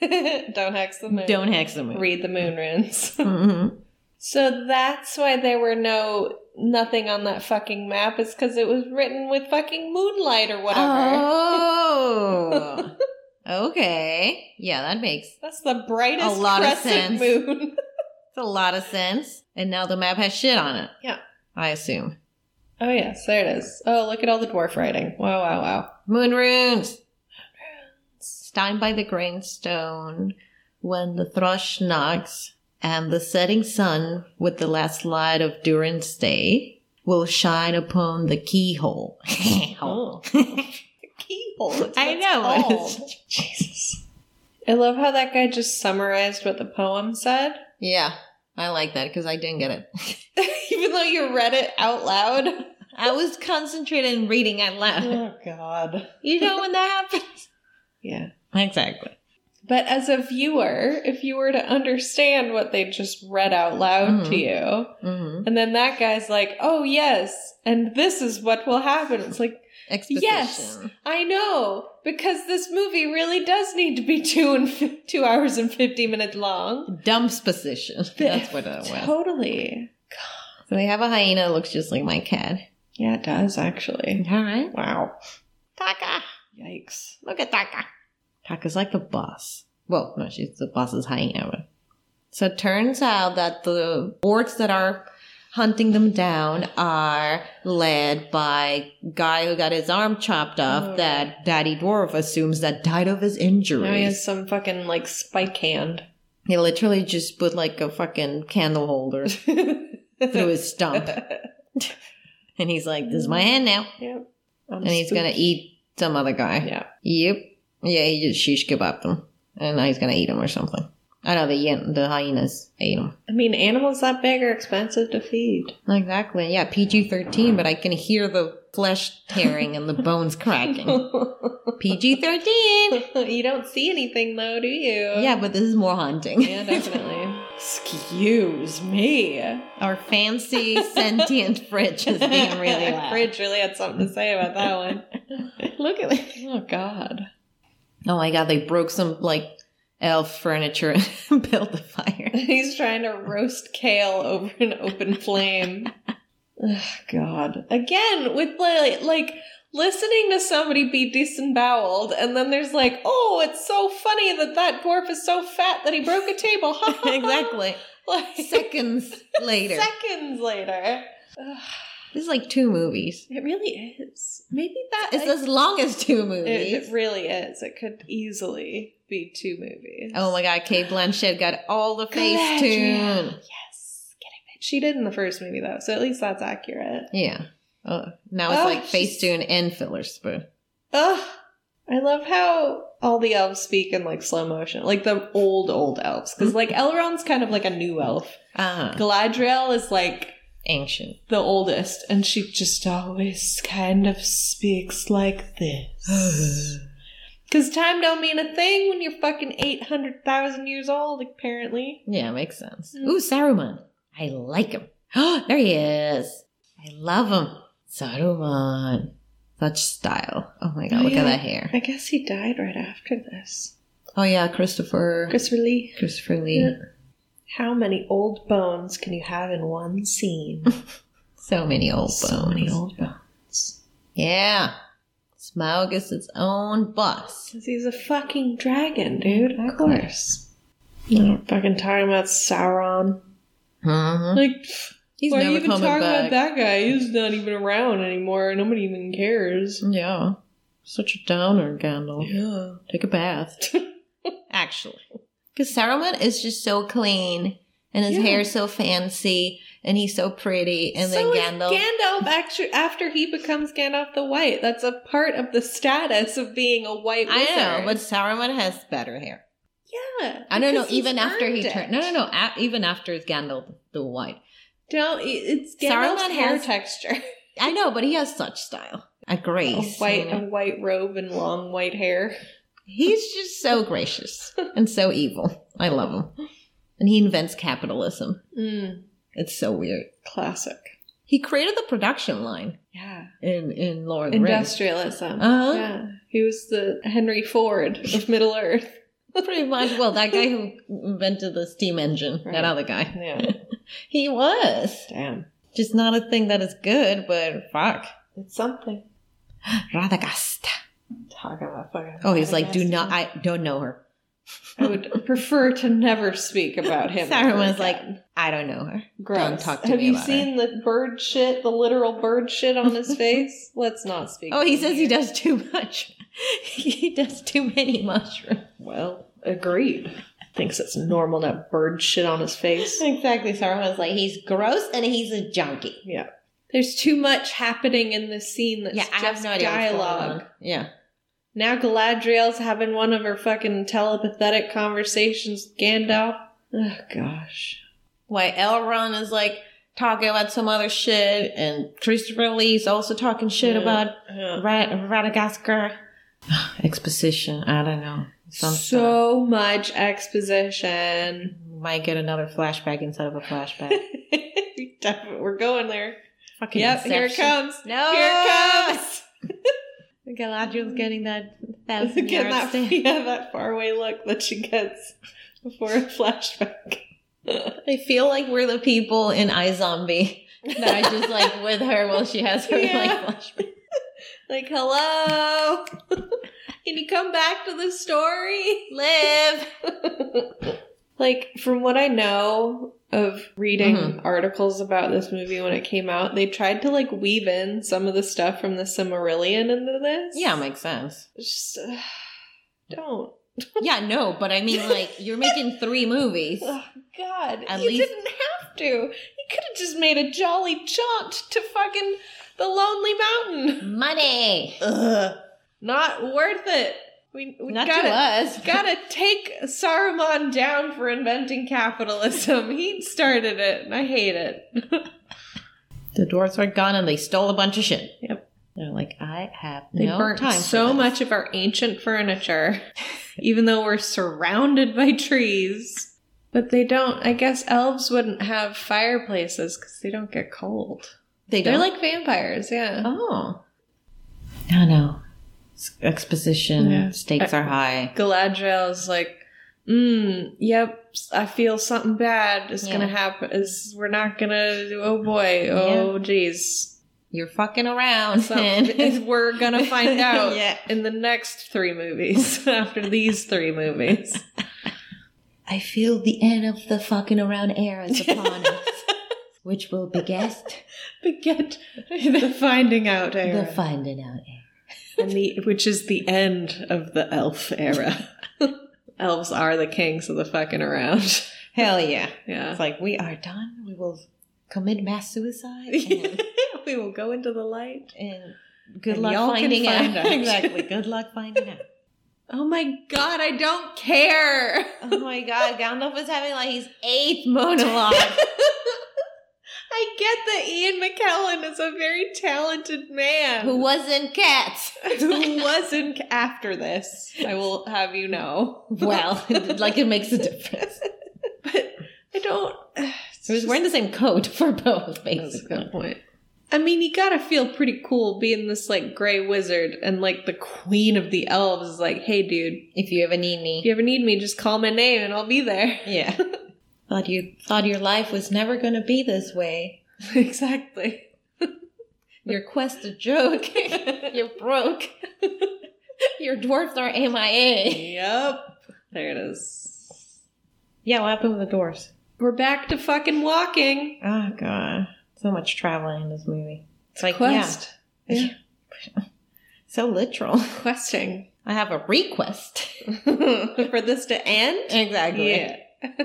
[SPEAKER 1] Don't hex the moon.
[SPEAKER 2] Don't hex the moon.
[SPEAKER 1] read the moon runes.
[SPEAKER 2] Mhm.
[SPEAKER 1] So that's why there were no nothing on that fucking map is because it was written with fucking moonlight or whatever.
[SPEAKER 2] Oh. okay. Yeah, that makes
[SPEAKER 1] That's the brightest
[SPEAKER 2] A lot of
[SPEAKER 1] crescent
[SPEAKER 2] sense.
[SPEAKER 1] moon.
[SPEAKER 2] a lot of sense. And now the map has shit on it.
[SPEAKER 1] Yeah.
[SPEAKER 2] I assume.
[SPEAKER 1] oh yes, there it is. Oh look at all the dwarf writing. Wow wow wow.
[SPEAKER 2] Moon runes. Stein by the grindstone when the thrush knocks and the setting sun with the last light of Durin's day will shine upon the keyhole.
[SPEAKER 1] Oh. The keyhole. That's what
[SPEAKER 2] I
[SPEAKER 1] it's
[SPEAKER 2] know.
[SPEAKER 1] called. Jesus. I love how that guy just summarized what the poem said.
[SPEAKER 2] yeah, I like that because I didn't get it.
[SPEAKER 1] Even though you read it out loud.
[SPEAKER 2] I was concentrated in reading out loud.
[SPEAKER 1] Oh god.
[SPEAKER 2] You know when that happens?
[SPEAKER 1] Yeah.
[SPEAKER 2] Exactly.
[SPEAKER 1] But as a viewer, if you were to understand what they just read out loud to you,
[SPEAKER 2] Mm-hmm.
[SPEAKER 1] and then that guy's like, oh, yes, and this is what will happen. It's like,
[SPEAKER 2] Exposition.
[SPEAKER 1] yes, I know, because this movie really does need to be two, and f- two hours and 50 minutes long.
[SPEAKER 2] Dump's position. That's what it was.
[SPEAKER 1] Totally.
[SPEAKER 2] So they have a hyena that looks just like my cat.
[SPEAKER 1] Yeah, it does, actually.
[SPEAKER 2] All right.
[SPEAKER 1] Wow.
[SPEAKER 2] Taka.
[SPEAKER 1] Yikes.
[SPEAKER 2] Look at Taka. Taka's like the boss. Well, no, she's the boss's hyena. but- So it turns out that the orcs that are hunting them down are led by guy who got his arm chopped off
[SPEAKER 1] Oh.
[SPEAKER 2] that Daddy Dwarf assumes that died of his injuries.
[SPEAKER 1] Now he has some fucking, like, spike hand.
[SPEAKER 2] He literally just put like a fucking candle holder through his stump.
[SPEAKER 1] yep.
[SPEAKER 2] And he's like, this is my hand now.
[SPEAKER 1] I'm
[SPEAKER 2] And he's gonna
[SPEAKER 1] spooked.
[SPEAKER 2] eat some other guy.
[SPEAKER 1] Yeah.
[SPEAKER 2] Yep. Yeah, he just shish kebabbed him. And now he's gonna eat him or something. I know the yen, the hyenas ate them.
[SPEAKER 1] I mean, animals that big are expensive to feed.
[SPEAKER 2] Exactly. Yeah, PG 13, but I can hear the flesh tearing and the bones cracking. PG 13!
[SPEAKER 1] you don't see anything though, do you?
[SPEAKER 2] Yeah, but this is more haunting.
[SPEAKER 1] Yeah, definitely. Excuse me.
[SPEAKER 2] Our fancy sentient fridge is being really loud.
[SPEAKER 1] Fridge really had something to say about that one. Look at that. Oh God.
[SPEAKER 2] Oh my god, they broke some like elf furniture and built a fire.
[SPEAKER 1] He's trying to roast kale over an open flame. Ugh, God. Again, with like, like listening to somebody be disemboweled, and then there's like, oh, it's so funny that that dwarf is so fat that he broke a table. Ha, ha, ha.
[SPEAKER 2] exactly.
[SPEAKER 1] Like,
[SPEAKER 2] Seconds later.
[SPEAKER 1] Seconds later. Ugh,
[SPEAKER 2] this is like two movies.
[SPEAKER 1] it really is. Maybe that
[SPEAKER 2] It's
[SPEAKER 1] I-
[SPEAKER 2] as long as two movies.
[SPEAKER 1] It, it really is. It could easily be two movies.
[SPEAKER 2] oh my god, Kate Blanchett got all the face
[SPEAKER 1] Galadriel.
[SPEAKER 2] tune.
[SPEAKER 1] Yes. Get it. She did in the first movie though, so at least that's accurate.
[SPEAKER 2] Yeah. Oh, now it's
[SPEAKER 1] Oh,
[SPEAKER 2] like
[SPEAKER 1] she's-
[SPEAKER 2] face tune and filler spoon.
[SPEAKER 1] Ugh. I love how all the elves speak in like slow motion, like the old old elves, because like Elrond's kind of like a new elf.
[SPEAKER 2] Uh huh.
[SPEAKER 1] Galadriel is like
[SPEAKER 2] Ancient.
[SPEAKER 1] the oldest, and she just always kind of speaks like this. Because time don't mean a thing when you're fucking eight hundred thousand years old, apparently.
[SPEAKER 2] Yeah, makes sense.
[SPEAKER 1] Mm.
[SPEAKER 2] Ooh, Saruman. I like him. Oh, there he is. I love him. Saruman. Such style. Oh my god,
[SPEAKER 1] Oh,
[SPEAKER 2] look
[SPEAKER 1] yeah.
[SPEAKER 2] at that hair.
[SPEAKER 1] I guess he died right after this.
[SPEAKER 2] Oh yeah, Christopher.
[SPEAKER 1] Christopher Lee,
[SPEAKER 2] Christopher Lee.
[SPEAKER 1] Yeah. how many old bones can you have in one scene?
[SPEAKER 2] So many old bones.
[SPEAKER 1] so many old bones.
[SPEAKER 2] Yeah. Smaug is its own boss.
[SPEAKER 1] Because he's a fucking dragon, dude. Of course.
[SPEAKER 2] Yeah.
[SPEAKER 1] We're fucking talking about Sauron.
[SPEAKER 2] hmm
[SPEAKER 1] Like, pff,
[SPEAKER 2] He's
[SPEAKER 1] why are
[SPEAKER 2] never
[SPEAKER 1] you even
[SPEAKER 2] coming
[SPEAKER 1] talking
[SPEAKER 2] back.
[SPEAKER 1] about that guy? He's not even around anymore. Nobody even cares.
[SPEAKER 2] Yeah. Such a downer, Gandalf.
[SPEAKER 1] Yeah.
[SPEAKER 2] Take a bath. Actually. Because Saruman is just so clean and his
[SPEAKER 1] Yeah.
[SPEAKER 2] hair's so fancy and he's so pretty. And
[SPEAKER 1] So is
[SPEAKER 2] then Gandalf.
[SPEAKER 1] Gandalf, actually, after he becomes Gandalf the White, that's a part of the status of being a white
[SPEAKER 2] I
[SPEAKER 1] wizard.
[SPEAKER 2] know, but Saruman has better hair.
[SPEAKER 1] yeah,
[SPEAKER 2] I don't know,
[SPEAKER 1] because he's
[SPEAKER 2] even after he
[SPEAKER 1] earned it.
[SPEAKER 2] turned. No, no, no. A- even after it's Gandalf the White.
[SPEAKER 1] don't. It's Gandalf's
[SPEAKER 2] Saruman
[SPEAKER 1] hair
[SPEAKER 2] has-
[SPEAKER 1] texture,
[SPEAKER 2] I know, but he has such style. A
[SPEAKER 1] a
[SPEAKER 2] grace.
[SPEAKER 1] white,
[SPEAKER 2] you
[SPEAKER 1] a
[SPEAKER 2] know.
[SPEAKER 1] white robe and long white hair.
[SPEAKER 2] He's just so gracious and so evil. I love him. And he invents capitalism.
[SPEAKER 1] Mm,
[SPEAKER 2] It's so weird.
[SPEAKER 1] classic.
[SPEAKER 2] He created the production line
[SPEAKER 1] Yeah.
[SPEAKER 2] in in Lord of the Rings.
[SPEAKER 1] industrialism.
[SPEAKER 2] Uh-huh.
[SPEAKER 1] Yeah, he was the Henry Ford of Middle Earth.
[SPEAKER 2] Pretty much. Well, that guy who invented the steam engine,
[SPEAKER 1] Right.
[SPEAKER 2] that other guy,
[SPEAKER 1] Yeah,
[SPEAKER 2] he was
[SPEAKER 1] damn,
[SPEAKER 2] just not a thing that is good, but fuck,
[SPEAKER 1] it's something.
[SPEAKER 2] Radagast.
[SPEAKER 1] Talk about fucking.
[SPEAKER 2] Oh, he's like, do not. I don't know her.
[SPEAKER 1] I would prefer to never speak about him.
[SPEAKER 2] Saruman's like, I don't know her.
[SPEAKER 1] gross.
[SPEAKER 2] don't talk to
[SPEAKER 1] Have
[SPEAKER 2] me
[SPEAKER 1] you
[SPEAKER 2] about
[SPEAKER 1] seen the bird shit, the literal bird shit on his face? Let's not speak.
[SPEAKER 2] Oh, he
[SPEAKER 1] of him
[SPEAKER 2] says he
[SPEAKER 1] here.
[SPEAKER 2] does too much. he does too many mushrooms.
[SPEAKER 1] Well, agreed. Thinks it's normal to have bird shit on his face.
[SPEAKER 2] Exactly. Saruman's like, he's gross and he's a junkie.
[SPEAKER 1] Yeah. There's too much happening in this scene that's
[SPEAKER 2] yeah, I
[SPEAKER 1] just
[SPEAKER 2] have no idea. What's
[SPEAKER 1] dialogue.
[SPEAKER 2] going on. Yeah.
[SPEAKER 1] Now Galadriel's having one of her fucking telepathetic conversations with Gandalf. Oh gosh.
[SPEAKER 2] Why Elrond is like talking about some other shit and Christopher Lee's also talking shit
[SPEAKER 1] Yeah.
[SPEAKER 2] about
[SPEAKER 1] Yeah.
[SPEAKER 2] Rad- Radagast. Exposition. I don't know. Some stuff.
[SPEAKER 1] So much exposition.
[SPEAKER 2] might get another flashback inside of a flashback.
[SPEAKER 1] We definitely- We're going there.
[SPEAKER 2] Fucking
[SPEAKER 1] yep, here it
[SPEAKER 2] Inception.
[SPEAKER 1] comes.
[SPEAKER 2] No.
[SPEAKER 1] Here it comes.
[SPEAKER 2] Galadriel's getting that thousand
[SPEAKER 1] Again,
[SPEAKER 2] yard
[SPEAKER 1] that,
[SPEAKER 2] stare.
[SPEAKER 1] yeah, that faraway look that she gets before a flashback.
[SPEAKER 2] I feel like we're the people in iZombie that are just like with her while she has her
[SPEAKER 1] Yeah.
[SPEAKER 2] like flashback.
[SPEAKER 1] Like, hello? Can you come back to the story?
[SPEAKER 2] Live.
[SPEAKER 1] Like, from what I know of reading
[SPEAKER 2] Mhm.
[SPEAKER 1] articles about this movie when it came out, they tried to like weave in some of the stuff from the Cimmerillion into this.
[SPEAKER 2] Yeah, makes sense.
[SPEAKER 1] It's just, ugh, don't.
[SPEAKER 2] Yeah, no, but I mean, like, you're making three movies.
[SPEAKER 1] Oh, God.
[SPEAKER 2] At
[SPEAKER 1] you
[SPEAKER 2] least-
[SPEAKER 1] didn't have to. You could have just made a jolly jaunt to fucking the Lonely Mountain.
[SPEAKER 2] Money!
[SPEAKER 1] Ugh. Not worth it. We, we
[SPEAKER 2] Not
[SPEAKER 1] gotta,
[SPEAKER 2] to us.
[SPEAKER 1] gotta take Saruman down for inventing capitalism. He started it, and I hate it.
[SPEAKER 2] The dwarves were gone and they stole a bunch of shit.
[SPEAKER 1] Yep.
[SPEAKER 2] They're like, I have
[SPEAKER 1] They
[SPEAKER 2] no
[SPEAKER 1] burnt
[SPEAKER 2] time. for
[SPEAKER 1] so
[SPEAKER 2] this.
[SPEAKER 1] much of our ancient furniture, even though we're surrounded by trees. But they don't. I guess elves wouldn't have fireplaces because they don't get cold.
[SPEAKER 2] They
[SPEAKER 1] They're
[SPEAKER 2] don't?
[SPEAKER 1] like vampires, yeah.
[SPEAKER 2] oh, no, no. S- Exposition
[SPEAKER 1] Yeah.
[SPEAKER 2] stakes are high.
[SPEAKER 1] Galadriel's like, mm, yep, I feel something bad is
[SPEAKER 2] Yeah.
[SPEAKER 1] gonna happen. Is we're not gonna. Oh boy. Oh jeez.
[SPEAKER 2] You're fucking around.
[SPEAKER 1] So is- we're gonna find out
[SPEAKER 2] Yeah.
[SPEAKER 1] in the next three movies after these three movies.
[SPEAKER 2] I feel the end of the fucking around era is upon us, which will be guessed
[SPEAKER 1] Beget the finding out era,
[SPEAKER 2] the finding out era.
[SPEAKER 1] and the which is the end of the elf era. Elves are the kings of the fucking around.
[SPEAKER 2] Hell yeah.
[SPEAKER 1] Yeah.
[SPEAKER 2] It's like, we are done. We will commit mass suicide. And,
[SPEAKER 1] we will go into the light.
[SPEAKER 2] and good
[SPEAKER 1] And
[SPEAKER 2] luck
[SPEAKER 1] y'all can
[SPEAKER 2] finding
[SPEAKER 1] find
[SPEAKER 2] out.
[SPEAKER 1] out.
[SPEAKER 2] exactly. Good luck finding out.
[SPEAKER 1] Oh my god, I don't care.
[SPEAKER 2] Oh my god, Gandalf is having like his eighth monologue.
[SPEAKER 1] I get that Ian McKellen is a very talented man.
[SPEAKER 2] who wasn't cats.
[SPEAKER 1] who wasn't after this. I will have you know.
[SPEAKER 2] well, like it makes a difference.
[SPEAKER 1] but I don't.
[SPEAKER 2] He was wearing the same coat for both,
[SPEAKER 1] That's a
[SPEAKER 2] basically.
[SPEAKER 1] good point. I mean, you gotta feel pretty cool being this like gray wizard and like the queen of the elves is like, hey, dude,
[SPEAKER 2] If you ever need
[SPEAKER 1] if you
[SPEAKER 2] me.
[SPEAKER 1] ever need me, just call my name and I'll be there.
[SPEAKER 2] Yeah. thought you thought your life was never gonna be this way.
[SPEAKER 1] exactly.
[SPEAKER 2] Your quest a joke. You're broke. your dwarfs are MIA.
[SPEAKER 1] Yep. There it is.
[SPEAKER 2] Yeah, what happened with the dwarfs?
[SPEAKER 1] We're back to fucking walking.
[SPEAKER 2] Oh god. So much traveling in this movie. It's like
[SPEAKER 1] Quest.
[SPEAKER 2] Yeah. So literal.
[SPEAKER 1] Questing.
[SPEAKER 2] I have a request.
[SPEAKER 1] For this to end?
[SPEAKER 2] Exactly.
[SPEAKER 1] Yeah.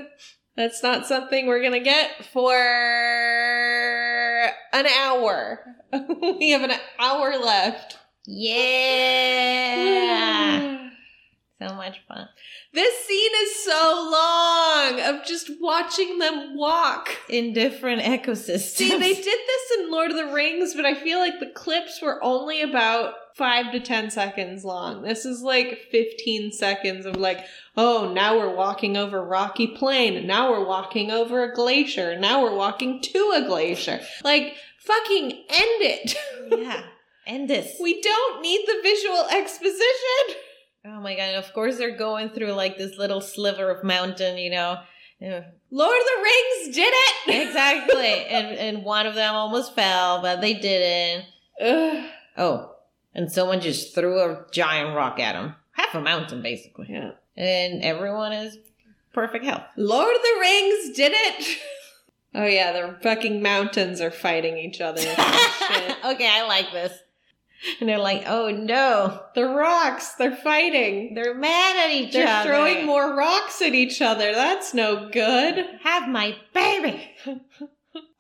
[SPEAKER 1] That's not something we're going to get for an hour. we have an hour left.
[SPEAKER 2] Yeah. so much fun.
[SPEAKER 1] This scene is so long of just watching them walk.
[SPEAKER 2] In different ecosystems.
[SPEAKER 1] See, they did this in Lord of the Rings, but I feel like the clips were only about five to ten seconds long. This is like 15 seconds of like, oh, now we're walking over rocky plain. Now we're walking over a glacier. Now we're walking to a glacier. Like, fucking end it.
[SPEAKER 2] yeah. And this.
[SPEAKER 1] we don't need the visual exposition.
[SPEAKER 2] oh my god. And of course they're going through like this little sliver of mountain, you know. Yeah.
[SPEAKER 1] Lord of the Rings did it.
[SPEAKER 2] exactly. and and one of them almost fell, but they didn't.
[SPEAKER 1] Ugh.
[SPEAKER 2] Oh. And someone just threw a giant rock at him. Half a mountain basically.
[SPEAKER 1] Yeah.
[SPEAKER 2] And everyone is perfect health.
[SPEAKER 1] Lord of the Rings did it. Oh yeah, the fucking mountains are fighting each other. Shit.
[SPEAKER 2] okay, I like this. And they're like, oh no,
[SPEAKER 1] The rocks, they're fighting.
[SPEAKER 2] they're mad at each
[SPEAKER 1] They're
[SPEAKER 2] other.
[SPEAKER 1] throwing more rocks at each other. That's no good.
[SPEAKER 2] Have my baby.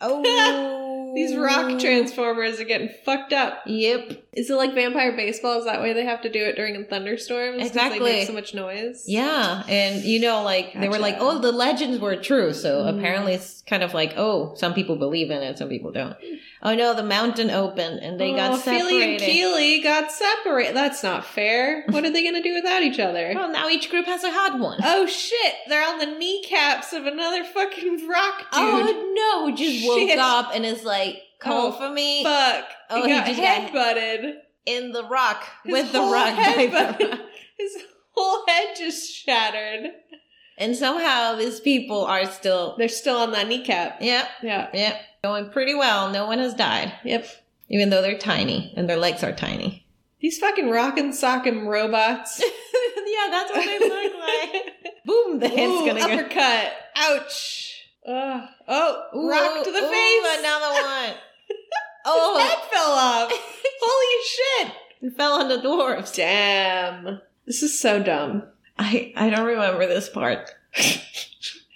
[SPEAKER 2] oh,
[SPEAKER 1] These rock transformers are getting fucked up.
[SPEAKER 2] Yep.
[SPEAKER 1] Is it like vampire baseball? Is that why they have to do it during thunderstorms? 'Cause
[SPEAKER 2] Exactly.
[SPEAKER 1] They make so much noise.
[SPEAKER 2] Yeah, and you know, like they were like,
[SPEAKER 1] Gotcha.
[SPEAKER 2] oh, the legends were true. So
[SPEAKER 1] Mm.
[SPEAKER 2] apparently, it's kind of like, oh, some people believe in it, some people don't. Oh no, the mountain opened and they
[SPEAKER 1] oh,
[SPEAKER 2] got
[SPEAKER 1] Philly and
[SPEAKER 2] separated.
[SPEAKER 1] Keely got separated. That's not fair. What are they going to do without each other?
[SPEAKER 2] well, now each group has a hot one.
[SPEAKER 1] Oh shit! They're on the kneecaps of another fucking rock dude.
[SPEAKER 2] Oh, no, just woke
[SPEAKER 1] Shit.
[SPEAKER 2] up and is like, come
[SPEAKER 1] Oh,
[SPEAKER 2] for me.
[SPEAKER 1] Fuck!
[SPEAKER 2] Oh,
[SPEAKER 1] he
[SPEAKER 2] he
[SPEAKER 1] got
[SPEAKER 2] just got-
[SPEAKER 1] headbutted.
[SPEAKER 2] in the rock
[SPEAKER 1] His
[SPEAKER 2] with the
[SPEAKER 1] whole
[SPEAKER 2] rock
[SPEAKER 1] head
[SPEAKER 2] by the
[SPEAKER 1] bu-
[SPEAKER 2] rock.
[SPEAKER 1] His whole head just shattered.
[SPEAKER 2] And somehow these people are still
[SPEAKER 1] They're still on that kneecap.
[SPEAKER 2] Yep,
[SPEAKER 1] Yeah.
[SPEAKER 2] yep. Going pretty well. No one has died.
[SPEAKER 1] Yep.
[SPEAKER 2] Even though they're tiny and their legs are tiny.
[SPEAKER 1] These fucking rockin' sockin' robots.
[SPEAKER 2] yeah, that's what they look like. Boom, the head's
[SPEAKER 1] Ooh,
[SPEAKER 2] gonna go.
[SPEAKER 1] uppercut. Ouch. Ugh. oh,
[SPEAKER 2] Ooh,
[SPEAKER 1] rock to the
[SPEAKER 2] ooh,
[SPEAKER 1] face.
[SPEAKER 2] Another one.
[SPEAKER 1] His
[SPEAKER 2] Oh,
[SPEAKER 1] head fell off. Holy shit.
[SPEAKER 2] it fell on the dwarves.
[SPEAKER 1] Damn. This is so dumb.
[SPEAKER 2] I, I don't remember this part.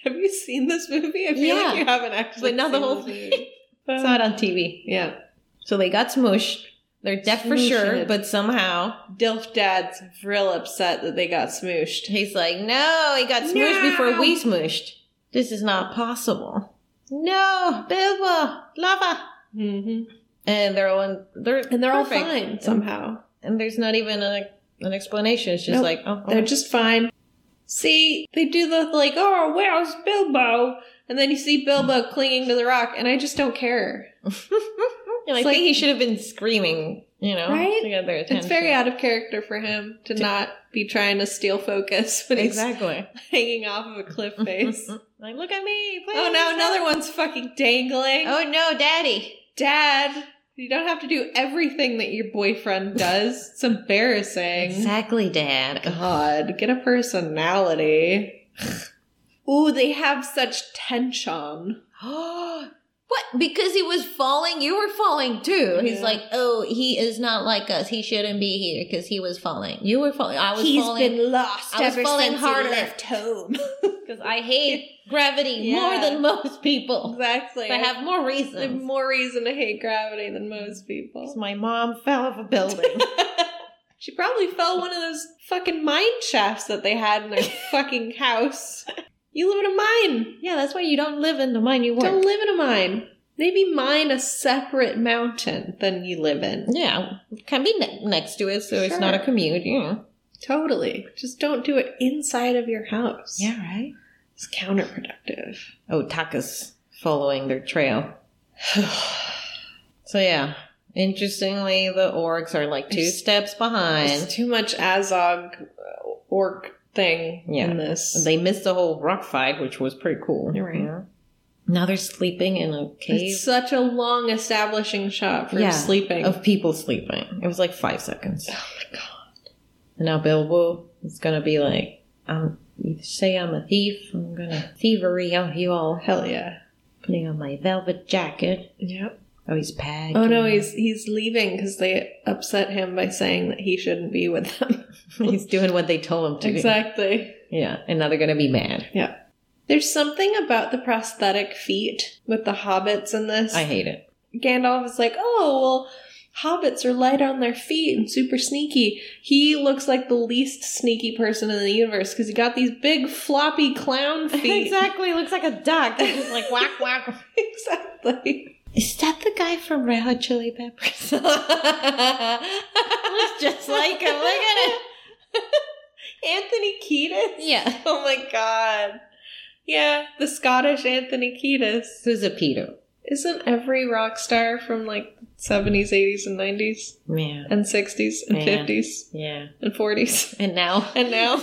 [SPEAKER 1] Have you seen this movie? I feel
[SPEAKER 2] Yeah.
[SPEAKER 1] like you haven't actually.
[SPEAKER 2] But not the
[SPEAKER 1] seen
[SPEAKER 2] whole
[SPEAKER 1] this
[SPEAKER 2] thing.
[SPEAKER 1] movie.
[SPEAKER 2] Saw it on TV.
[SPEAKER 1] Yeah.
[SPEAKER 2] So they got smushed. They're deaf for
[SPEAKER 1] Smooshing
[SPEAKER 2] sure,
[SPEAKER 1] it.
[SPEAKER 2] but somehow
[SPEAKER 1] Dilf Dad's real upset that they got smooshed.
[SPEAKER 2] he's like, no, he got smooshed
[SPEAKER 4] No.
[SPEAKER 2] before we smooshed. This is not possible. No, Bilbo, lava.
[SPEAKER 1] Mm-hmm.
[SPEAKER 2] And they're all in, they're
[SPEAKER 1] And they're
[SPEAKER 2] perfect.
[SPEAKER 1] all fine somehow.
[SPEAKER 2] And there's not even a, an explanation. It's just
[SPEAKER 1] Nope.
[SPEAKER 2] like, oh,
[SPEAKER 1] They're just fine. See, they do the like, oh, where's Bilbo? And then you see Bilbo clinging to the rock, and I just don't care.
[SPEAKER 2] And I
[SPEAKER 1] It's like-
[SPEAKER 2] think he should have been screaming, you know,
[SPEAKER 1] Right?
[SPEAKER 2] to get their attention.
[SPEAKER 1] It's very out of character for him to not be trying to steal focus when
[SPEAKER 2] Exactly.
[SPEAKER 1] he's hanging off of a cliff face. oh
[SPEAKER 2] like, look at me. Please.
[SPEAKER 1] no, another one's fucking dangling.
[SPEAKER 2] Oh no, daddy.
[SPEAKER 1] Dad, you don't have to do everything that your boyfriend does. It's embarrassing.
[SPEAKER 2] Exactly, dad.
[SPEAKER 1] God, get a personality. Ooh, they have such tension.
[SPEAKER 2] what? Because he was falling, you were falling too. He's
[SPEAKER 1] Yeah.
[SPEAKER 2] like, oh, he is not like us. He shouldn't be here because he was falling. You were falling. I was
[SPEAKER 4] He's
[SPEAKER 2] falling.
[SPEAKER 4] been lost
[SPEAKER 2] I was
[SPEAKER 4] ever
[SPEAKER 2] falling
[SPEAKER 4] since
[SPEAKER 2] harder.
[SPEAKER 4] he left home.
[SPEAKER 2] Because I hate gravity
[SPEAKER 1] Yeah.
[SPEAKER 2] more than most people.
[SPEAKER 1] Exactly.
[SPEAKER 2] I have more
[SPEAKER 1] They have
[SPEAKER 2] reasons.
[SPEAKER 1] more reason to hate gravity than most
[SPEAKER 2] 'Cause
[SPEAKER 1] people.
[SPEAKER 2] my mom fell off a building.
[SPEAKER 1] She probably fell one of those fucking mine shafts that they had in their fucking house. You live in a mine.
[SPEAKER 2] yeah, that's why you don't live in the mine you work.
[SPEAKER 1] Don't live in a mine. Maybe mine a separate mountain than you live in.
[SPEAKER 2] Yeah, can be ne- next to it, so it's
[SPEAKER 1] Sure.
[SPEAKER 2] not a commute. Yeah,
[SPEAKER 1] Totally. Just don't do it inside of your house.
[SPEAKER 2] right.
[SPEAKER 1] It's counterproductive.
[SPEAKER 2] Oh, Taka's following their trail. so yeah, interestingly, the orcs are like two
[SPEAKER 1] It's-
[SPEAKER 2] steps
[SPEAKER 1] There's
[SPEAKER 2] behind.
[SPEAKER 1] too much Azog uh, orc thing
[SPEAKER 2] Yeah.
[SPEAKER 1] in this.
[SPEAKER 2] They missed the whole rock fight, which was pretty cool.
[SPEAKER 1] You're right.
[SPEAKER 2] Yeah. Now they're sleeping in a cave
[SPEAKER 1] it's such a long establishing shot for
[SPEAKER 2] Yeah.
[SPEAKER 1] sleeping.
[SPEAKER 2] of people sleeping. It was like five seconds.
[SPEAKER 1] Oh my god.
[SPEAKER 2] And now Bilbo is gonna be like, "I'm." You say I'm a thief. I'm gonna thievery out you all.
[SPEAKER 1] Hell yeah.
[SPEAKER 2] Putting on my velvet jacket.
[SPEAKER 1] Yep.
[SPEAKER 2] Oh, he's packed.
[SPEAKER 1] Oh no, he's he's leaving because they upset him by saying that he shouldn't be with them.
[SPEAKER 2] he's doing what they told him to
[SPEAKER 1] exactly.
[SPEAKER 2] do. Yeah, and now they're gonna be mad.
[SPEAKER 1] There's something about the prosthetic feet with the hobbits in this.
[SPEAKER 2] I hate it.
[SPEAKER 1] Gandalf is like, oh, well, hobbits are light on their feet and super sneaky. He looks like the least sneaky person in the universe because he got these big floppy clown feet.
[SPEAKER 2] looks like a duck. He's just like whack whack.
[SPEAKER 1] exactly.
[SPEAKER 2] Is that the guy from Red Hot Chili Peppers? looks just like him. Look at it.
[SPEAKER 1] Anthony Kiedis?
[SPEAKER 2] Yeah.
[SPEAKER 1] Oh my god. Yeah, the Scottish Anthony Kiedis.
[SPEAKER 2] Who's a pedo?
[SPEAKER 1] Isn't every rock star from like 70s, 80s, and 90s,
[SPEAKER 2] Yeah.
[SPEAKER 1] and 60s, and
[SPEAKER 2] Yeah.
[SPEAKER 1] 50s,
[SPEAKER 2] Yeah.
[SPEAKER 1] and 40s?
[SPEAKER 2] And now
[SPEAKER 1] And now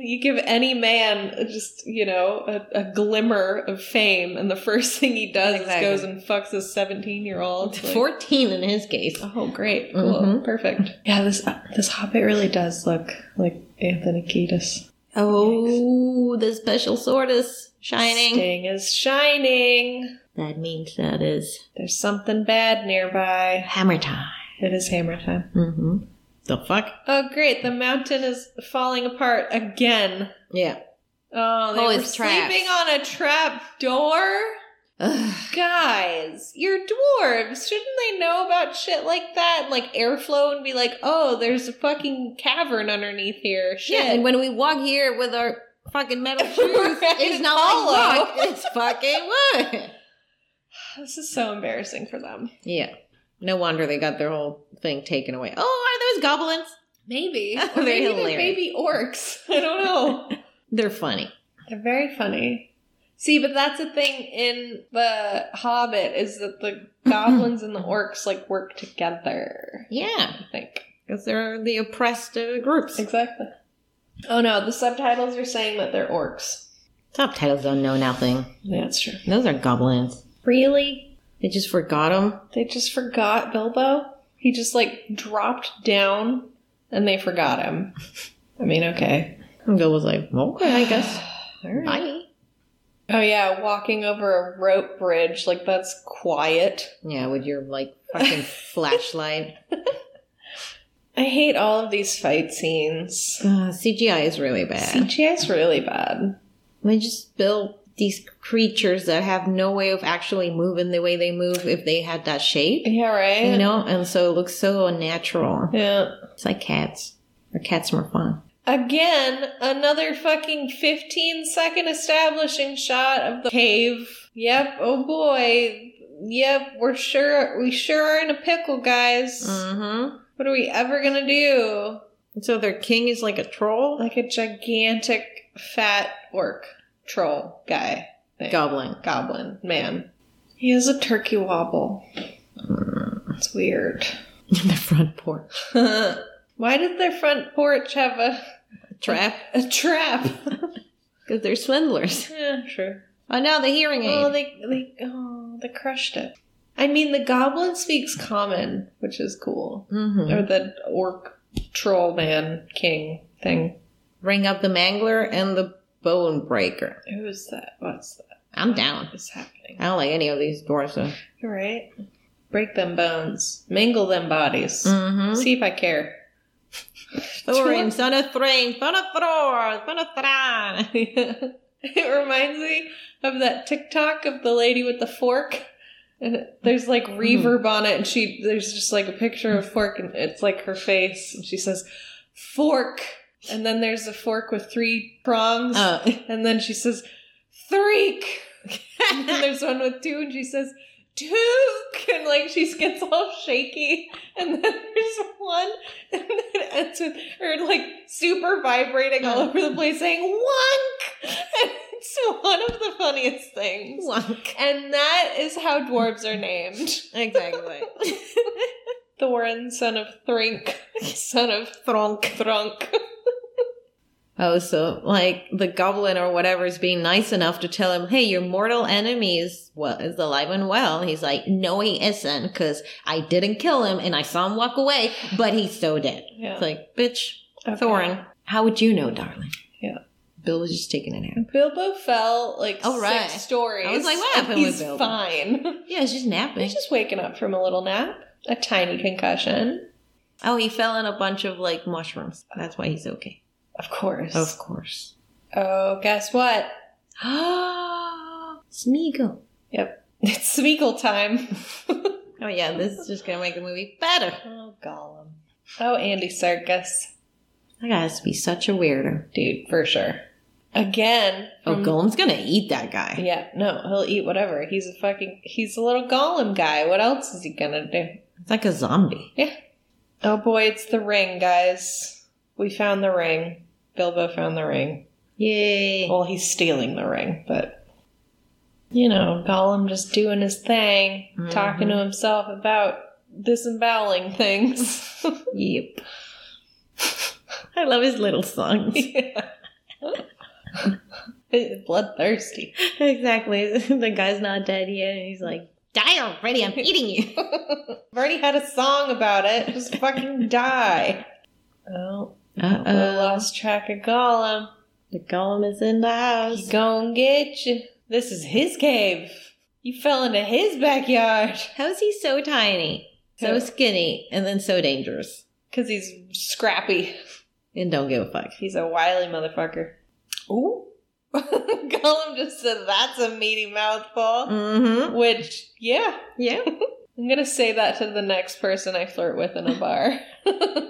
[SPEAKER 1] you give any man just, you know, a, a glimmer of fame, and the first thing he does
[SPEAKER 2] Exactly.
[SPEAKER 1] is goes and fucks a 17 year old.
[SPEAKER 2] fourteen in his case.
[SPEAKER 1] Oh, great. Cool.
[SPEAKER 2] Mhm.
[SPEAKER 1] Perfect. Yeah, this uh, this Hobbit really does look like Anthony Kiedis.
[SPEAKER 2] Oh, the special sword is shining.
[SPEAKER 1] Sting is shining.
[SPEAKER 2] That means that is
[SPEAKER 1] There's something bad nearby.
[SPEAKER 2] hammer time.
[SPEAKER 1] It is hammer time.
[SPEAKER 2] Mm-hmm. The fuck?
[SPEAKER 1] Oh, great. The mountain is falling apart again.
[SPEAKER 2] Yeah.
[SPEAKER 1] Oh, they
[SPEAKER 2] Oh,
[SPEAKER 1] were
[SPEAKER 2] it's traps.
[SPEAKER 1] sleeping on a trap door? guys, you're dwarves. Shouldn't they know about shit like that? Like airflow and be like, oh, there's a fucking cavern underneath here. Shit.
[SPEAKER 2] Yeah, and when we walk here with our fucking metal shoes,
[SPEAKER 1] Right,
[SPEAKER 2] it's not
[SPEAKER 1] hollow.
[SPEAKER 2] like rock, it's fucking wood.
[SPEAKER 1] this is so embarrassing for them.
[SPEAKER 2] Yeah. No wonder they got their whole thing taken away. Oh, are those goblins?
[SPEAKER 1] Maybe.
[SPEAKER 2] They're
[SPEAKER 1] Or maybe they're
[SPEAKER 2] hilarious.
[SPEAKER 1] baby orcs. I don't know.
[SPEAKER 2] They're funny.
[SPEAKER 1] they're very funny. See, but that's the thing in The Hobbit is that the goblins and the orcs like work together,
[SPEAKER 2] Yeah,
[SPEAKER 1] I think.
[SPEAKER 2] because they're the oppressed uh, groups.
[SPEAKER 1] Exactly. Oh no, the subtitles are saying that they're orcs.
[SPEAKER 2] Subtitles don't know nothing.
[SPEAKER 1] Yeah, that's true.
[SPEAKER 2] Those are goblins.
[SPEAKER 1] Really?
[SPEAKER 2] They just forgot them.
[SPEAKER 1] They just forgot Bilbo. He just like dropped down and they forgot him. I mean, okay.
[SPEAKER 2] And Bill was like, okay, I guess.
[SPEAKER 1] All right.
[SPEAKER 2] Bye.
[SPEAKER 1] Oh, yeah, walking over a rope bridge. Like, that's quiet.
[SPEAKER 2] Yeah, with your like fucking flashlight.
[SPEAKER 1] I hate all of these fight scenes.
[SPEAKER 2] Uh, CGI is really bad.
[SPEAKER 1] CGI's really bad.
[SPEAKER 2] They just build these creatures that have no way of actually moving the way they move if they had that shape.
[SPEAKER 1] Yeah, right.
[SPEAKER 2] You know, and so it looks so unnatural.
[SPEAKER 1] Yeah.
[SPEAKER 2] It's like cats. Or cats more fun.
[SPEAKER 1] Again, another fucking 15 second establishing shot of the cave. Yep, oh boy. Yep, we're sure we sure are in a pickle, guys.
[SPEAKER 2] Mm-hmm.
[SPEAKER 1] What are we ever gonna do?
[SPEAKER 2] So their king is like a troll?
[SPEAKER 1] Like a gigantic fat orc troll guy. thing.
[SPEAKER 2] Goblin.
[SPEAKER 1] Goblin man. He has a turkey wobble. It's weird.
[SPEAKER 2] In the front porch.
[SPEAKER 1] Why did their front porch have a,
[SPEAKER 2] Trap.
[SPEAKER 1] a trap?
[SPEAKER 2] Because they're swindlers.
[SPEAKER 1] yeah, sure.
[SPEAKER 2] Oh, now the hearing aid.
[SPEAKER 1] Oh, they they oh they crushed it. I mean, the goblin speaks common, which is cool,
[SPEAKER 2] Mhm.
[SPEAKER 1] or the orc troll man king thing.
[SPEAKER 2] Bring up the mangler and the bone breaker.
[SPEAKER 1] Who's that? What's that?
[SPEAKER 2] I'm down.
[SPEAKER 1] What's happening?
[SPEAKER 2] I don't like any of these dwarves. So.
[SPEAKER 1] All right, break them bones, mingle them bodies.
[SPEAKER 2] Mm-hmm.
[SPEAKER 1] See if I care.
[SPEAKER 2] Thorin, son of Thrain, son of Thror, son of Thran.
[SPEAKER 1] It reminds me of that TikTok of the lady with the fork. And it- there's like reverb on it, and she there's just like a picture of fork, and it's like her face, and she says, "Fork," and then there's a fork with three prongs,
[SPEAKER 2] oh.
[SPEAKER 1] and then she says, "Threek," and then there's one with two, and she says, "Took," and like she gets all shaky, and then there's one, and then it ends with her like super vibrating all over the place, saying "Wonk," and it's one of the funniest things.
[SPEAKER 2] Wonk.
[SPEAKER 1] And that is how dwarves are named.
[SPEAKER 2] Exactly.
[SPEAKER 1] Thorin, son of Thrink, son of Thronk, Thronk.
[SPEAKER 2] oh, so like the goblin or whatever is being nice enough to tell him, "Hey, your mortal enemy is well is alive and well." He's like, "No, he isn't, because I didn't kill him, and I saw him walk away, but he's so dead."
[SPEAKER 1] Yeah.
[SPEAKER 2] It's like, bitch,
[SPEAKER 1] Okay.
[SPEAKER 2] Thorin, how would you know, darling?
[SPEAKER 1] Yeah.
[SPEAKER 2] Bill was just taking a nap.
[SPEAKER 1] Bilbo fell like
[SPEAKER 2] Oh, right.
[SPEAKER 1] six stories.
[SPEAKER 2] I was like, what
[SPEAKER 1] and
[SPEAKER 2] happened with
[SPEAKER 1] he's
[SPEAKER 2] Bilbo?
[SPEAKER 1] fine.
[SPEAKER 2] Yeah, he's just napping.
[SPEAKER 1] He's just waking up from a little nap, a tiny concussion.
[SPEAKER 2] Oh, he fell in a bunch of like mushrooms. That's why he's okay.
[SPEAKER 1] Of course.
[SPEAKER 2] course.
[SPEAKER 1] Oh, guess what?
[SPEAKER 2] Ah, Smeagol.
[SPEAKER 1] Yep. It's Smeagol time.
[SPEAKER 2] Oh yeah, this is just gonna make the movie better.
[SPEAKER 1] oh, Gollum. Oh, Andy Serkis.
[SPEAKER 2] That has to be such a weirdo.
[SPEAKER 1] Dude, for sure. Again.
[SPEAKER 2] Oh,
[SPEAKER 1] from-
[SPEAKER 2] Golem's gonna eat that guy.
[SPEAKER 1] Yeah, no, he'll eat whatever. He's a fucking, he's a little Gollum guy. What else is he gonna do?
[SPEAKER 2] It's like a zombie.
[SPEAKER 1] Oh boy, it's the ring, guys. We found the ring. Bilbo found the ring.
[SPEAKER 2] Yay!
[SPEAKER 1] Well, he's stealing the ring, but you know, Gollum just doing his thing, talking to himself about disemboweling things.
[SPEAKER 2] Yep. I love his little songs.
[SPEAKER 1] Bloodthirsty.
[SPEAKER 2] exactly. The guy's not dead yet, and he's like, "Die already! I'm eating you."
[SPEAKER 1] I've already had a song about it. Just fucking die. Oh,
[SPEAKER 2] Uh
[SPEAKER 1] I lost track of Gollum.
[SPEAKER 2] The golem is in the
[SPEAKER 1] He's
[SPEAKER 2] house.
[SPEAKER 1] gonna get you. This is his cave. You fell into his backyard.
[SPEAKER 2] How is he so tiny, so
[SPEAKER 1] Who?
[SPEAKER 2] skinny, and then so dangerous?
[SPEAKER 1] Because he's scrappy.
[SPEAKER 2] And don't give a fuck.
[SPEAKER 1] He's a wily motherfucker. Ooh. Gollum just said that's a meaty mouthful.
[SPEAKER 2] Mm-hmm.
[SPEAKER 1] Which, Mm. yeah.
[SPEAKER 2] Yeah.
[SPEAKER 1] I'm going to say that to the next person I flirt with in a bar.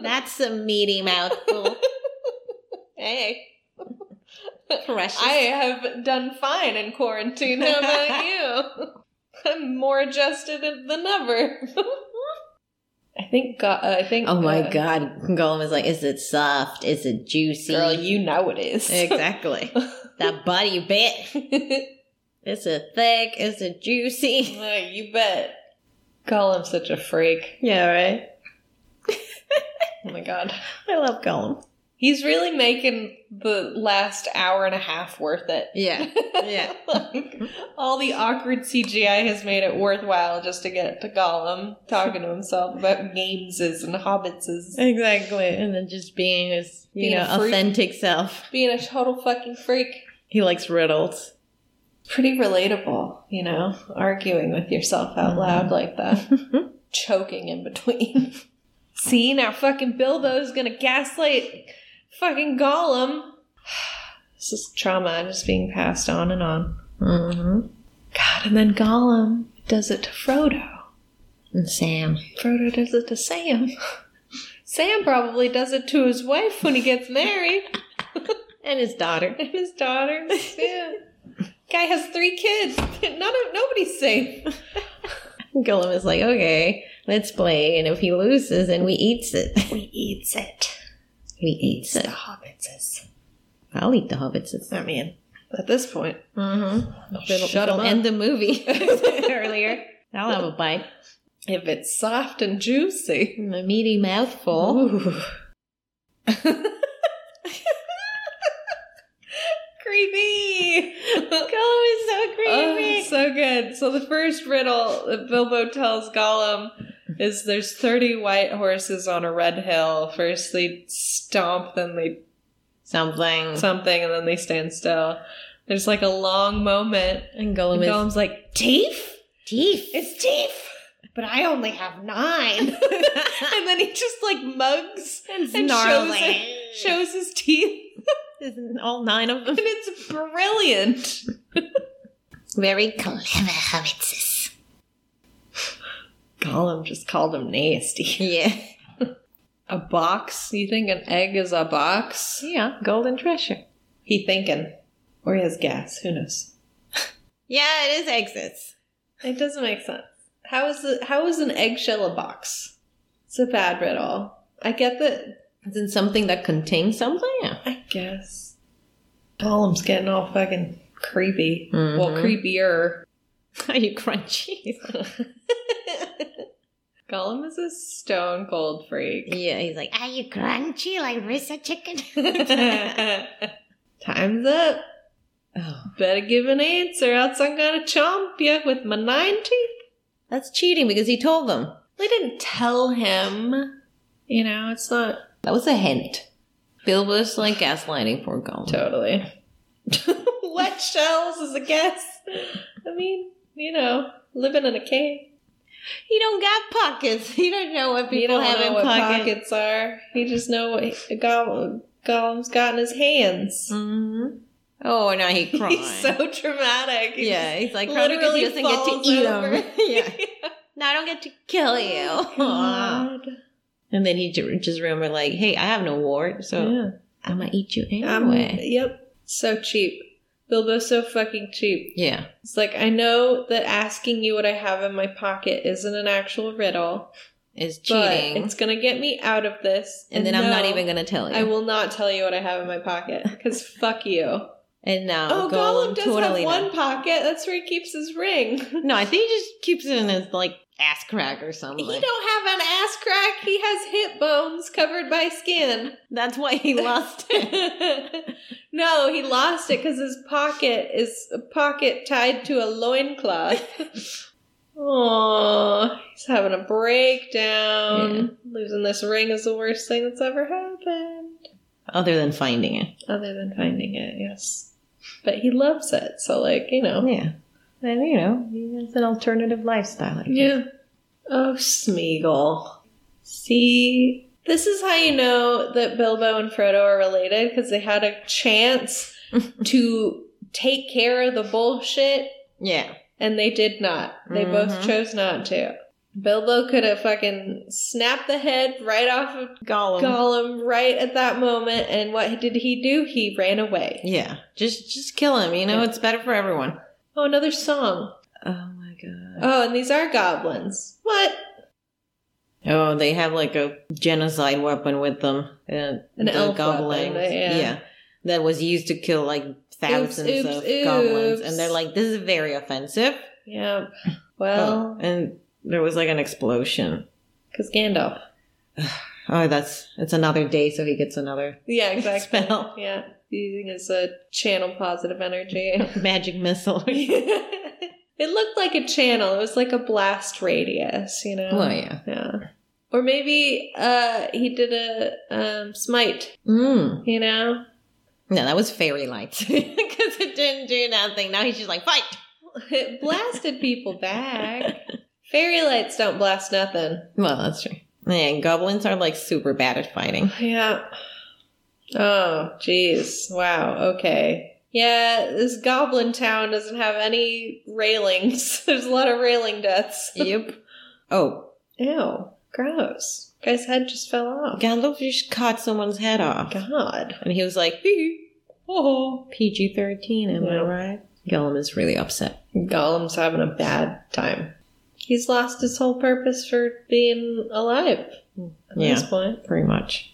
[SPEAKER 2] That's a meaty mouthful.
[SPEAKER 1] hey.
[SPEAKER 2] Precious.
[SPEAKER 1] I have done fine in quarantine. How about you? I'm more adjusted than ever. I think. Go- uh, I think.
[SPEAKER 2] oh my
[SPEAKER 1] uh,
[SPEAKER 2] god. Golem is like, is it soft? Is it juicy?
[SPEAKER 1] girl, you know it is.
[SPEAKER 2] exactly. that body you bit. Is it thick? Is it juicy?
[SPEAKER 1] Uh, you bet. Gollum's such a freak.
[SPEAKER 2] Yeah, right.
[SPEAKER 1] Oh my god.
[SPEAKER 2] I love Golem.
[SPEAKER 1] He's really making the last hour and a half worth it.
[SPEAKER 2] Yeah. Yeah.
[SPEAKER 1] like, all the awkward CGI has made it worthwhile just to get to Gollum talking to himself about gameses and hobbitses.
[SPEAKER 2] exactly. And then just being his, you
[SPEAKER 1] Being
[SPEAKER 2] know,
[SPEAKER 1] a freak.
[SPEAKER 2] authentic self.
[SPEAKER 1] Being a total fucking freak.
[SPEAKER 2] He likes riddles.
[SPEAKER 1] Pretty relatable, you know, arguing with yourself out loud like that. Choking in between. See, now fucking Bilbo's gonna gaslight fucking Gollum. this is trauma just being passed on and on.
[SPEAKER 2] hmm
[SPEAKER 1] God, and then Gollum does it to Frodo.
[SPEAKER 2] And Sam.
[SPEAKER 1] Frodo does it to Sam. Sam probably does it to his wife when he gets married
[SPEAKER 2] And his daughter.
[SPEAKER 1] and his daughters. Yeah. Guy has three kids. None of nobody's safe.
[SPEAKER 2] Gollum is like, okay, let's play. And if he loses, then we eats it.
[SPEAKER 4] We eats it.
[SPEAKER 2] We eats
[SPEAKER 4] The
[SPEAKER 2] it.
[SPEAKER 4] hobbitses.
[SPEAKER 2] I'll eat the hobbits.
[SPEAKER 1] I mean, at this point,
[SPEAKER 2] Mm-hmm.
[SPEAKER 1] it'll,
[SPEAKER 2] Shut
[SPEAKER 1] it'll
[SPEAKER 2] up. End
[SPEAKER 1] end
[SPEAKER 2] the movie earlier. I'll have a bite.
[SPEAKER 1] if it's soft and juicy.
[SPEAKER 2] A meaty mouthful.
[SPEAKER 1] Ooh. Creepy.
[SPEAKER 2] Gollum is Uh, so
[SPEAKER 1] Oh,
[SPEAKER 2] creepy.
[SPEAKER 1] so good. So the first riddle that Bilbo tells Gollum is there's 30 white horses on a red hill. First they stomp, then they
[SPEAKER 2] Something.
[SPEAKER 1] something, and then they stand still. There's like a long moment.
[SPEAKER 2] and
[SPEAKER 1] And
[SPEAKER 2] Gollum is
[SPEAKER 1] Gollum's like, teeth?
[SPEAKER 2] teeth.
[SPEAKER 4] It's teeth. But I only have nine.
[SPEAKER 1] And then he just like mugs
[SPEAKER 2] and
[SPEAKER 1] and shows,
[SPEAKER 2] snarling.
[SPEAKER 1] it, shows his teeth.
[SPEAKER 2] Isn't all nine of them.
[SPEAKER 1] And it's brilliant.
[SPEAKER 2] Very clever hobbitses.
[SPEAKER 1] Gollum just called him nasty.
[SPEAKER 2] Yeah.
[SPEAKER 1] A box? You think an egg is a box?
[SPEAKER 2] Yeah. Golden treasure.
[SPEAKER 1] He thinking. Or he has gas. Who knows?
[SPEAKER 2] Yeah, it is exits.
[SPEAKER 1] It doesn't make sense. How is the, how is an eggshell a box? It's a bad riddle. I get that.
[SPEAKER 2] Isn't something that contains something? Yeah.
[SPEAKER 1] I guess. Gollum's getting all fucking creepy. Well,
[SPEAKER 2] Mhm.
[SPEAKER 1] creepier.
[SPEAKER 2] Are you crunchy?
[SPEAKER 1] Gollum is a stone cold freak.
[SPEAKER 2] yeah, he's like, are you crunchy like Risa chicken?
[SPEAKER 1] Time's up.
[SPEAKER 2] oh,
[SPEAKER 1] Better give an answer, else I'm gonna chomp you with my nine teeth.
[SPEAKER 2] that's cheating because he told them.
[SPEAKER 1] They didn't tell him. You know, it's not
[SPEAKER 2] That was a hint. Bilbo's like gaslighting poor Gollum.
[SPEAKER 1] Totally. Wet shells is a guess. I mean, you know, living in a cave.
[SPEAKER 2] He don't got pockets. He don't know what
[SPEAKER 1] you
[SPEAKER 2] people
[SPEAKER 1] don't
[SPEAKER 2] have
[SPEAKER 1] know
[SPEAKER 2] in
[SPEAKER 1] what
[SPEAKER 2] pockets.
[SPEAKER 1] pockets are. You just know what he- Gollum, Gollum's got in his hands.
[SPEAKER 2] Mhm. Oh, now he cries.
[SPEAKER 1] He's so dramatic. He
[SPEAKER 2] yeah, he's like crying because
[SPEAKER 1] literally
[SPEAKER 2] he doesn't get to
[SPEAKER 1] falls
[SPEAKER 2] eat
[SPEAKER 1] over.
[SPEAKER 2] him. yeah. Oh, No, I don't get to kill
[SPEAKER 1] "Oh, just-
[SPEAKER 2] you. Aw. and then he ju- just remembered, like, hey, I have no ward, so
[SPEAKER 1] Yeah.
[SPEAKER 2] I'm gonna eat you
[SPEAKER 1] Um,
[SPEAKER 2] anyway.
[SPEAKER 1] yep. So cheap. Bilbo's so fucking cheap.
[SPEAKER 2] yeah.
[SPEAKER 1] It's like, I know that asking you what I have in my pocket isn't an actual riddle.
[SPEAKER 2] It's
[SPEAKER 1] But
[SPEAKER 2] cheating.
[SPEAKER 1] it's gonna get me out of this,
[SPEAKER 2] and then I'm not
[SPEAKER 1] no,
[SPEAKER 2] even gonna tell you.
[SPEAKER 1] I will not tell you what I have in my pocket because fuck you. Oh,
[SPEAKER 2] and now
[SPEAKER 1] Gollum, does
[SPEAKER 2] totally not-
[SPEAKER 1] have one pocket. That's where he keeps his ring.
[SPEAKER 2] No, I think he just keeps it in his like ass crack or something.
[SPEAKER 1] He don't have an ass crack. He has hip bones covered by skin.
[SPEAKER 2] That's why he lost it.
[SPEAKER 1] no, he lost it because his pocket is a pocket tied to a loincloth. Aww, he's having a breakdown.
[SPEAKER 2] Yeah.
[SPEAKER 1] Losing this ring is the worst thing that's ever happened.
[SPEAKER 2] Other than finding it.
[SPEAKER 1] other than finding it, yes. But he loves it, so like, you know.
[SPEAKER 2] Yeah. And you know, he has an alternative lifestyle. I guess.
[SPEAKER 1] Oh, Smeagol. See, this is how you know that Bilbo and Frodo are related because they had a chance to take care of the bullshit
[SPEAKER 2] Yeah.
[SPEAKER 1] and they did not. They both
[SPEAKER 2] Mhm.
[SPEAKER 1] chose not to. Bilbo could have fucking snapped the head right off of
[SPEAKER 2] Gollum.
[SPEAKER 1] Gollum right at that moment, and what did he do? He ran away.
[SPEAKER 2] Yeah. Just just kill him, you know,
[SPEAKER 1] Yeah.
[SPEAKER 2] it's better for everyone.
[SPEAKER 1] Oh, another song.
[SPEAKER 2] Oh my god.
[SPEAKER 1] Oh, and these are goblins. What?
[SPEAKER 2] Oh, they have like a genocide weapon with them. Uh,
[SPEAKER 1] An
[SPEAKER 2] the
[SPEAKER 1] elf
[SPEAKER 2] goblins.
[SPEAKER 1] weapon, yeah.
[SPEAKER 2] That was used to kill like thousands
[SPEAKER 1] oops,
[SPEAKER 2] of goblins.
[SPEAKER 1] oops.
[SPEAKER 2] And they're like, this is very offensive. Oh,
[SPEAKER 1] Yeah. Oh. Well,
[SPEAKER 2] And there was like an explosion.
[SPEAKER 1] because Gandalf.
[SPEAKER 2] Oh, that's it's another day, so he gets another
[SPEAKER 1] Yeah, exactly.
[SPEAKER 2] spell.
[SPEAKER 1] yeah, using as a channel positive energy.
[SPEAKER 2] Magic missile. Hmm.
[SPEAKER 1] it looked like a channel. It was like a blast radius, you know.
[SPEAKER 2] well, yeah.
[SPEAKER 1] Yeah. Or maybe uh, he did a um, smite.
[SPEAKER 2] Mm.
[SPEAKER 1] You know.
[SPEAKER 2] No, that was fairy lights because it didn't do nothing. Now he's just like fight.
[SPEAKER 1] It blasted people back. Fairy lights don't blast nothing.
[SPEAKER 2] Well, that's true. And goblins are like super bad at fighting.
[SPEAKER 1] Yeah. Oh, jeez. Wow. Okay. yeah, this goblin town doesn't have any railings. There's a lot of railing deaths.
[SPEAKER 2] yep. Oh,
[SPEAKER 1] Ew, gross. Guy's head just fell off.
[SPEAKER 2] Gandalf just cut someone's head off.
[SPEAKER 1] God.
[SPEAKER 2] And he was like, oh, PG 13, am I
[SPEAKER 1] Yeah.
[SPEAKER 2] right? Gollum is really upset.
[SPEAKER 1] Gollum's having a bad time. He's lost his whole purpose for being alive at this
[SPEAKER 2] Yeah,
[SPEAKER 1] point.
[SPEAKER 2] pretty much.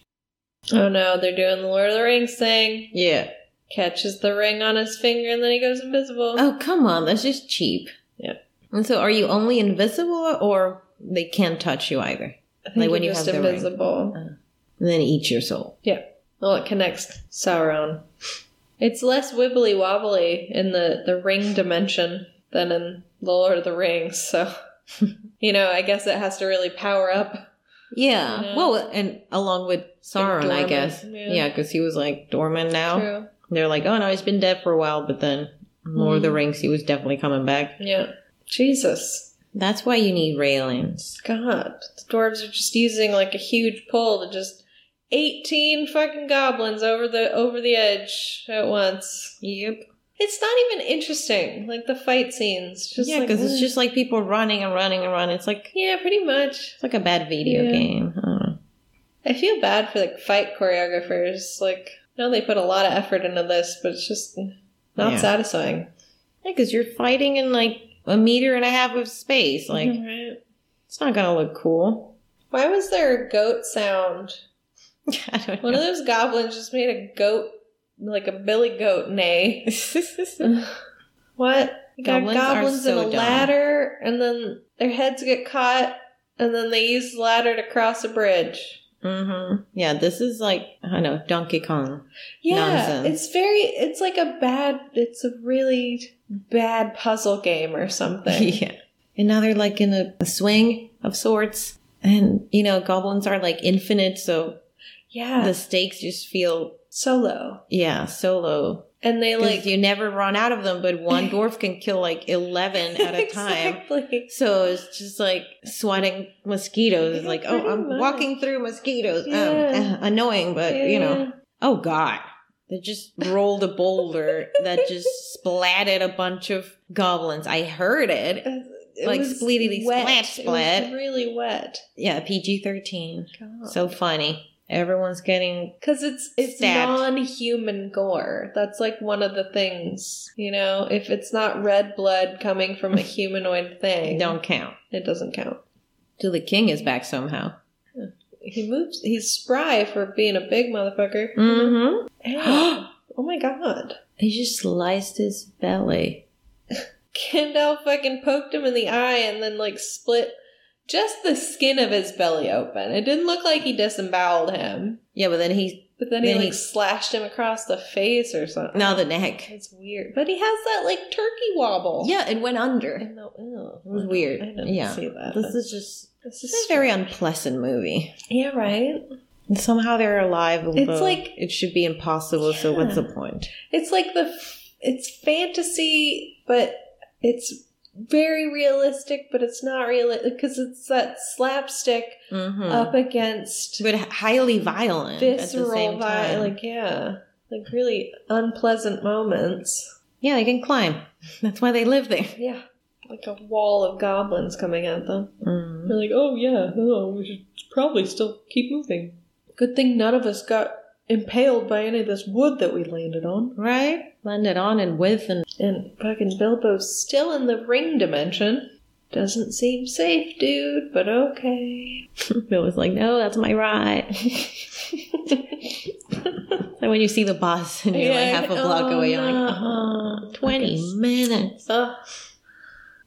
[SPEAKER 1] Oh no, they're doing the Lord of the Rings thing.
[SPEAKER 2] Yeah.
[SPEAKER 1] Catches the ring on his finger and then he goes invisible.
[SPEAKER 2] Oh, come on, that's just cheap.
[SPEAKER 1] Yeah.
[SPEAKER 2] And so are you only invisible or they can't touch you either?
[SPEAKER 1] I think
[SPEAKER 2] like when
[SPEAKER 1] you're
[SPEAKER 2] you
[SPEAKER 1] just
[SPEAKER 2] have the ring.
[SPEAKER 1] invisible.
[SPEAKER 2] And then eat your soul.
[SPEAKER 1] Well, it connects Sauron. It's less wibbly wobbly in the, the ring dimension than in the Lord of the Rings, so you know, I guess it has to really power up.
[SPEAKER 2] Yeah.
[SPEAKER 1] Yeah.
[SPEAKER 2] Well, and along with Sauron, I
[SPEAKER 1] dormant,
[SPEAKER 2] guess.
[SPEAKER 1] yeah.
[SPEAKER 2] Yeah, because he was like dormant now.
[SPEAKER 1] True.
[SPEAKER 2] They're like, oh no, he's been dead for a while, but then Lord of the
[SPEAKER 1] Mhm.
[SPEAKER 2] Rings, he was definitely coming back.
[SPEAKER 1] Yeah. Jesus.
[SPEAKER 2] That's why you need railings.
[SPEAKER 1] God. The dwarves are just using like a huge pole to just eighteen fucking goblins over the over the edge at once.
[SPEAKER 2] Yep.
[SPEAKER 1] It's not even interesting, like the fight scenes. Just
[SPEAKER 2] yeah,
[SPEAKER 1] like,
[SPEAKER 2] because it's
[SPEAKER 1] mm.
[SPEAKER 2] just like people running and running and running. It's like
[SPEAKER 1] Yeah, pretty much.
[SPEAKER 2] it's like a bad video
[SPEAKER 1] Yeah.
[SPEAKER 2] game. I don't know.
[SPEAKER 1] I feel bad for like fight choreographers. Like, I know they put a lot of effort into this, but it's just not
[SPEAKER 2] Yeah.
[SPEAKER 1] satisfying.
[SPEAKER 2] Yeah, because you're fighting in like a meter and a half of space. Like
[SPEAKER 1] Right.
[SPEAKER 2] it's not gonna look cool.
[SPEAKER 1] why was there a goat sound?
[SPEAKER 2] I don't
[SPEAKER 1] One
[SPEAKER 2] know.
[SPEAKER 1] of those goblins just made a goat, like a billy goat neigh. what? You got
[SPEAKER 2] Goblins
[SPEAKER 1] goblins,
[SPEAKER 2] are so
[SPEAKER 1] in a
[SPEAKER 2] dumb.
[SPEAKER 1] ladder, and then their heads get caught, and then they use the ladder to cross a bridge.
[SPEAKER 2] hmm Yeah, this is like I don't know Donkey Kong.
[SPEAKER 1] Yeah,
[SPEAKER 2] Nonsense.
[SPEAKER 1] it's very. It's like a bad. It's a really bad puzzle game or something.
[SPEAKER 2] yeah, and now they're like in a, a swing of sorts, and you know goblins are like infinite, so
[SPEAKER 1] Yeah,
[SPEAKER 2] the stakes just feel
[SPEAKER 1] solo.
[SPEAKER 2] yeah so low.
[SPEAKER 1] And they
[SPEAKER 2] Like
[SPEAKER 1] like
[SPEAKER 2] you never run out of them, but one dwarf can kill like eleven at a time.
[SPEAKER 1] Exactly.
[SPEAKER 2] So it's just like swatting mosquitoes. It's
[SPEAKER 1] Yeah,
[SPEAKER 2] like, oh,
[SPEAKER 1] pretty
[SPEAKER 2] I'm
[SPEAKER 1] much.
[SPEAKER 2] walking through mosquitoes. Um,
[SPEAKER 1] Yeah.
[SPEAKER 2] eh, annoying, but you know. Oh God. They just rolled a boulder that just splatted a bunch of goblins. I heard it.
[SPEAKER 1] Yeah. It
[SPEAKER 2] Like,
[SPEAKER 1] was
[SPEAKER 2] spleetity
[SPEAKER 1] wet.
[SPEAKER 2] splat, splat.
[SPEAKER 1] It was really wet.
[SPEAKER 2] Yeah, PG 13. So funny. Everyone's getting.
[SPEAKER 1] because it's it's
[SPEAKER 2] Stabbed.
[SPEAKER 1] non-human gore. That's like one of the things, you know. If it's not red blood coming from a humanoid thing,
[SPEAKER 2] Don't count.
[SPEAKER 1] it doesn't count.
[SPEAKER 2] Till the king is back somehow.
[SPEAKER 1] He moves. He's spry for being a big motherfucker.
[SPEAKER 2] Mm
[SPEAKER 1] Ow.
[SPEAKER 2] hmm.
[SPEAKER 1] oh my god!
[SPEAKER 2] he just sliced his belly.
[SPEAKER 1] Kendall fucking poked him in the eye and then like split just the skin of his belly open. It didn't look like he disemboweled him.
[SPEAKER 2] Yeah, but then he.
[SPEAKER 1] But then, he
[SPEAKER 2] Then
[SPEAKER 1] like
[SPEAKER 2] he-
[SPEAKER 1] slashed him across the face or something.
[SPEAKER 2] Now the neck.
[SPEAKER 1] It's weird. But he has that like turkey wobble.
[SPEAKER 2] Yeah, it went under.
[SPEAKER 1] And the, ew,
[SPEAKER 2] It was
[SPEAKER 1] I don't-
[SPEAKER 2] weird.
[SPEAKER 1] I didn't
[SPEAKER 2] Yeah.
[SPEAKER 1] see that.
[SPEAKER 2] This is just.
[SPEAKER 1] This
[SPEAKER 2] This is a very
[SPEAKER 1] strange.
[SPEAKER 2] unpleasant movie.
[SPEAKER 1] Yeah, right?
[SPEAKER 2] And somehow they're alive. although
[SPEAKER 1] like-
[SPEAKER 2] it should be impossible. So what's the
[SPEAKER 1] Yeah.
[SPEAKER 2] point?
[SPEAKER 1] It's like the f- it's fantasy, but it's very realistic, but it's not realistic because it's that slapstick
[SPEAKER 2] Mm-hmm.
[SPEAKER 1] up against
[SPEAKER 2] but highly violent at the
[SPEAKER 1] visceral
[SPEAKER 2] same
[SPEAKER 1] vi
[SPEAKER 2] time.
[SPEAKER 1] like yeah like really unpleasant moments
[SPEAKER 2] yeah, they can climb. That's why they live there.
[SPEAKER 1] yeah like a wall of goblins coming at them
[SPEAKER 2] Mm.
[SPEAKER 1] they're like oh yeah no we should probably still keep moving good thing none of us got impaled by any of this wood that we landed on
[SPEAKER 2] Right? Blend it on and with and
[SPEAKER 1] and fucking bilbo's still in the ring dimension doesn't seem safe dude but okay
[SPEAKER 2] Bill was like, "No, that's my ride." and when you see the boss and you're like
[SPEAKER 1] Yeah,
[SPEAKER 2] half a block
[SPEAKER 1] oh,
[SPEAKER 2] away, you're
[SPEAKER 1] no.
[SPEAKER 2] like, "Uh-huh, "20 minutes
[SPEAKER 1] Ugh.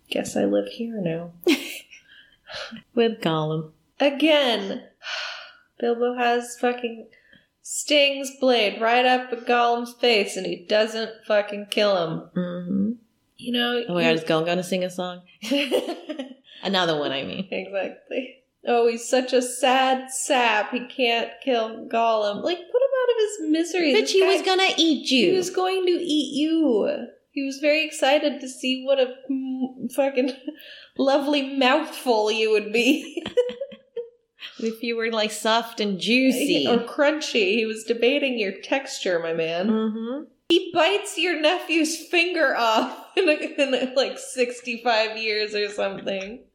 [SPEAKER 1] guess i live here now
[SPEAKER 2] with Gollum."
[SPEAKER 1] Again, Bilbo has fucking Sting's blade right up at Gollum's face and he doesn't fucking kill him.
[SPEAKER 2] hmm
[SPEAKER 1] You know?
[SPEAKER 2] Oh my god, is Gollum gonna sing a song? Another one, I mean.
[SPEAKER 1] exactly. Oh, he's such a sad sap. He can't kill Gollum. Like, put him out of his misery.
[SPEAKER 2] But
[SPEAKER 1] This
[SPEAKER 2] she
[SPEAKER 1] guy-
[SPEAKER 2] was gonna eat you.
[SPEAKER 1] He was going to eat you. He was very excited to see what a mm, fucking lovely mouthful you would be.
[SPEAKER 2] If you were like soft and juicy.
[SPEAKER 1] or crunchy. He was debating your texture, my man.
[SPEAKER 2] hmm
[SPEAKER 1] He bites your nephew's finger off in, in like 65 years or something.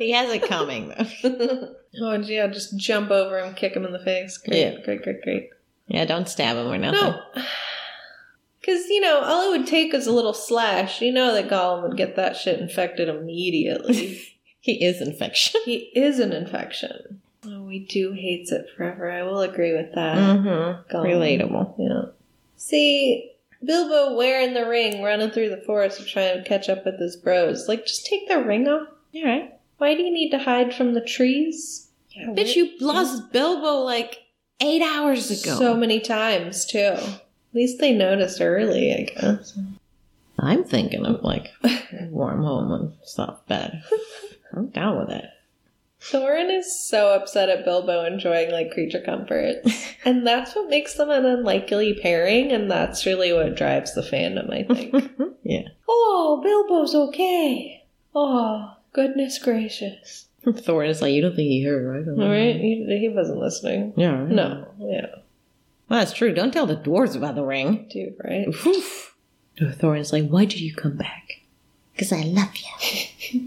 [SPEAKER 2] He has it coming though.
[SPEAKER 1] Oh, and yeah, just jump over him, kick him in the face. Great,
[SPEAKER 2] Yeah.
[SPEAKER 1] great, great, great.
[SPEAKER 2] yeah, don't stab him or nothing.
[SPEAKER 1] No. Because, you know, all it would take is a little slash. You know that Gollum would get that shit infected immediately.
[SPEAKER 2] He is infection.
[SPEAKER 1] he is an infection. Oh, we do hates it forever. I will agree with that.
[SPEAKER 2] Mm-hmm.
[SPEAKER 1] Gollum.
[SPEAKER 2] Relatable.
[SPEAKER 1] Yeah. See, Bilbo wearing the ring, running through the forest to try and catch up with his bros. Like, just take the ring off.
[SPEAKER 2] All right.
[SPEAKER 1] Why do you need to hide from the trees? Yeah,
[SPEAKER 2] Bitch, you lost Bilbo like eight hours ago.
[SPEAKER 1] so many times too. At least they noticed early, I guess.
[SPEAKER 2] I'm thinking of like warm home and soft bed. I'm down with it.
[SPEAKER 1] Thorin is so upset at Bilbo enjoying like creature comforts, and that's what makes them an unlikely pairing, and that's really what drives the fandom, I think.
[SPEAKER 2] Yeah.
[SPEAKER 1] oh, Bilbo's okay. Oh, goodness gracious!
[SPEAKER 2] Thorin is like, you don't think he heard, right?
[SPEAKER 1] All right,
[SPEAKER 2] Mm-hmm.
[SPEAKER 1] he, he wasn't listening.
[SPEAKER 2] Yeah. right.
[SPEAKER 1] No, yeah,
[SPEAKER 2] Well, that's true. Don't tell the dwarves about the ring.
[SPEAKER 1] dude, right?
[SPEAKER 2] Oof. Thorin's like, why did you come back?
[SPEAKER 4] Because I love you.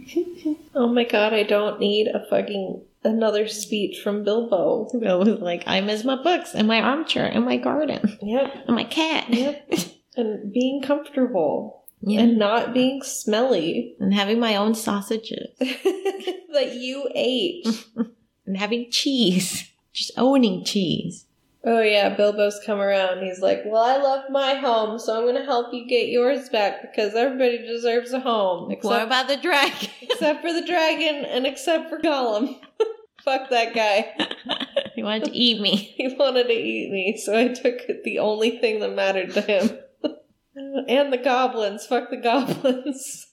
[SPEAKER 1] Oh my god, I don't need a fucking another speech from Bilbo.
[SPEAKER 2] Bilbo's like, I miss my books and my armchair and my garden
[SPEAKER 1] Yep,
[SPEAKER 2] and my cat.
[SPEAKER 1] yep, and being comfortable
[SPEAKER 2] Yeah.
[SPEAKER 1] and not being smelly.
[SPEAKER 2] and having my own sausages
[SPEAKER 1] that you ate.
[SPEAKER 2] Mm. and having cheese. Just owning cheese.
[SPEAKER 1] oh yeah, Bilbo's come around. He's like, "Well, I left my home, so I'm going to help you get yours back because everybody deserves a home,
[SPEAKER 2] what
[SPEAKER 1] except,
[SPEAKER 2] about the dragon?
[SPEAKER 1] except for the dragon and except for Gollum." Fuck that guy.
[SPEAKER 2] he wanted to eat me.
[SPEAKER 1] He wanted to eat me, so I took the only thing that mattered to him. and the goblins. Fuck the goblins.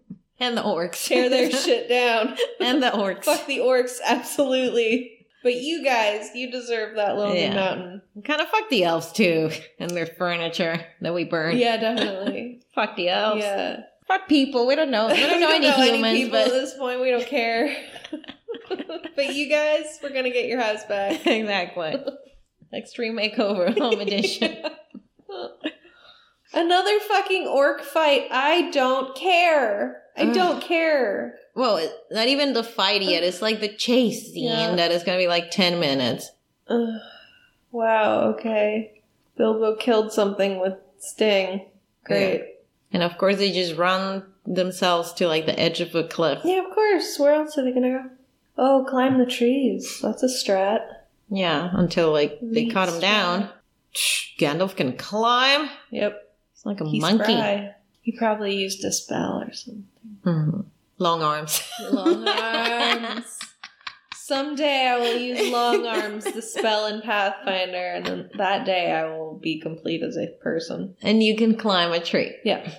[SPEAKER 2] And the orcs.
[SPEAKER 1] Tear their shit down.
[SPEAKER 2] and the orcs.
[SPEAKER 1] Fuck the orcs, absolutely. But you guys, you deserve that lonely
[SPEAKER 2] Yeah.
[SPEAKER 1] mountain.
[SPEAKER 2] Kind of fuck the elves too, and their furniture that we burn.
[SPEAKER 1] Yeah, definitely.
[SPEAKER 2] Fuck the elves.
[SPEAKER 1] yeah.
[SPEAKER 2] Fuck people. We don't know. We don't know
[SPEAKER 1] We
[SPEAKER 2] any humans,
[SPEAKER 1] people at this point. We don't care. but you guys, we're gonna get your house back.
[SPEAKER 2] but exactly. Extreme makeover, home edition.
[SPEAKER 1] Another fucking orc fight. I don't care. I
[SPEAKER 2] Ugh.
[SPEAKER 1] don't care.
[SPEAKER 2] well, it's not even the fight yet. It's like the chase scene
[SPEAKER 1] Yeah.
[SPEAKER 2] that is going to be like ten minutes.
[SPEAKER 1] Ugh. Wow. Okay. Bilbo killed something with Sting. Great.
[SPEAKER 2] And of course, they just run themselves to like the edge of a cliff.
[SPEAKER 1] Yeah, of course. Where else are they gonna go? Oh, climb the trees. That's a strat.
[SPEAKER 2] Yeah, until like they
[SPEAKER 1] Leaves
[SPEAKER 2] cut him down. Gandalf can climb.
[SPEAKER 1] Yep.
[SPEAKER 2] It's like a
[SPEAKER 1] He's
[SPEAKER 2] monkey.
[SPEAKER 1] spry. He probably used a spell or something.
[SPEAKER 2] Mhm. Long arms.
[SPEAKER 1] Long arms. Someday I will use long arms, the spell in Pathfinder, and then that day I will be complete as a person.
[SPEAKER 2] and you can climb a tree.
[SPEAKER 1] Yeah.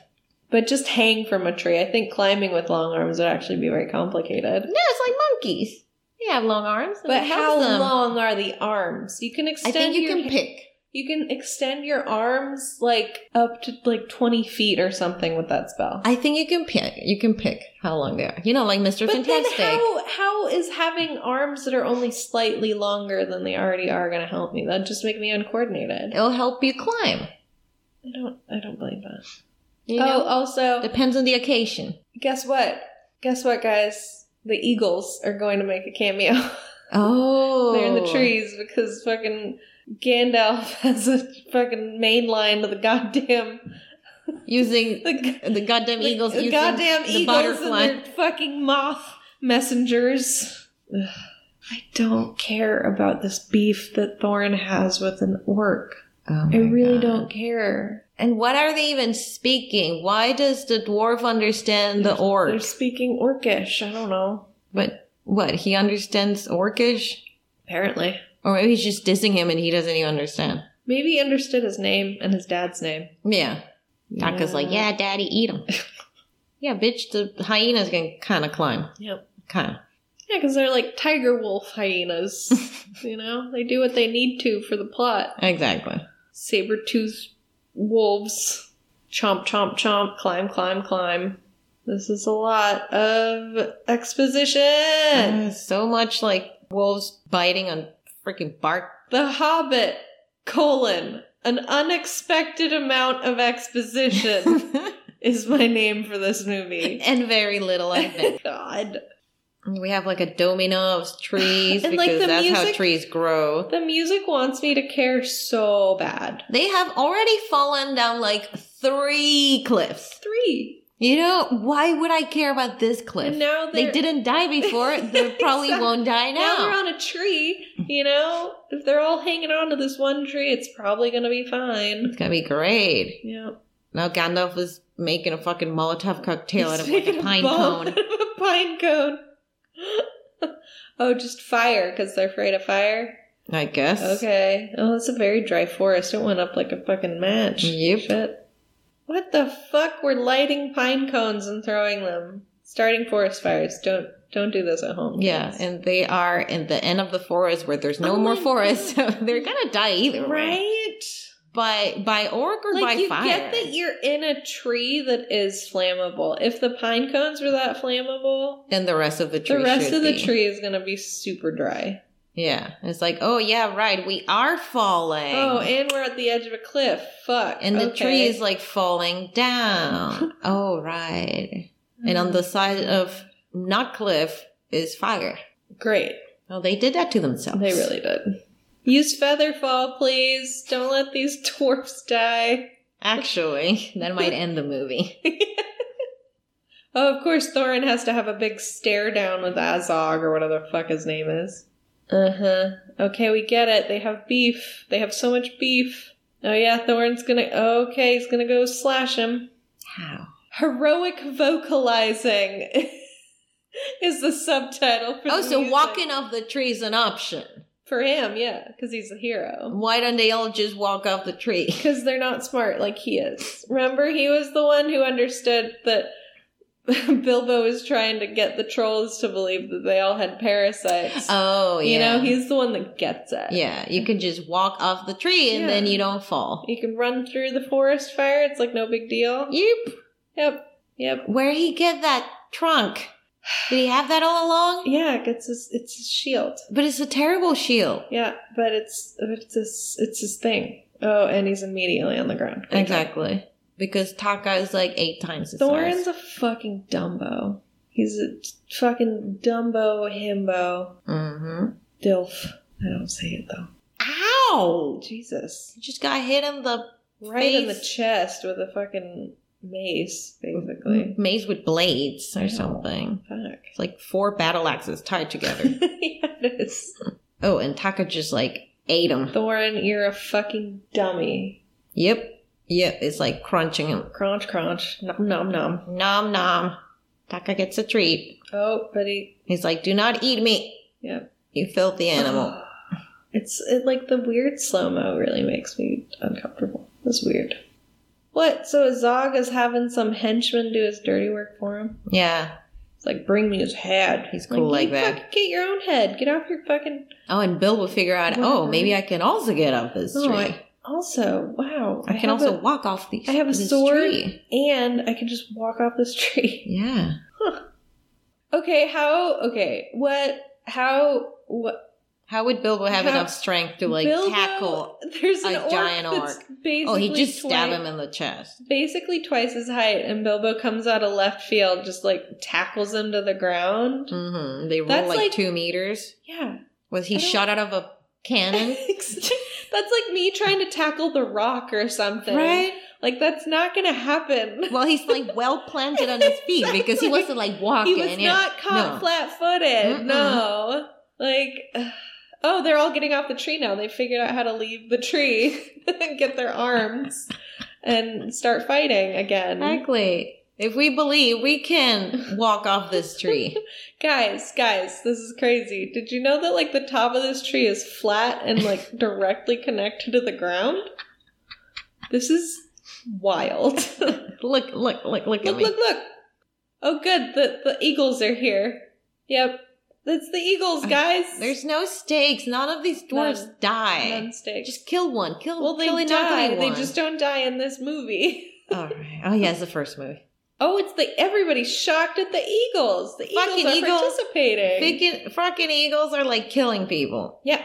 [SPEAKER 1] But just hang from a tree. I think climbing with long arms would actually be very complicated.
[SPEAKER 2] No, it's like monkeys. They have long arms. and
[SPEAKER 1] But
[SPEAKER 2] it
[SPEAKER 1] how
[SPEAKER 2] helps them.
[SPEAKER 1] long are the arms? You can
[SPEAKER 2] I
[SPEAKER 1] extend
[SPEAKER 2] think you
[SPEAKER 1] your
[SPEAKER 2] can pick.
[SPEAKER 1] you can extend your arms like up to like 20 feet or something with that spell.
[SPEAKER 2] I think you can pick. You can pick how long they are. You know, like Mr.
[SPEAKER 1] but then
[SPEAKER 2] Fantastic.
[SPEAKER 1] how how is having arms that are only slightly longer than they already are going to help me? That'd just make me uncoordinated.
[SPEAKER 2] It'll help you climb.
[SPEAKER 1] I don't I don't believe that.
[SPEAKER 2] You
[SPEAKER 1] oh,
[SPEAKER 2] know?
[SPEAKER 1] also,
[SPEAKER 2] Depends on the occasion.
[SPEAKER 1] guess what? Guess what, guys? The Eagles are going to make a cameo.
[SPEAKER 2] Oh.
[SPEAKER 1] They're in the trees because fucking Gandalf has a fucking main line to the goddamn
[SPEAKER 2] Using
[SPEAKER 1] the, g-
[SPEAKER 2] the goddamn eagles.
[SPEAKER 1] the
[SPEAKER 2] using
[SPEAKER 1] uh, goddamn
[SPEAKER 2] the
[SPEAKER 1] eagles and
[SPEAKER 2] butterfly.
[SPEAKER 1] their fucking moth messengers. Ugh. I don't care about this beef that Thorin has with an orc.
[SPEAKER 2] Oh
[SPEAKER 1] I
[SPEAKER 2] my
[SPEAKER 1] really
[SPEAKER 2] God.
[SPEAKER 1] don't care.
[SPEAKER 2] And what are they even speaking? Why does the dwarf understand the orc?
[SPEAKER 1] They're speaking orcish. I don't know.
[SPEAKER 2] But what? He understands orcish?
[SPEAKER 1] Apparently.
[SPEAKER 2] Or maybe he's just dissing him and he doesn't even understand.
[SPEAKER 1] Maybe he understood his name and his dad's name.
[SPEAKER 2] Yeah. Taka's like, yeah, daddy, eat him. yeah, bitch, the hyena's gonna kind of climb.
[SPEAKER 1] Yep.
[SPEAKER 2] Kind of.
[SPEAKER 1] Yeah, because they're like tiger wolf hyenas. you know, they do what they need to for the plot.
[SPEAKER 2] Exactly.
[SPEAKER 1] Saber toothed wolves. Chomp, chomp, chomp. Climb, climb, climb. This is a lot of exposition.
[SPEAKER 2] Uh, so much like wolves biting on freaking bark.
[SPEAKER 1] The Hobbit, colon, An unexpected amount of exposition is my name for this movie.
[SPEAKER 2] and very little, I think.
[SPEAKER 1] God.
[SPEAKER 2] We have like a domino of trees
[SPEAKER 1] And,
[SPEAKER 2] because
[SPEAKER 1] like, the
[SPEAKER 2] that's how
[SPEAKER 1] music-
[SPEAKER 2] trees grow.
[SPEAKER 1] The music wants me to care so bad.
[SPEAKER 2] They have already fallen down like three cliffs.
[SPEAKER 1] Three.
[SPEAKER 2] You know, why would I care about this cliff?
[SPEAKER 1] And now
[SPEAKER 2] they
[SPEAKER 1] they're-
[SPEAKER 2] didn't die before. They probably
[SPEAKER 1] Exactly.
[SPEAKER 2] won't die
[SPEAKER 1] Now
[SPEAKER 2] now.
[SPEAKER 1] they're on a tree, you know? If they're all hanging on to this one tree, it's probably gonna be fine.
[SPEAKER 2] it's gonna be great.
[SPEAKER 1] Yeah.
[SPEAKER 2] Now Gandalf is making a fucking Molotov cocktail out of like,
[SPEAKER 1] Taking
[SPEAKER 2] a pine
[SPEAKER 1] bomb
[SPEAKER 2] cone.
[SPEAKER 1] out of a pine cone. oh, just fire, because they're afraid of fire.
[SPEAKER 2] I guess.
[SPEAKER 1] Okay. Oh, that's a very dry forest. It went up like a fucking match.
[SPEAKER 2] Yep.
[SPEAKER 1] Shit. What the fuck? We're lighting pine cones and throwing them. Starting forest fires. Don't don't do this at home.
[SPEAKER 2] Yeah,
[SPEAKER 1] kids.
[SPEAKER 2] and they are in the end of the forest where there's no
[SPEAKER 1] Oh
[SPEAKER 2] more
[SPEAKER 1] my
[SPEAKER 2] forest, so they're gonna die either way.
[SPEAKER 1] right.
[SPEAKER 2] By by orc or
[SPEAKER 1] Like
[SPEAKER 2] by
[SPEAKER 1] you
[SPEAKER 2] fire.
[SPEAKER 1] get that you're in a tree that is flammable. If the pine cones were that flammable,
[SPEAKER 2] then the rest of the tree.
[SPEAKER 1] the rest
[SPEAKER 2] should
[SPEAKER 1] of the
[SPEAKER 2] be.
[SPEAKER 1] tree is gonna be super dry.
[SPEAKER 2] Yeah, it's like, oh yeah, right. We are falling.
[SPEAKER 1] Oh, and we're at the edge of a cliff. Fuck.
[SPEAKER 2] and the
[SPEAKER 1] okay.
[SPEAKER 2] tree is like falling down. oh right. And
[SPEAKER 1] Mm.
[SPEAKER 2] on the side of not cliff is fire.
[SPEAKER 1] Mm, great.
[SPEAKER 2] Oh, they did that to themselves.
[SPEAKER 1] They really did. Use Featherfall, please. Don't let these dwarfs die.
[SPEAKER 2] Actually, that might end the movie.
[SPEAKER 1] Oh, of course, Thorin has to have a big stare down with Azog or whatever the fuck his name is. Uh
[SPEAKER 2] Uh-huh.
[SPEAKER 1] huh. Okay, we get it. They have beef. They have so much beef. Oh, yeah, Thorin's gonna. Okay, he's gonna go slash him.
[SPEAKER 2] How?
[SPEAKER 1] Heroic vocalizing is the subtitle for
[SPEAKER 2] Oh,
[SPEAKER 1] the
[SPEAKER 2] so
[SPEAKER 1] music.
[SPEAKER 2] walking off the tree is an option.
[SPEAKER 1] For him, yeah, because he's a hero.
[SPEAKER 2] Why don't they all just walk off the tree?
[SPEAKER 1] because they're not smart like he is. Remember, he was the one who understood that Bilbo was trying to get the trolls to believe that they all had parasites.
[SPEAKER 2] Oh, yeah.
[SPEAKER 1] You know, he's the one that gets it.
[SPEAKER 2] Yeah, you can just walk off the tree and
[SPEAKER 1] Yeah.
[SPEAKER 2] then you don't fall.
[SPEAKER 1] You can run through the forest fire, it's like no big deal.
[SPEAKER 2] Yep.
[SPEAKER 1] Yep. Yep.
[SPEAKER 2] Where he get that trunk? Did he have that all along?
[SPEAKER 1] Yeah, it's his, it's his shield.
[SPEAKER 2] But it's a terrible shield.
[SPEAKER 1] Yeah, but it's it's his, it's his thing. Oh, and he's immediately on the ground. Great job.
[SPEAKER 2] Exactly. Because Taka is like eight times the
[SPEAKER 1] Thorin's
[SPEAKER 2] size.
[SPEAKER 1] a fucking Dumbo. He's a fucking Dumbo himbo.
[SPEAKER 2] Mm-hmm.
[SPEAKER 1] Dilf. I don't say it though.
[SPEAKER 2] Ow!
[SPEAKER 1] Jesus.
[SPEAKER 2] He just got hit in the
[SPEAKER 1] Right in the
[SPEAKER 2] Face.
[SPEAKER 1] chest with a fucking mace, basically.
[SPEAKER 2] maze with blades or something.
[SPEAKER 1] Fuck.
[SPEAKER 2] It's like four battle axes tied together.
[SPEAKER 1] yeah, it is.
[SPEAKER 2] oh, and Taka just like ate him.
[SPEAKER 1] Thorin, you're a fucking dummy.
[SPEAKER 2] Yep. Yep. It's like crunching him.
[SPEAKER 1] Crunch, crunch. Nom, nom, nom.
[SPEAKER 2] Nom nom. Taka gets a treat.
[SPEAKER 1] Oh, buddy.
[SPEAKER 2] He's like, do not eat me,
[SPEAKER 1] Yep.
[SPEAKER 2] you filthy animal.
[SPEAKER 1] It's it, like the weird slow mo really makes me uncomfortable. It's weird. What? So Azog is having some henchman do his dirty work for him?
[SPEAKER 2] yeah.
[SPEAKER 1] It's like, bring me his head.
[SPEAKER 2] He's cool like
[SPEAKER 1] you
[SPEAKER 2] that.
[SPEAKER 1] fucking get your own head. Get off your fucking.
[SPEAKER 2] Oh, and Bill will figure out, oh, maybe I can also get off this
[SPEAKER 1] Oh,
[SPEAKER 2] tree.
[SPEAKER 1] I-
[SPEAKER 2] I,
[SPEAKER 1] Also, wow.
[SPEAKER 2] can
[SPEAKER 1] have
[SPEAKER 2] also
[SPEAKER 1] a-
[SPEAKER 2] walk off these.
[SPEAKER 1] I have a
[SPEAKER 2] this
[SPEAKER 1] sword
[SPEAKER 2] tree."
[SPEAKER 1] and I can just walk off this tree.
[SPEAKER 2] Yeah.
[SPEAKER 1] Okay, how? Okay, what? How? What?
[SPEAKER 2] How would Bilbo have
[SPEAKER 1] How-
[SPEAKER 2] enough strength to like
[SPEAKER 1] Bilbo-
[SPEAKER 2] tackle?
[SPEAKER 1] There's
[SPEAKER 2] a
[SPEAKER 1] an orc
[SPEAKER 2] giant
[SPEAKER 1] that's
[SPEAKER 2] orc.
[SPEAKER 1] Basically
[SPEAKER 2] Oh, he just stabbed
[SPEAKER 1] twi-
[SPEAKER 2] him in the chest.
[SPEAKER 1] Basically twice his height, and Bilbo comes out of left field, just like tackles him to the ground.
[SPEAKER 2] hmm They roll
[SPEAKER 1] That's
[SPEAKER 2] like,
[SPEAKER 1] like-
[SPEAKER 2] two meters.
[SPEAKER 1] Yeah,
[SPEAKER 2] Was
[SPEAKER 1] I
[SPEAKER 2] he
[SPEAKER 1] don't-
[SPEAKER 2] shot out of a cannon?
[SPEAKER 1] that's like me trying to tackle the rock or something.
[SPEAKER 2] right.
[SPEAKER 1] Like that's not gonna happen.
[SPEAKER 2] Well, he's like well planted on his feet because he
[SPEAKER 1] Exactly.
[SPEAKER 2] wasn't like walking.
[SPEAKER 1] He was
[SPEAKER 2] yeah.
[SPEAKER 1] not caught
[SPEAKER 2] No.
[SPEAKER 1] flat-footed. No, like, oh, they're all getting off the tree now. They figured out how to leave the tree and get their arms and start fighting again.
[SPEAKER 2] Exactly. If we believe we can walk off this tree.
[SPEAKER 1] Guys, guys, this is crazy. Did you know that like the top of this tree is flat and like directly connected to the ground? This is wild. look,
[SPEAKER 2] Look, look, look, look at
[SPEAKER 1] look,
[SPEAKER 2] me.
[SPEAKER 1] look. Oh, good. The the eagles are here. Yep. That's the eagles, guys.
[SPEAKER 2] There's no stakes. None of these dwarves
[SPEAKER 1] None.
[SPEAKER 2] die.
[SPEAKER 1] None stick.
[SPEAKER 2] Just kill one. Kill,
[SPEAKER 1] well, they
[SPEAKER 2] kill an
[SPEAKER 1] die.
[SPEAKER 2] ugly
[SPEAKER 1] They
[SPEAKER 2] one.
[SPEAKER 1] just don't die in this movie.
[SPEAKER 2] All right. Oh, yeah, it's the first movie.
[SPEAKER 1] Oh, it's the everybody's shocked at the Eagles. The Eagles
[SPEAKER 2] Fucking
[SPEAKER 1] are
[SPEAKER 2] Eagles.
[SPEAKER 1] participating.
[SPEAKER 2] Fucking, fucking eagles are like killing people.
[SPEAKER 1] yeah,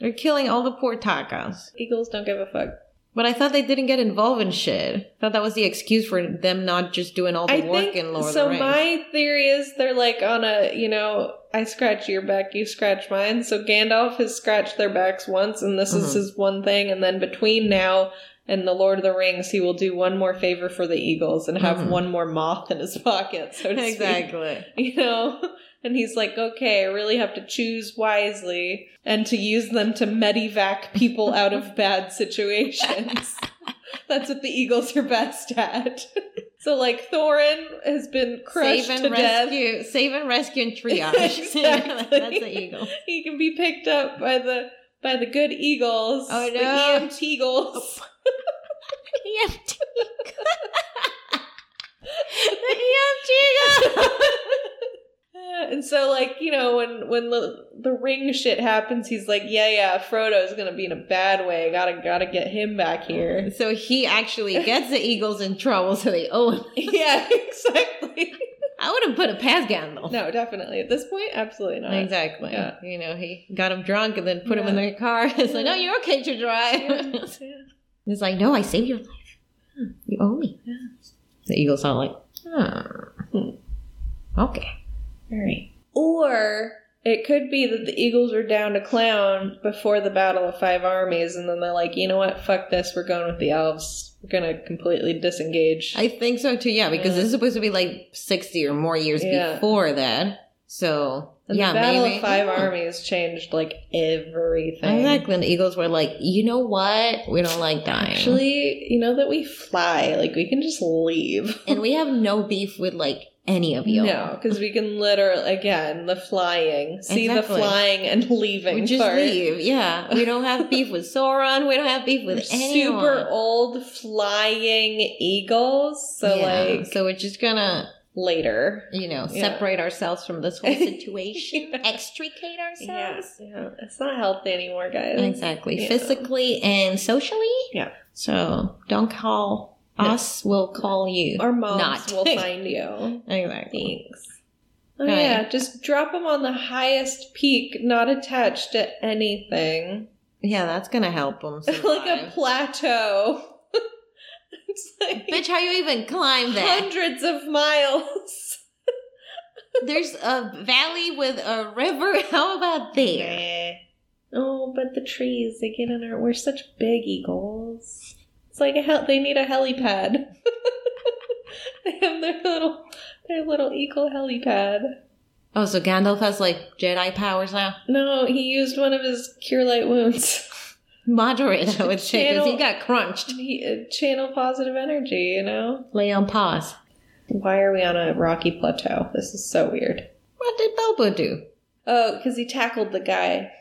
[SPEAKER 2] They're killing all the poor tacos.
[SPEAKER 1] Eagles don't give a fuck.
[SPEAKER 2] But I thought they didn't get involved in shit. I thought that was the excuse for them not just doing all the
[SPEAKER 1] I
[SPEAKER 2] work
[SPEAKER 1] think
[SPEAKER 2] in Lord
[SPEAKER 1] so.
[SPEAKER 2] of the Rings.
[SPEAKER 1] My theory is they're like on a you know I scratch your back, you scratch mine. So Gandalf has scratched their backs once, and this
[SPEAKER 2] Mhm.
[SPEAKER 1] is his one thing. And then between now and the Lord of the Rings, he will do one more favor for the Eagles and have
[SPEAKER 2] Mhm.
[SPEAKER 1] one more moth in his pocket, so to speak.
[SPEAKER 2] exactly.
[SPEAKER 1] You know. And he's like, okay, I really have to choose wisely and to use them to medivac people out of bad situations. That's what the Eagles are best at. so, like, Thorin has been crushed
[SPEAKER 2] save
[SPEAKER 1] to
[SPEAKER 2] and
[SPEAKER 1] death.
[SPEAKER 2] rescue, save and rescue and triage.
[SPEAKER 1] Exactly.
[SPEAKER 2] That's the eagle.
[SPEAKER 1] He can be picked up by the by the good eagles,
[SPEAKER 2] Oh,
[SPEAKER 1] the
[SPEAKER 2] no.
[SPEAKER 1] EMT eagles.
[SPEAKER 2] EMT. the EMT eagle.
[SPEAKER 1] and so, like, you know, when when the the ring shit happens, he's like, yeah, yeah, Frodo's gonna be in a bad way. Gotta gotta get him back here.
[SPEAKER 2] So he actually gets the eagles in trouble, so they owe him.
[SPEAKER 1] yeah, exactly.
[SPEAKER 2] I wouldn't put it past Gandalf.
[SPEAKER 1] No, definitely at this point, absolutely not.
[SPEAKER 2] Exactly.
[SPEAKER 1] Yeah.
[SPEAKER 2] You know, he got him drunk and then put him in
[SPEAKER 1] Yeah.
[SPEAKER 2] their car. It's like, no, you're okay to drive.
[SPEAKER 1] Yeah, yeah.
[SPEAKER 2] It's like, no, I saved your life. You owe me. The eagle's not like, "Hmm. okay.
[SPEAKER 1] All right. Or it could be that the Eagles were down to clown before the Battle of Five Armies, and then they're like, you know what? Fuck this. We're going with the elves. We're gonna completely disengage.
[SPEAKER 2] I think so too. Yeah, because
[SPEAKER 1] Yeah.
[SPEAKER 2] this is supposed to be like sixty or more years
[SPEAKER 1] Yeah.
[SPEAKER 2] before that. So
[SPEAKER 1] and
[SPEAKER 2] yeah,
[SPEAKER 1] the Battle
[SPEAKER 2] maybe
[SPEAKER 1] of Five
[SPEAKER 2] Yeah.
[SPEAKER 1] Armies changed like everything.
[SPEAKER 2] Exactly. And the Eagles were like, you know what? We don't like dying.
[SPEAKER 1] Actually, you know that we fly. Like we can just leave.
[SPEAKER 2] and we have no beef with like any of you.
[SPEAKER 1] No, because we can literally again the flying. See
[SPEAKER 2] Exactly.
[SPEAKER 1] the flying and leaving
[SPEAKER 2] we just
[SPEAKER 1] part.
[SPEAKER 2] leave. Yeah, we don't have beef with Sauron. We don't have beef with anyone.
[SPEAKER 1] Super old flying eagles. So
[SPEAKER 2] Yeah.
[SPEAKER 1] like
[SPEAKER 2] so we're just gonna
[SPEAKER 1] later.
[SPEAKER 2] you know
[SPEAKER 1] Yeah.
[SPEAKER 2] separate ourselves from this whole situation, extricate
[SPEAKER 1] Yeah,
[SPEAKER 2] ourselves.
[SPEAKER 1] yeah, it's not healthy anymore, guys.
[SPEAKER 2] Exactly,
[SPEAKER 1] Yeah.
[SPEAKER 2] physically and socially.
[SPEAKER 1] Yeah.
[SPEAKER 2] So don't call
[SPEAKER 1] No.
[SPEAKER 2] us. We'll call you.
[SPEAKER 1] Our moms
[SPEAKER 2] Not.
[SPEAKER 1] will find you.
[SPEAKER 2] exactly.
[SPEAKER 1] Thanks. Oh
[SPEAKER 2] Right.
[SPEAKER 1] yeah, just drop them on the highest peak, not attached to anything,
[SPEAKER 2] Yeah, that's gonna help them.
[SPEAKER 1] like a plateau. it's like
[SPEAKER 2] Bitch, how you even climb that?
[SPEAKER 1] hundreds of miles.
[SPEAKER 2] There's a valley with a river. How about there?
[SPEAKER 1] Oh, but the trees, they get in our. We're such big eagles. It's like a hel- they need a helipad. they have their little their little eagle helipad.
[SPEAKER 2] Oh, so Gandalf has like Jedi powers now.
[SPEAKER 1] No, he used one of his cure light wounds.
[SPEAKER 2] Moderate, I would say, because he
[SPEAKER 1] Channel-
[SPEAKER 2] got crunched.
[SPEAKER 1] he, uh, channel positive energy, you know?
[SPEAKER 2] Lay on pause.
[SPEAKER 1] Why are we on a rocky plateau? This is so weird.
[SPEAKER 2] What did Bilbo do?
[SPEAKER 1] Oh, because he tackled the guy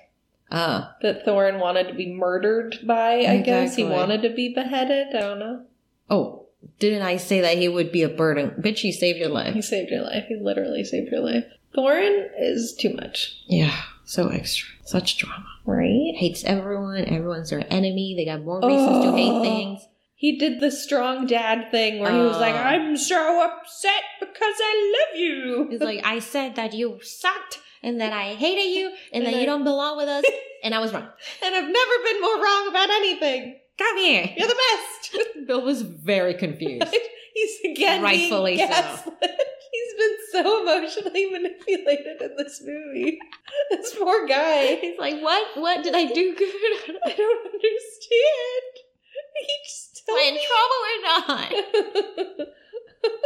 [SPEAKER 2] Uh,
[SPEAKER 1] that Thorin wanted to be murdered by, I guess. He
[SPEAKER 2] Exactly.
[SPEAKER 1] wanted to be beheaded. I don't know.
[SPEAKER 2] oh, didn't I say that he would be a burden? Bitch, he saved your
[SPEAKER 1] He
[SPEAKER 2] life.
[SPEAKER 1] saved your life. He literally saved your life. Thorin is too much,
[SPEAKER 2] Yeah, so extra. Such drama.
[SPEAKER 1] right?
[SPEAKER 2] Hates everyone. Everyone's their enemy. They got more reasons to hate
[SPEAKER 1] Oh.
[SPEAKER 2] things.
[SPEAKER 1] He did the strong dad thing where he was like,
[SPEAKER 2] Oh.
[SPEAKER 1] I'm so upset because I love you.
[SPEAKER 2] He's like, I said that you sucked and that I hated you and,
[SPEAKER 1] And
[SPEAKER 2] that you
[SPEAKER 1] I-
[SPEAKER 2] don't belong with us. And I was wrong.
[SPEAKER 1] and I've never been more wrong about anything.
[SPEAKER 2] Come here.
[SPEAKER 1] You're the best.
[SPEAKER 2] Bill was very confused.
[SPEAKER 1] He's again
[SPEAKER 2] Rightfully so.
[SPEAKER 1] being gaslit. He's been so emotionally manipulated in this movie. This poor guy.
[SPEAKER 2] He's like, what? What did I do good?
[SPEAKER 1] I don't understand. He just
[SPEAKER 2] Am
[SPEAKER 1] told
[SPEAKER 2] I in trouble or not?
[SPEAKER 1] me.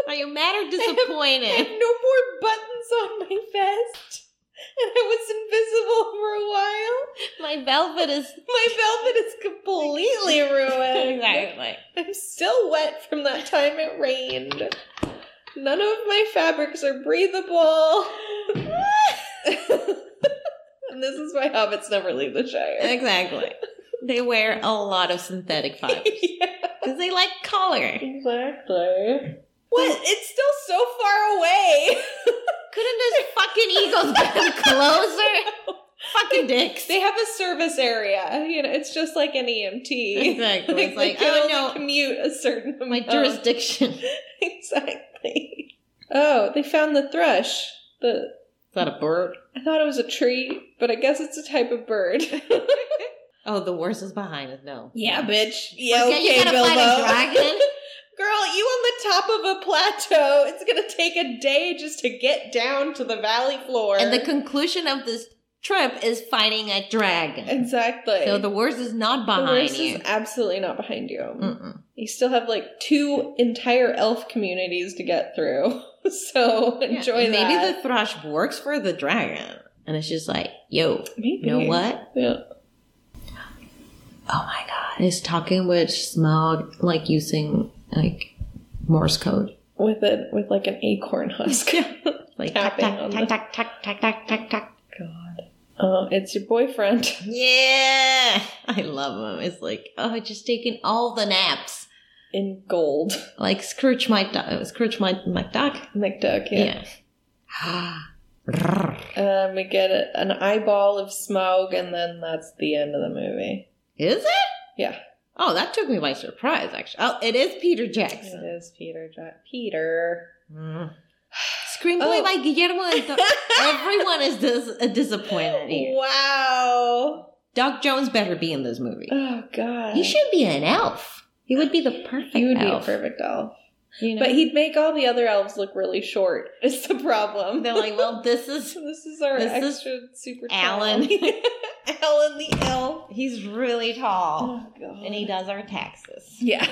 [SPEAKER 2] Are you mad or
[SPEAKER 1] I
[SPEAKER 2] disappointed?
[SPEAKER 1] have no more buttons on my vest, and I was invisible for a while.
[SPEAKER 2] My velvet is
[SPEAKER 1] My velvet is completely ruined.
[SPEAKER 2] exactly.
[SPEAKER 1] I'm still wet from that time it rained. None of my fabrics are breathable. and this is why hobbits never leave the Shire.
[SPEAKER 2] Exactly. They wear a lot of synthetic fibers
[SPEAKER 1] yeah,
[SPEAKER 2] because they like color.
[SPEAKER 1] exactly. What? It's still so far away.
[SPEAKER 2] Couldn't those fucking eagles get closer? Fucking dicks.
[SPEAKER 1] They have a service area. You know, it's just like an E EMT.
[SPEAKER 2] Exactly. It's like,
[SPEAKER 1] they can
[SPEAKER 2] oh
[SPEAKER 1] only
[SPEAKER 2] no,
[SPEAKER 1] commute a certain amount.
[SPEAKER 2] my jurisdiction.
[SPEAKER 1] Oh.
[SPEAKER 2] Is
[SPEAKER 1] exactly. Oh, they found the thrush. The
[SPEAKER 2] that a bird?
[SPEAKER 1] I thought it was a tree, but I guess it's a type of bird.
[SPEAKER 2] Oh, the worst is behind us. No.
[SPEAKER 1] Yeah, bitch. Yeah, okay,
[SPEAKER 2] yeah, you gotta
[SPEAKER 1] Bilbo.
[SPEAKER 2] fight a dragon.
[SPEAKER 1] Girl, you on the top of a plateau. It's gonna take a day just to get down to the valley floor.
[SPEAKER 2] and the conclusion of this trip is fighting a dragon.
[SPEAKER 1] exactly.
[SPEAKER 2] So the worst is not
[SPEAKER 1] The
[SPEAKER 2] behind
[SPEAKER 1] worst
[SPEAKER 2] you. Mm.
[SPEAKER 1] is absolutely not behind you.
[SPEAKER 2] Mm-mm.
[SPEAKER 1] You still have like two entire elf communities to get through. So enjoy
[SPEAKER 2] Yeah, Maybe
[SPEAKER 1] that.
[SPEAKER 2] the thrush works for the dragon, and it's just like, yo,
[SPEAKER 1] Maybe.
[SPEAKER 2] you know what?
[SPEAKER 1] Yeah.
[SPEAKER 2] Oh my god, it's talking with smog, like using like Morse code,
[SPEAKER 1] With it with like an acorn husk.
[SPEAKER 2] like
[SPEAKER 1] Tapping on the-
[SPEAKER 2] tack, tack, tack, tack, tack, tack.
[SPEAKER 1] Uh, it's your boyfriend.
[SPEAKER 2] Yeah, I love him. It's like, oh, just taking all the naps,
[SPEAKER 1] in gold.
[SPEAKER 2] like Scrooge McDuck, Scrooge Mc- McDuck.
[SPEAKER 1] McDuck, yeah.
[SPEAKER 2] Yeah. yeah.
[SPEAKER 1] Um, we get a, an eyeball of smoke, and then that's the end of the movie.
[SPEAKER 2] Is it?
[SPEAKER 1] Yeah.
[SPEAKER 2] Oh, that took me by surprise, actually. Oh, it is Peter Jackson.
[SPEAKER 1] It is Peter. Jack- Peter.
[SPEAKER 2] Mm. Screenplay
[SPEAKER 1] Oh.
[SPEAKER 2] by Guillermo del Toro. Everyone is dis- uh, disappointed here.
[SPEAKER 1] Wow.
[SPEAKER 2] Doc Jones better be in this movie.
[SPEAKER 1] Oh God.
[SPEAKER 2] He should be an elf. He would be the perfect
[SPEAKER 1] He would
[SPEAKER 2] elf.
[SPEAKER 1] be a perfect elf,
[SPEAKER 2] you know?
[SPEAKER 1] but he'd make all the other elves look really short. Is the problem?
[SPEAKER 2] they're like, well, this is
[SPEAKER 1] this is our
[SPEAKER 2] this is
[SPEAKER 1] extra super tall.
[SPEAKER 2] Alan.
[SPEAKER 1] Alan the elf.
[SPEAKER 2] He's really tall,
[SPEAKER 1] Oh God.
[SPEAKER 2] and he does our taxes.
[SPEAKER 1] Yeah.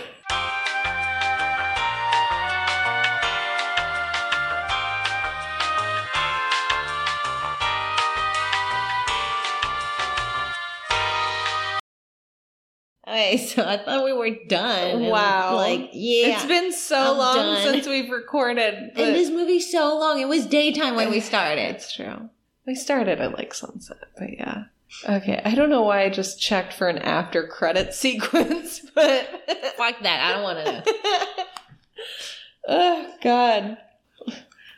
[SPEAKER 2] Okay, so I thought we were done. and,
[SPEAKER 1] Wow.
[SPEAKER 2] like, yeah,
[SPEAKER 5] It's been so
[SPEAKER 2] I'm
[SPEAKER 5] long
[SPEAKER 2] done.
[SPEAKER 5] since we've recorded. But
[SPEAKER 2] and this movie's so long. It was daytime when we started.
[SPEAKER 5] it's true. We started at like sunset, but yeah. Okay, I don't know why I just checked for an after credit sequence, but
[SPEAKER 2] Fuck that. I don't want to know.
[SPEAKER 1] Oh God.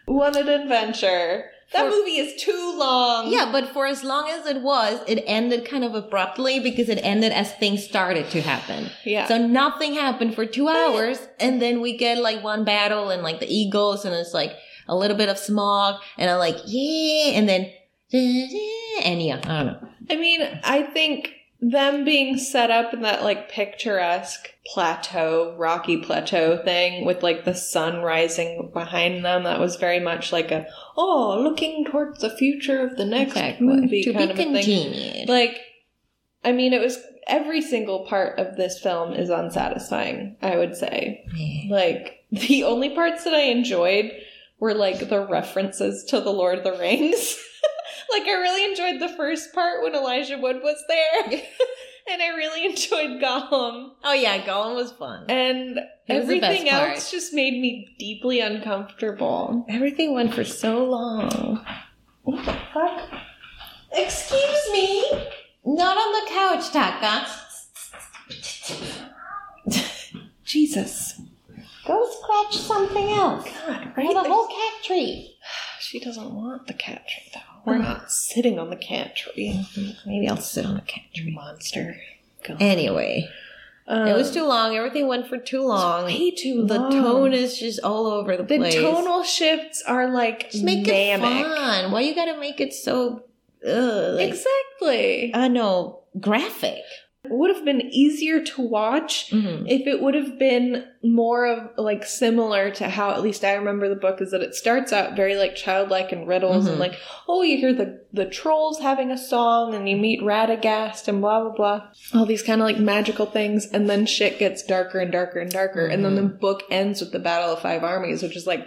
[SPEAKER 5] what an adventure.
[SPEAKER 1] That
[SPEAKER 2] For-
[SPEAKER 1] movie is too long.
[SPEAKER 2] Yeah, but for as long as it was, it ended kind of abruptly because it ended as things started to happen.
[SPEAKER 5] Yeah.
[SPEAKER 2] So nothing happened for two hours, and then we get like one battle and like the eagles, and it's like a little bit of smog, and I'm like, yeah, and then, and yeah, I don't know.
[SPEAKER 5] I mean,
[SPEAKER 1] I think them being set up in that like picturesque plateau, rocky plateau thing with like the sun rising behind them, that was very much like a, oh, looking towards the future of the next
[SPEAKER 2] Exactly.
[SPEAKER 1] movie
[SPEAKER 2] to
[SPEAKER 1] kind
[SPEAKER 2] be
[SPEAKER 1] of a thing.
[SPEAKER 2] continued.
[SPEAKER 1] Like, I mean, it was every single part of this film is unsatisfying, I would say.
[SPEAKER 2] Yeah.
[SPEAKER 1] Like, the only parts that I enjoyed were like the references to The Lord of the Rings. like, I really enjoyed the first part when Elijah Wood was there, and I really enjoyed Gollum.
[SPEAKER 2] Oh yeah, Gollum was fun.
[SPEAKER 1] And
[SPEAKER 2] It was the best
[SPEAKER 1] everything
[SPEAKER 2] part.
[SPEAKER 1] else just made me deeply uncomfortable.
[SPEAKER 2] Everything went for so long.
[SPEAKER 1] Excuse me?
[SPEAKER 2] Not on the couch, Taka.
[SPEAKER 1] Jesus.
[SPEAKER 2] Go scratch something else.
[SPEAKER 1] God,
[SPEAKER 2] Or
[SPEAKER 1] right?
[SPEAKER 2] the whole cat tree.
[SPEAKER 1] She doesn't want the cat tree, though. We're not sitting on the cat tree.
[SPEAKER 2] Maybe I'll sit on a cat tree.
[SPEAKER 1] Monster.
[SPEAKER 2] Anyway,
[SPEAKER 1] Um,
[SPEAKER 2] it was too long. Everything went for too long.
[SPEAKER 1] way too
[SPEAKER 2] the
[SPEAKER 1] long.
[SPEAKER 2] tone is just all over the,
[SPEAKER 1] The
[SPEAKER 2] place.
[SPEAKER 1] tonal shifts are like
[SPEAKER 2] just make it
[SPEAKER 1] manic.
[SPEAKER 2] fun. Why you gotta make it so? Ugh, like,
[SPEAKER 1] exactly.
[SPEAKER 2] I know graphic.
[SPEAKER 1] It would have been easier to watch
[SPEAKER 2] Mhm.
[SPEAKER 1] if it would have been more of like similar to how at least I remember the book is that it starts out very like childlike and riddles
[SPEAKER 2] Mhm.
[SPEAKER 1] and like oh you hear the the trolls having a song and you meet Radagast and blah blah blah all these kind of like magical things and then shit gets darker and darker and darker and then the book ends with the Battle of Five Armies which is like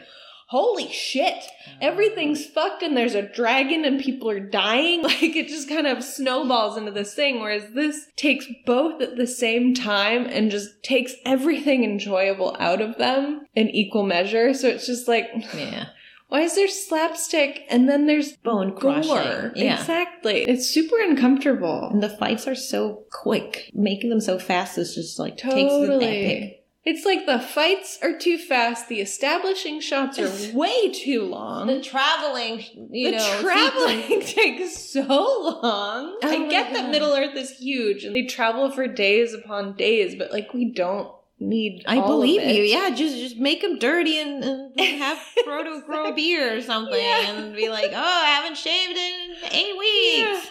[SPEAKER 1] holy shit everything's fucked and there's a dragon and people are dying. Like it just kind of snowballs into this thing. Whereas this takes both at the same time and just takes everything enjoyable out of them in equal measure. So it's just like,
[SPEAKER 2] Yeah,
[SPEAKER 1] why is there slapstick and then there's
[SPEAKER 2] bone
[SPEAKER 1] gore?
[SPEAKER 2] crushing. Yeah,
[SPEAKER 1] Exactly. It's super uncomfortable.
[SPEAKER 2] and the fights are so quick. Making them so fast is just like takes the epic.
[SPEAKER 1] Totally. It's like the fights are too fast. The establishing shots are way too long.
[SPEAKER 2] The traveling, you
[SPEAKER 1] the
[SPEAKER 2] know,
[SPEAKER 1] traveling takes so long.
[SPEAKER 2] Oh
[SPEAKER 1] I
[SPEAKER 2] my
[SPEAKER 1] get
[SPEAKER 2] God.
[SPEAKER 1] that Middle Earth is huge and they travel for days upon days, but like we don't need.
[SPEAKER 2] I
[SPEAKER 1] all of
[SPEAKER 2] believe
[SPEAKER 1] it.
[SPEAKER 2] you. Yeah, just just make them dirty and, and have Frodo grow a beard or something,
[SPEAKER 1] Yeah.
[SPEAKER 2] and be like, "Oh, I haven't shaved in eight weeks."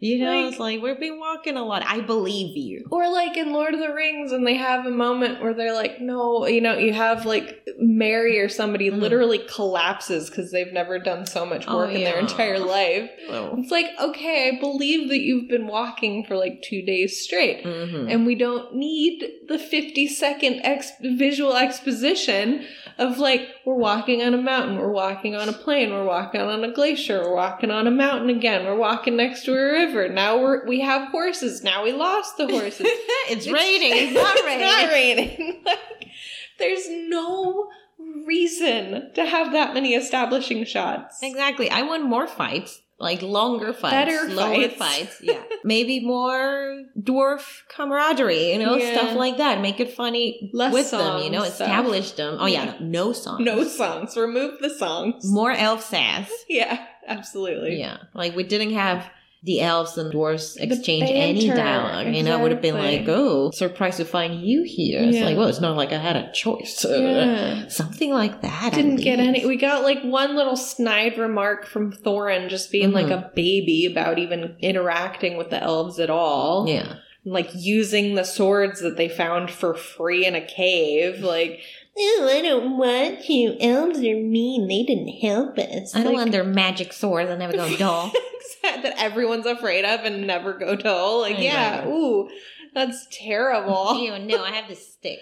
[SPEAKER 2] You know, it's like we've been walking a lot. I believe you.
[SPEAKER 1] Or like in Lord of the Rings, and they have a moment where they're like, "No," you know, you have like Mary or somebody
[SPEAKER 2] Mhm.
[SPEAKER 1] literally collapses because they've never done so much
[SPEAKER 2] Oh,
[SPEAKER 1] work in their
[SPEAKER 2] yeah.
[SPEAKER 1] entire life.
[SPEAKER 2] So.
[SPEAKER 1] It's like, okay, I believe that you've been walking for like two days straight,
[SPEAKER 2] Mm-hmm.
[SPEAKER 1] and we don't need the fifty-second ex- visual exposition of like we're walking on a mountain, we're walking on a plane, we're walking on a glacier, we're walking on a mountain again, we're walking next to a river. Now we're we have horses. Now we lost the horses.
[SPEAKER 2] it's raining. It's not
[SPEAKER 1] It's
[SPEAKER 2] raining.
[SPEAKER 1] not raining. like, there's no reason to have that many establishing shots.
[SPEAKER 2] Exactly. I want more fights, like longer fights,
[SPEAKER 1] Better
[SPEAKER 2] longer
[SPEAKER 1] fights.
[SPEAKER 2] fights. Yeah, maybe more dwarf camaraderie. You know,
[SPEAKER 1] Yeah.
[SPEAKER 2] stuff like that. Make it funny
[SPEAKER 1] Less
[SPEAKER 2] with them. You
[SPEAKER 1] songs,
[SPEAKER 2] know,
[SPEAKER 1] though.
[SPEAKER 2] establish them. Oh yeah, no, no songs.
[SPEAKER 1] No songs. Remove the songs.
[SPEAKER 2] More elf sass.
[SPEAKER 1] Yeah, absolutely.
[SPEAKER 2] yeah, like we didn't have. The elves and dwarves exchange any
[SPEAKER 1] banter,
[SPEAKER 2] dialogue, and I would have been like,
[SPEAKER 1] exactly.
[SPEAKER 2] "Oh, surprised to find you here." It's
[SPEAKER 1] Yeah.
[SPEAKER 2] like, well, it's not like I had a choice,
[SPEAKER 1] Yeah.
[SPEAKER 2] something like that. at
[SPEAKER 1] Didn't get
[SPEAKER 2] least.
[SPEAKER 1] any. We got like one little snide remark from Thorin just being like
[SPEAKER 2] Mm-hmm.
[SPEAKER 1] a baby about even interacting with the elves at all.
[SPEAKER 2] yeah,
[SPEAKER 1] And, Like using the swords that they found for free in a cave. Like, oh, I don't want to. Elves are mean. They didn't help us.
[SPEAKER 2] I don't
[SPEAKER 1] Like,
[SPEAKER 2] want their magic swords. I never go dull.
[SPEAKER 1] that everyone's afraid of and never go dull. Like,
[SPEAKER 2] I
[SPEAKER 1] yeah,
[SPEAKER 2] know.
[SPEAKER 1] ooh, that's terrible.
[SPEAKER 2] You no, I have this stick.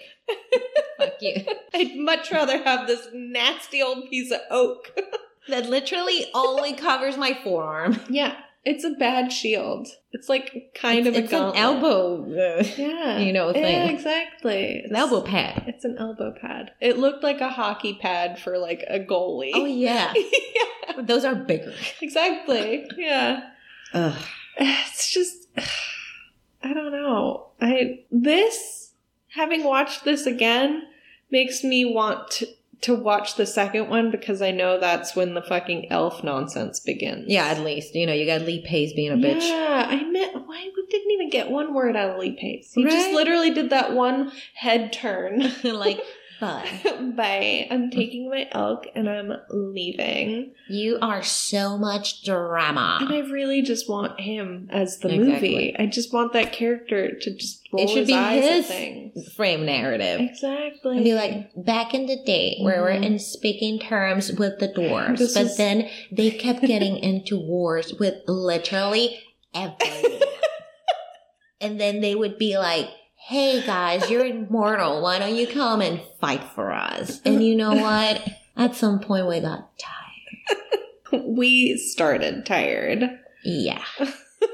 [SPEAKER 2] Fuck you.
[SPEAKER 1] I'd much rather have this nasty old piece of oak.
[SPEAKER 2] That literally only covers my forearm.
[SPEAKER 1] Yeah, it's a bad shield. It's like
[SPEAKER 2] It's,
[SPEAKER 1] kind of a
[SPEAKER 2] it's an
[SPEAKER 1] gauntlet.
[SPEAKER 2] elbow,
[SPEAKER 1] Yeah,
[SPEAKER 2] uh, you know,
[SPEAKER 1] yeah,
[SPEAKER 2] thing.
[SPEAKER 1] exactly.
[SPEAKER 2] An elbow pad.
[SPEAKER 1] It's an elbow pad. It looked like a hockey pad for like a goalie.
[SPEAKER 2] Oh yeah,
[SPEAKER 1] yeah,
[SPEAKER 2] those are bigger.
[SPEAKER 1] exactly. Yeah.
[SPEAKER 2] Ugh.
[SPEAKER 1] it's just i don't know i this having watched this again makes me want to, to watch the second one because i know that's when the fucking elf nonsense begins
[SPEAKER 2] Yeah, at least you know you got Lee Pace being a bitch.
[SPEAKER 1] yeah, I meant why we didn't even get one word out of Lee Pace. He just
[SPEAKER 2] Right?
[SPEAKER 1] literally did that one head turn
[SPEAKER 2] like, but
[SPEAKER 1] by I'm taking my elk and I'm leaving.
[SPEAKER 2] you are so much
[SPEAKER 1] And I
[SPEAKER 2] drama.
[SPEAKER 1] really just want him as the
[SPEAKER 2] Exactly.
[SPEAKER 1] movie. I just want that character to just roll
[SPEAKER 2] It should
[SPEAKER 1] his
[SPEAKER 2] be
[SPEAKER 1] eyes at
[SPEAKER 2] his.
[SPEAKER 1] things.
[SPEAKER 2] Frame narrative.
[SPEAKER 1] Exactly.
[SPEAKER 2] And be like, back in the day, where we're
[SPEAKER 1] Mhm.
[SPEAKER 2] in speaking terms with the dwarves,
[SPEAKER 1] This
[SPEAKER 2] but
[SPEAKER 1] is-
[SPEAKER 2] then they kept getting into wars with literally everyone. and then they would be like, hey guys, you're immortal. Why don't you come and fight for us? And you know what? At some point, we got tired.
[SPEAKER 1] we started tired.
[SPEAKER 2] Yeah.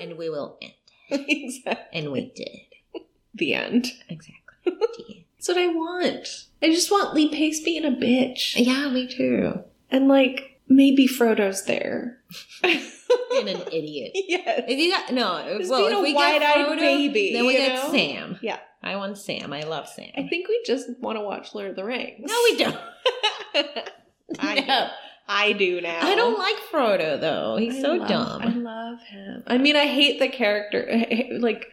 [SPEAKER 2] And we will end.
[SPEAKER 1] exactly.
[SPEAKER 2] And we did.
[SPEAKER 1] The end.
[SPEAKER 2] Exactly.
[SPEAKER 1] That's what I want. I just want Lee Pace being a bitch.
[SPEAKER 2] yeah, me too.
[SPEAKER 1] And like, maybe Frodo's there.
[SPEAKER 2] And an idiot.
[SPEAKER 1] yes.
[SPEAKER 2] If you got no,
[SPEAKER 1] Just
[SPEAKER 2] well,
[SPEAKER 1] being
[SPEAKER 2] if
[SPEAKER 1] a
[SPEAKER 2] we get
[SPEAKER 1] wide-eyed
[SPEAKER 2] Frodo,
[SPEAKER 1] baby,
[SPEAKER 2] then we
[SPEAKER 1] you
[SPEAKER 2] get
[SPEAKER 1] know?
[SPEAKER 2] Sam.
[SPEAKER 1] Yeah.
[SPEAKER 2] I want Sam. I love Sam.
[SPEAKER 1] I think we just want to watch Lord of the Rings.
[SPEAKER 2] no, we don't.
[SPEAKER 1] I
[SPEAKER 2] no,
[SPEAKER 1] I do now.
[SPEAKER 2] I don't like Frodo though. He's
[SPEAKER 1] I
[SPEAKER 2] so
[SPEAKER 1] love- I
[SPEAKER 2] dumb.
[SPEAKER 1] love him. I mean, I hate the character. Like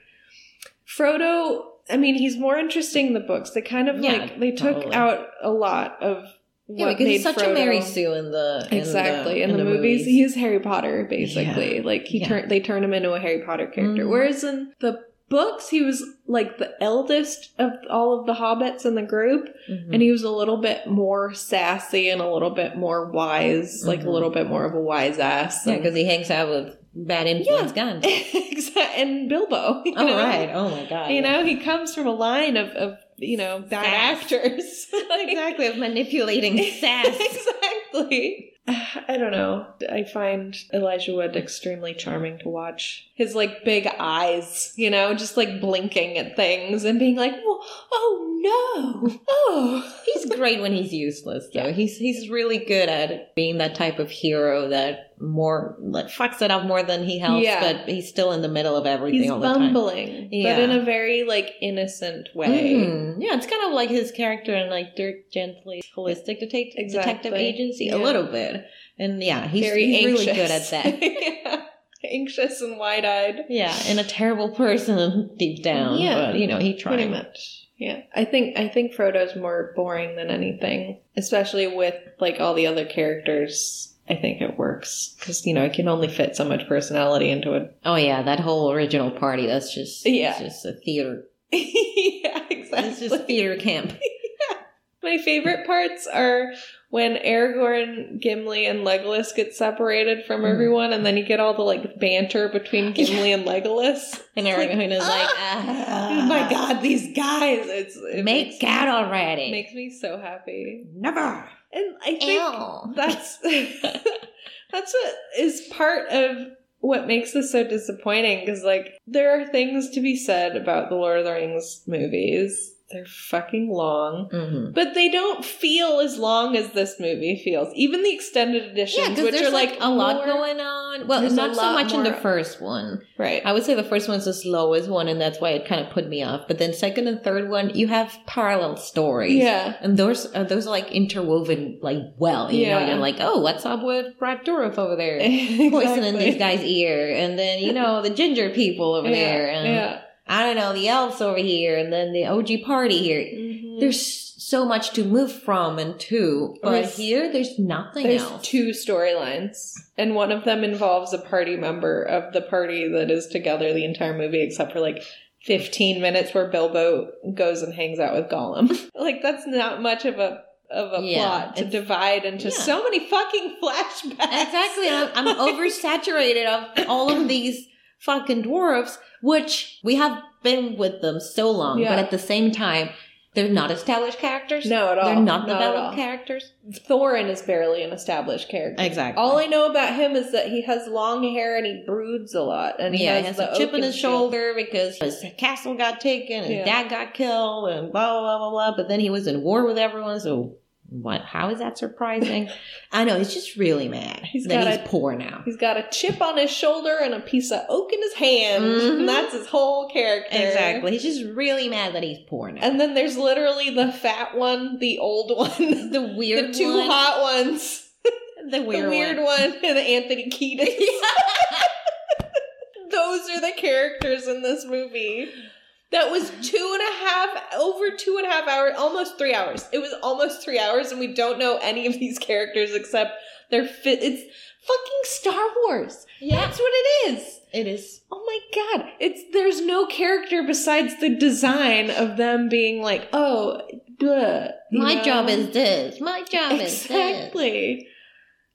[SPEAKER 1] Frodo. I mean, he's more interesting in the books. They kind of
[SPEAKER 2] Yeah,
[SPEAKER 1] like they took
[SPEAKER 2] totally.
[SPEAKER 1] out a lot of what
[SPEAKER 2] Yeah, because
[SPEAKER 1] made
[SPEAKER 2] he's such
[SPEAKER 1] Frodo-
[SPEAKER 2] a Mary Sue in the in
[SPEAKER 1] Exactly.
[SPEAKER 2] the,
[SPEAKER 1] In, the, movies, he is Harry Potter, basically. Like he
[SPEAKER 2] Yeah.
[SPEAKER 1] turn they turn him into a Harry Potter character.
[SPEAKER 2] Mhm.
[SPEAKER 1] Whereas in the books, he was like the eldest of all of the hobbits in the group,
[SPEAKER 2] Mhm.
[SPEAKER 1] and he was a little bit more sassy and a little bit more wise, like a
[SPEAKER 2] Mhm.
[SPEAKER 1] little bit more of a wise ass.
[SPEAKER 2] yeah,
[SPEAKER 1] and-
[SPEAKER 2] because he hangs out with bad influence guns.
[SPEAKER 1] Exa- and Bilbo. you
[SPEAKER 2] Oh
[SPEAKER 1] know?
[SPEAKER 2] right. Oh my god.
[SPEAKER 1] You know, he comes from a line of, of you know, bad
[SPEAKER 2] Sass.
[SPEAKER 1] actors. Like-
[SPEAKER 2] exactly of manipulating sass.
[SPEAKER 1] exactly. I don't know. I find Elijah Wood extremely charming to watch. His like big eyes, you know, just like blinking at things and being like, "Whoa, "Oh no, oh."
[SPEAKER 2] He's great when he's useless, though. He's he's really good at being that type of hero that more that fucks it up more than he helps,
[SPEAKER 1] Yeah.
[SPEAKER 2] but he's still in the middle of everything
[SPEAKER 1] He's
[SPEAKER 2] all
[SPEAKER 1] bumbling,
[SPEAKER 2] Yeah.
[SPEAKER 1] but in a very like innocent
[SPEAKER 2] the time.
[SPEAKER 1] way.
[SPEAKER 2] Mhm. Yeah, it's kind of like his character in like Dirk Gently's holistic detect- detective
[SPEAKER 1] Exactly.
[SPEAKER 2] agency
[SPEAKER 1] Yeah.
[SPEAKER 2] a little bit, and yeah, he's,
[SPEAKER 1] very
[SPEAKER 2] he's
[SPEAKER 1] anxious.
[SPEAKER 2] really good at that.
[SPEAKER 1] yeah. Anxious and wide-eyed.
[SPEAKER 2] yeah, and a terrible person deep down.
[SPEAKER 1] Yeah.
[SPEAKER 2] but you know he tried.
[SPEAKER 1] Pretty much. Yeah. I think I think Frodo's more boring than anything, especially with like all the other characters I think it works because you know I can only fit so much personality into a
[SPEAKER 2] Oh yeah, that whole original party. That's just
[SPEAKER 1] Yeah.
[SPEAKER 2] it's just a theater.
[SPEAKER 1] yeah, exactly.
[SPEAKER 2] It's just theater camp.
[SPEAKER 1] My favorite parts are when Aragorn, Gimli, and Legolas get separated from
[SPEAKER 2] Mm.
[SPEAKER 1] everyone, and then you get all the like banter between Gimli and Legolas.
[SPEAKER 2] And
[SPEAKER 1] It's like,
[SPEAKER 2] everyone is like,
[SPEAKER 1] Oh
[SPEAKER 2] ah,
[SPEAKER 1] my god, these guys! It's it
[SPEAKER 2] make
[SPEAKER 1] makes,
[SPEAKER 2] out already.
[SPEAKER 1] makes me so happy.
[SPEAKER 2] Never.
[SPEAKER 1] And I think
[SPEAKER 2] Ew.
[SPEAKER 1] that's that's what is part of what makes this so disappointing because like there are things to be said about the lord of the rings movies they're fucking long
[SPEAKER 2] Mhm.
[SPEAKER 1] but they don't feel as long as this movie feels even the extended editions
[SPEAKER 2] Yeah, because
[SPEAKER 1] which
[SPEAKER 2] there's
[SPEAKER 1] are
[SPEAKER 2] like,
[SPEAKER 1] like
[SPEAKER 2] a lot
[SPEAKER 1] more-
[SPEAKER 2] going on. Well,
[SPEAKER 1] There's a
[SPEAKER 2] not so
[SPEAKER 1] lot
[SPEAKER 2] much in the
[SPEAKER 1] more-
[SPEAKER 2] first one.
[SPEAKER 1] right
[SPEAKER 2] I would say the first one's the slowest one, and that's why it kind of put me off. But then second and third one, you have parallel stories.
[SPEAKER 1] yeah
[SPEAKER 2] And those are those are like interwoven like well, you know,
[SPEAKER 1] Yeah.
[SPEAKER 2] you're like, oh, what's up with Brad Dourif over there? Poisoning
[SPEAKER 1] Exactly.
[SPEAKER 2] this guy's ear, and then you know the ginger people over
[SPEAKER 1] Yeah,
[SPEAKER 2] there, and
[SPEAKER 1] yeah
[SPEAKER 2] I don't know the elves over here, and then the OG party here.
[SPEAKER 1] Mhm.
[SPEAKER 2] There's so much to move from and to, but
[SPEAKER 1] There's-
[SPEAKER 2] here there's nothing
[SPEAKER 1] There's
[SPEAKER 2] else.
[SPEAKER 1] two storylines, and one of them involves a party member of the party that is together the entire movie, except for like 15 minutes where Bilbo goes and hangs out with Gollum. like that's not much of a of a
[SPEAKER 2] Yeah,
[SPEAKER 1] plot to
[SPEAKER 2] it's-
[SPEAKER 1] divide into
[SPEAKER 2] yeah.
[SPEAKER 1] so many fucking flashbacks.
[SPEAKER 2] Exactly. I'm, I'm oversaturated of all of these fucking dwarves, which we have been with them so long,
[SPEAKER 1] Yeah.
[SPEAKER 2] but at the same time, they're not established characters.
[SPEAKER 1] No, at all.
[SPEAKER 2] They're not,
[SPEAKER 1] at all.
[SPEAKER 2] developed characters.
[SPEAKER 1] Thorin is barely an established character.
[SPEAKER 2] Exactly.
[SPEAKER 1] All I know about him is that he has long hair and he broods a lot, and he
[SPEAKER 2] yeah,
[SPEAKER 1] has,
[SPEAKER 2] he has
[SPEAKER 1] the
[SPEAKER 2] a chip in
[SPEAKER 1] oaken
[SPEAKER 2] his
[SPEAKER 1] shield.
[SPEAKER 2] shoulder because his castle got taken, his
[SPEAKER 1] Yeah.
[SPEAKER 2] dad got killed, and blah blah blah blah blah. But then he was in war with everyone, so what? How is that surprising? I know he's just really mad
[SPEAKER 1] He's
[SPEAKER 2] that
[SPEAKER 1] got
[SPEAKER 2] he's
[SPEAKER 1] a-
[SPEAKER 2] poor now.
[SPEAKER 1] He's got a chip on his shoulder and a piece of oak in his hand,
[SPEAKER 2] Mhm.
[SPEAKER 1] and that's his whole character.
[SPEAKER 2] Exactly, he's just really mad that he's poor now.
[SPEAKER 1] And then there's literally the fat one, the old one,
[SPEAKER 2] the weird
[SPEAKER 1] the two
[SPEAKER 2] one,
[SPEAKER 1] hot ones,
[SPEAKER 2] the weird,
[SPEAKER 1] the weird
[SPEAKER 2] one.
[SPEAKER 1] one, and Anthony Kiedis. Those are the characters in this movie. That was two and a half, over two and a half hours, almost three hours. It was almost three hours, and we don't know any of these characters except they're fit. It's fucking Star Wars.
[SPEAKER 2] Yeah,
[SPEAKER 1] That's what it is.
[SPEAKER 2] it is.
[SPEAKER 1] Oh my god. It's there's no character besides the design of them being like, oh, bleh, you
[SPEAKER 2] My
[SPEAKER 1] know?
[SPEAKER 2] job is this. My job is this.
[SPEAKER 1] Exactly.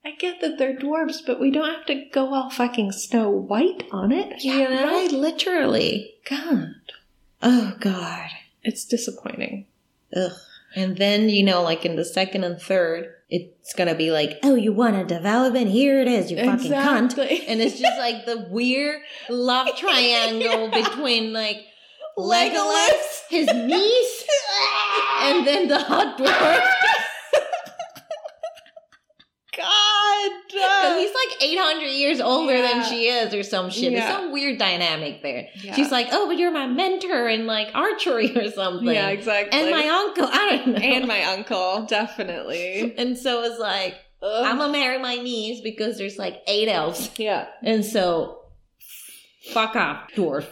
[SPEAKER 1] I get that they're dwarves, but we don't have to go all fucking Snow White on it.
[SPEAKER 2] Yeah,
[SPEAKER 1] you know?
[SPEAKER 2] right. Literally.
[SPEAKER 1] God.
[SPEAKER 2] Oh God.
[SPEAKER 1] It's disappointing.
[SPEAKER 2] And then, you know, like in the second and third, it's gonna be like, oh, you want a development? Here it is, you fucking cunt. And it's just like the weird love triangle between like Legolas,
[SPEAKER 1] Legolas.
[SPEAKER 2] his niece, and then the hot dwarf. Because
[SPEAKER 1] God.
[SPEAKER 2] he's like 800 years older than
[SPEAKER 1] Yeah.
[SPEAKER 2] she is, or some shit. There's
[SPEAKER 1] Yeah.
[SPEAKER 2] some weird dynamic there.
[SPEAKER 1] Yeah.
[SPEAKER 2] She's like, oh, but you're my mentor in like archery or something.
[SPEAKER 1] yeah, exactly.
[SPEAKER 2] And my uncle. I don't know.
[SPEAKER 1] and my uncle, definitely.
[SPEAKER 2] and so it's like,
[SPEAKER 1] Ugh.
[SPEAKER 2] I'm gonna marry my niece because there's like eight elves.
[SPEAKER 1] yeah.
[SPEAKER 2] And so, fuck off, dwarf.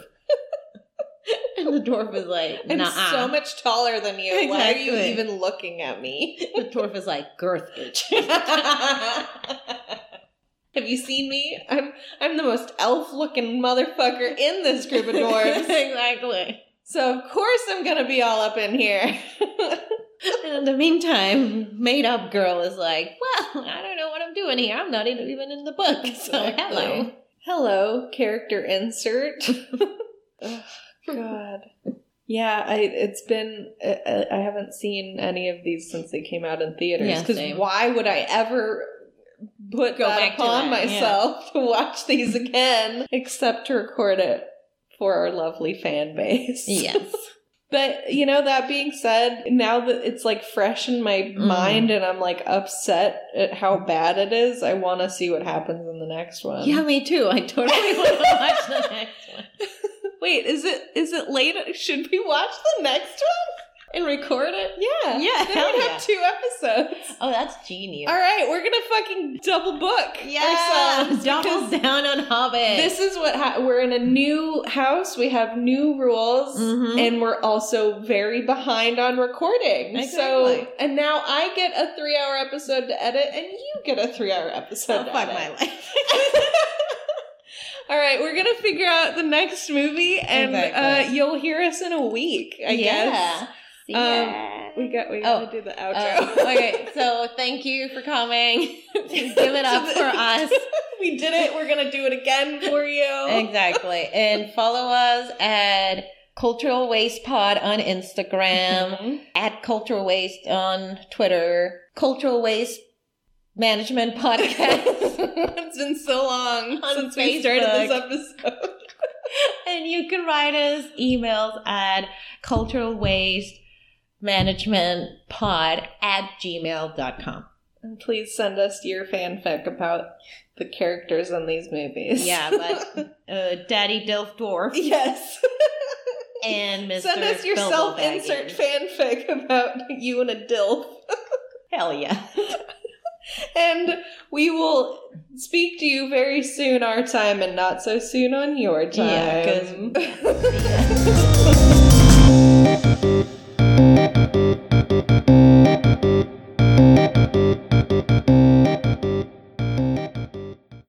[SPEAKER 2] and the dwarf is like,
[SPEAKER 1] I'm
[SPEAKER 2] nah.
[SPEAKER 1] so much taller than you. Why are you
[SPEAKER 2] Exactly.
[SPEAKER 1] even looking at me?
[SPEAKER 2] the dwarf is like, girth, bitch.
[SPEAKER 1] Have you seen me? I'm I'm the most elf looking motherfucker in this group of dwarves.
[SPEAKER 2] exactly.
[SPEAKER 1] so of course I'm gonna be all up in here.
[SPEAKER 2] And in the meantime, made up girl is like, well, I don't know what I'm doing here. I'm not in- even in the book. So, Oh, hello.
[SPEAKER 1] Exactly. Hello, character insert. Ugh, God. Yeah, I it's been I, I- I haven't seen any of these since they came out in theaters.
[SPEAKER 2] Yeah,
[SPEAKER 1] Because
[SPEAKER 2] same.
[SPEAKER 1] why would I ever put
[SPEAKER 2] Go
[SPEAKER 1] that
[SPEAKER 2] back to
[SPEAKER 1] upon
[SPEAKER 2] that, yeah.
[SPEAKER 1] myself to watch these again, except to record it for our lovely fan base?
[SPEAKER 2] Yes.
[SPEAKER 1] But you know, that being said, now that it's like fresh in my
[SPEAKER 2] Mm.
[SPEAKER 1] mind, and I'm like upset at how bad it is, I want to see what happens in the next one.
[SPEAKER 2] yeah, me too. I totally want to watch the next one.
[SPEAKER 1] Wait, is it is it late? Should we watch the next one? and record it?
[SPEAKER 4] Yeah.
[SPEAKER 2] Yeah,
[SPEAKER 1] They
[SPEAKER 2] hell
[SPEAKER 1] would
[SPEAKER 2] yeah.
[SPEAKER 1] have two episodes.
[SPEAKER 2] Oh, that's genius.
[SPEAKER 1] All right, we're gonna fucking double book ourselves.
[SPEAKER 2] double
[SPEAKER 1] because
[SPEAKER 2] down on Hobbit.
[SPEAKER 1] This is what ha- we're in a new house. We have new rules,
[SPEAKER 2] Mhm.
[SPEAKER 1] and we're also very behind on recording. So,
[SPEAKER 2] Exactly.
[SPEAKER 1] and now I get a three-hour episode to edit, and you get a three-hour episode.
[SPEAKER 2] oh,
[SPEAKER 1] to
[SPEAKER 2] fuck
[SPEAKER 1] edit.
[SPEAKER 2] my life.
[SPEAKER 1] All right, we're gonna figure out the next movie, and
[SPEAKER 2] Exactly.
[SPEAKER 1] uh, you'll hear us in a week. I guess
[SPEAKER 2] See
[SPEAKER 1] Um,
[SPEAKER 2] ya.
[SPEAKER 1] we got we
[SPEAKER 2] Oh.
[SPEAKER 1] gotta do the outro.
[SPEAKER 2] Oh, okay, so thank you for coming. Give it up for us.
[SPEAKER 1] we did it. We're gonna do it again for you.
[SPEAKER 2] Exactly. And follow us at Cultural Waste Pod on Instagram, at Cultural Waste on Twitter, Cultural Waste Management Podcast.
[SPEAKER 1] It's been so long
[SPEAKER 2] On
[SPEAKER 1] since we started
[SPEAKER 2] Facebook.
[SPEAKER 1] this episode.
[SPEAKER 2] and you can write us emails at cultural waste management pod at gmail.com.
[SPEAKER 1] And please send us your fanfic about the characters in these movies.
[SPEAKER 2] Yeah, but uh, Daddy Dilf Dwarf
[SPEAKER 1] yes.
[SPEAKER 2] and Mr.
[SPEAKER 1] Send us your
[SPEAKER 2] Bilbo
[SPEAKER 1] self insert
[SPEAKER 2] Baggins.
[SPEAKER 1] fanfic about you and a dilf.
[SPEAKER 2] Hell yeah.
[SPEAKER 1] And we will speak to you very soon, our time, and not so soon on your time.
[SPEAKER 2] Yeah, 'cause-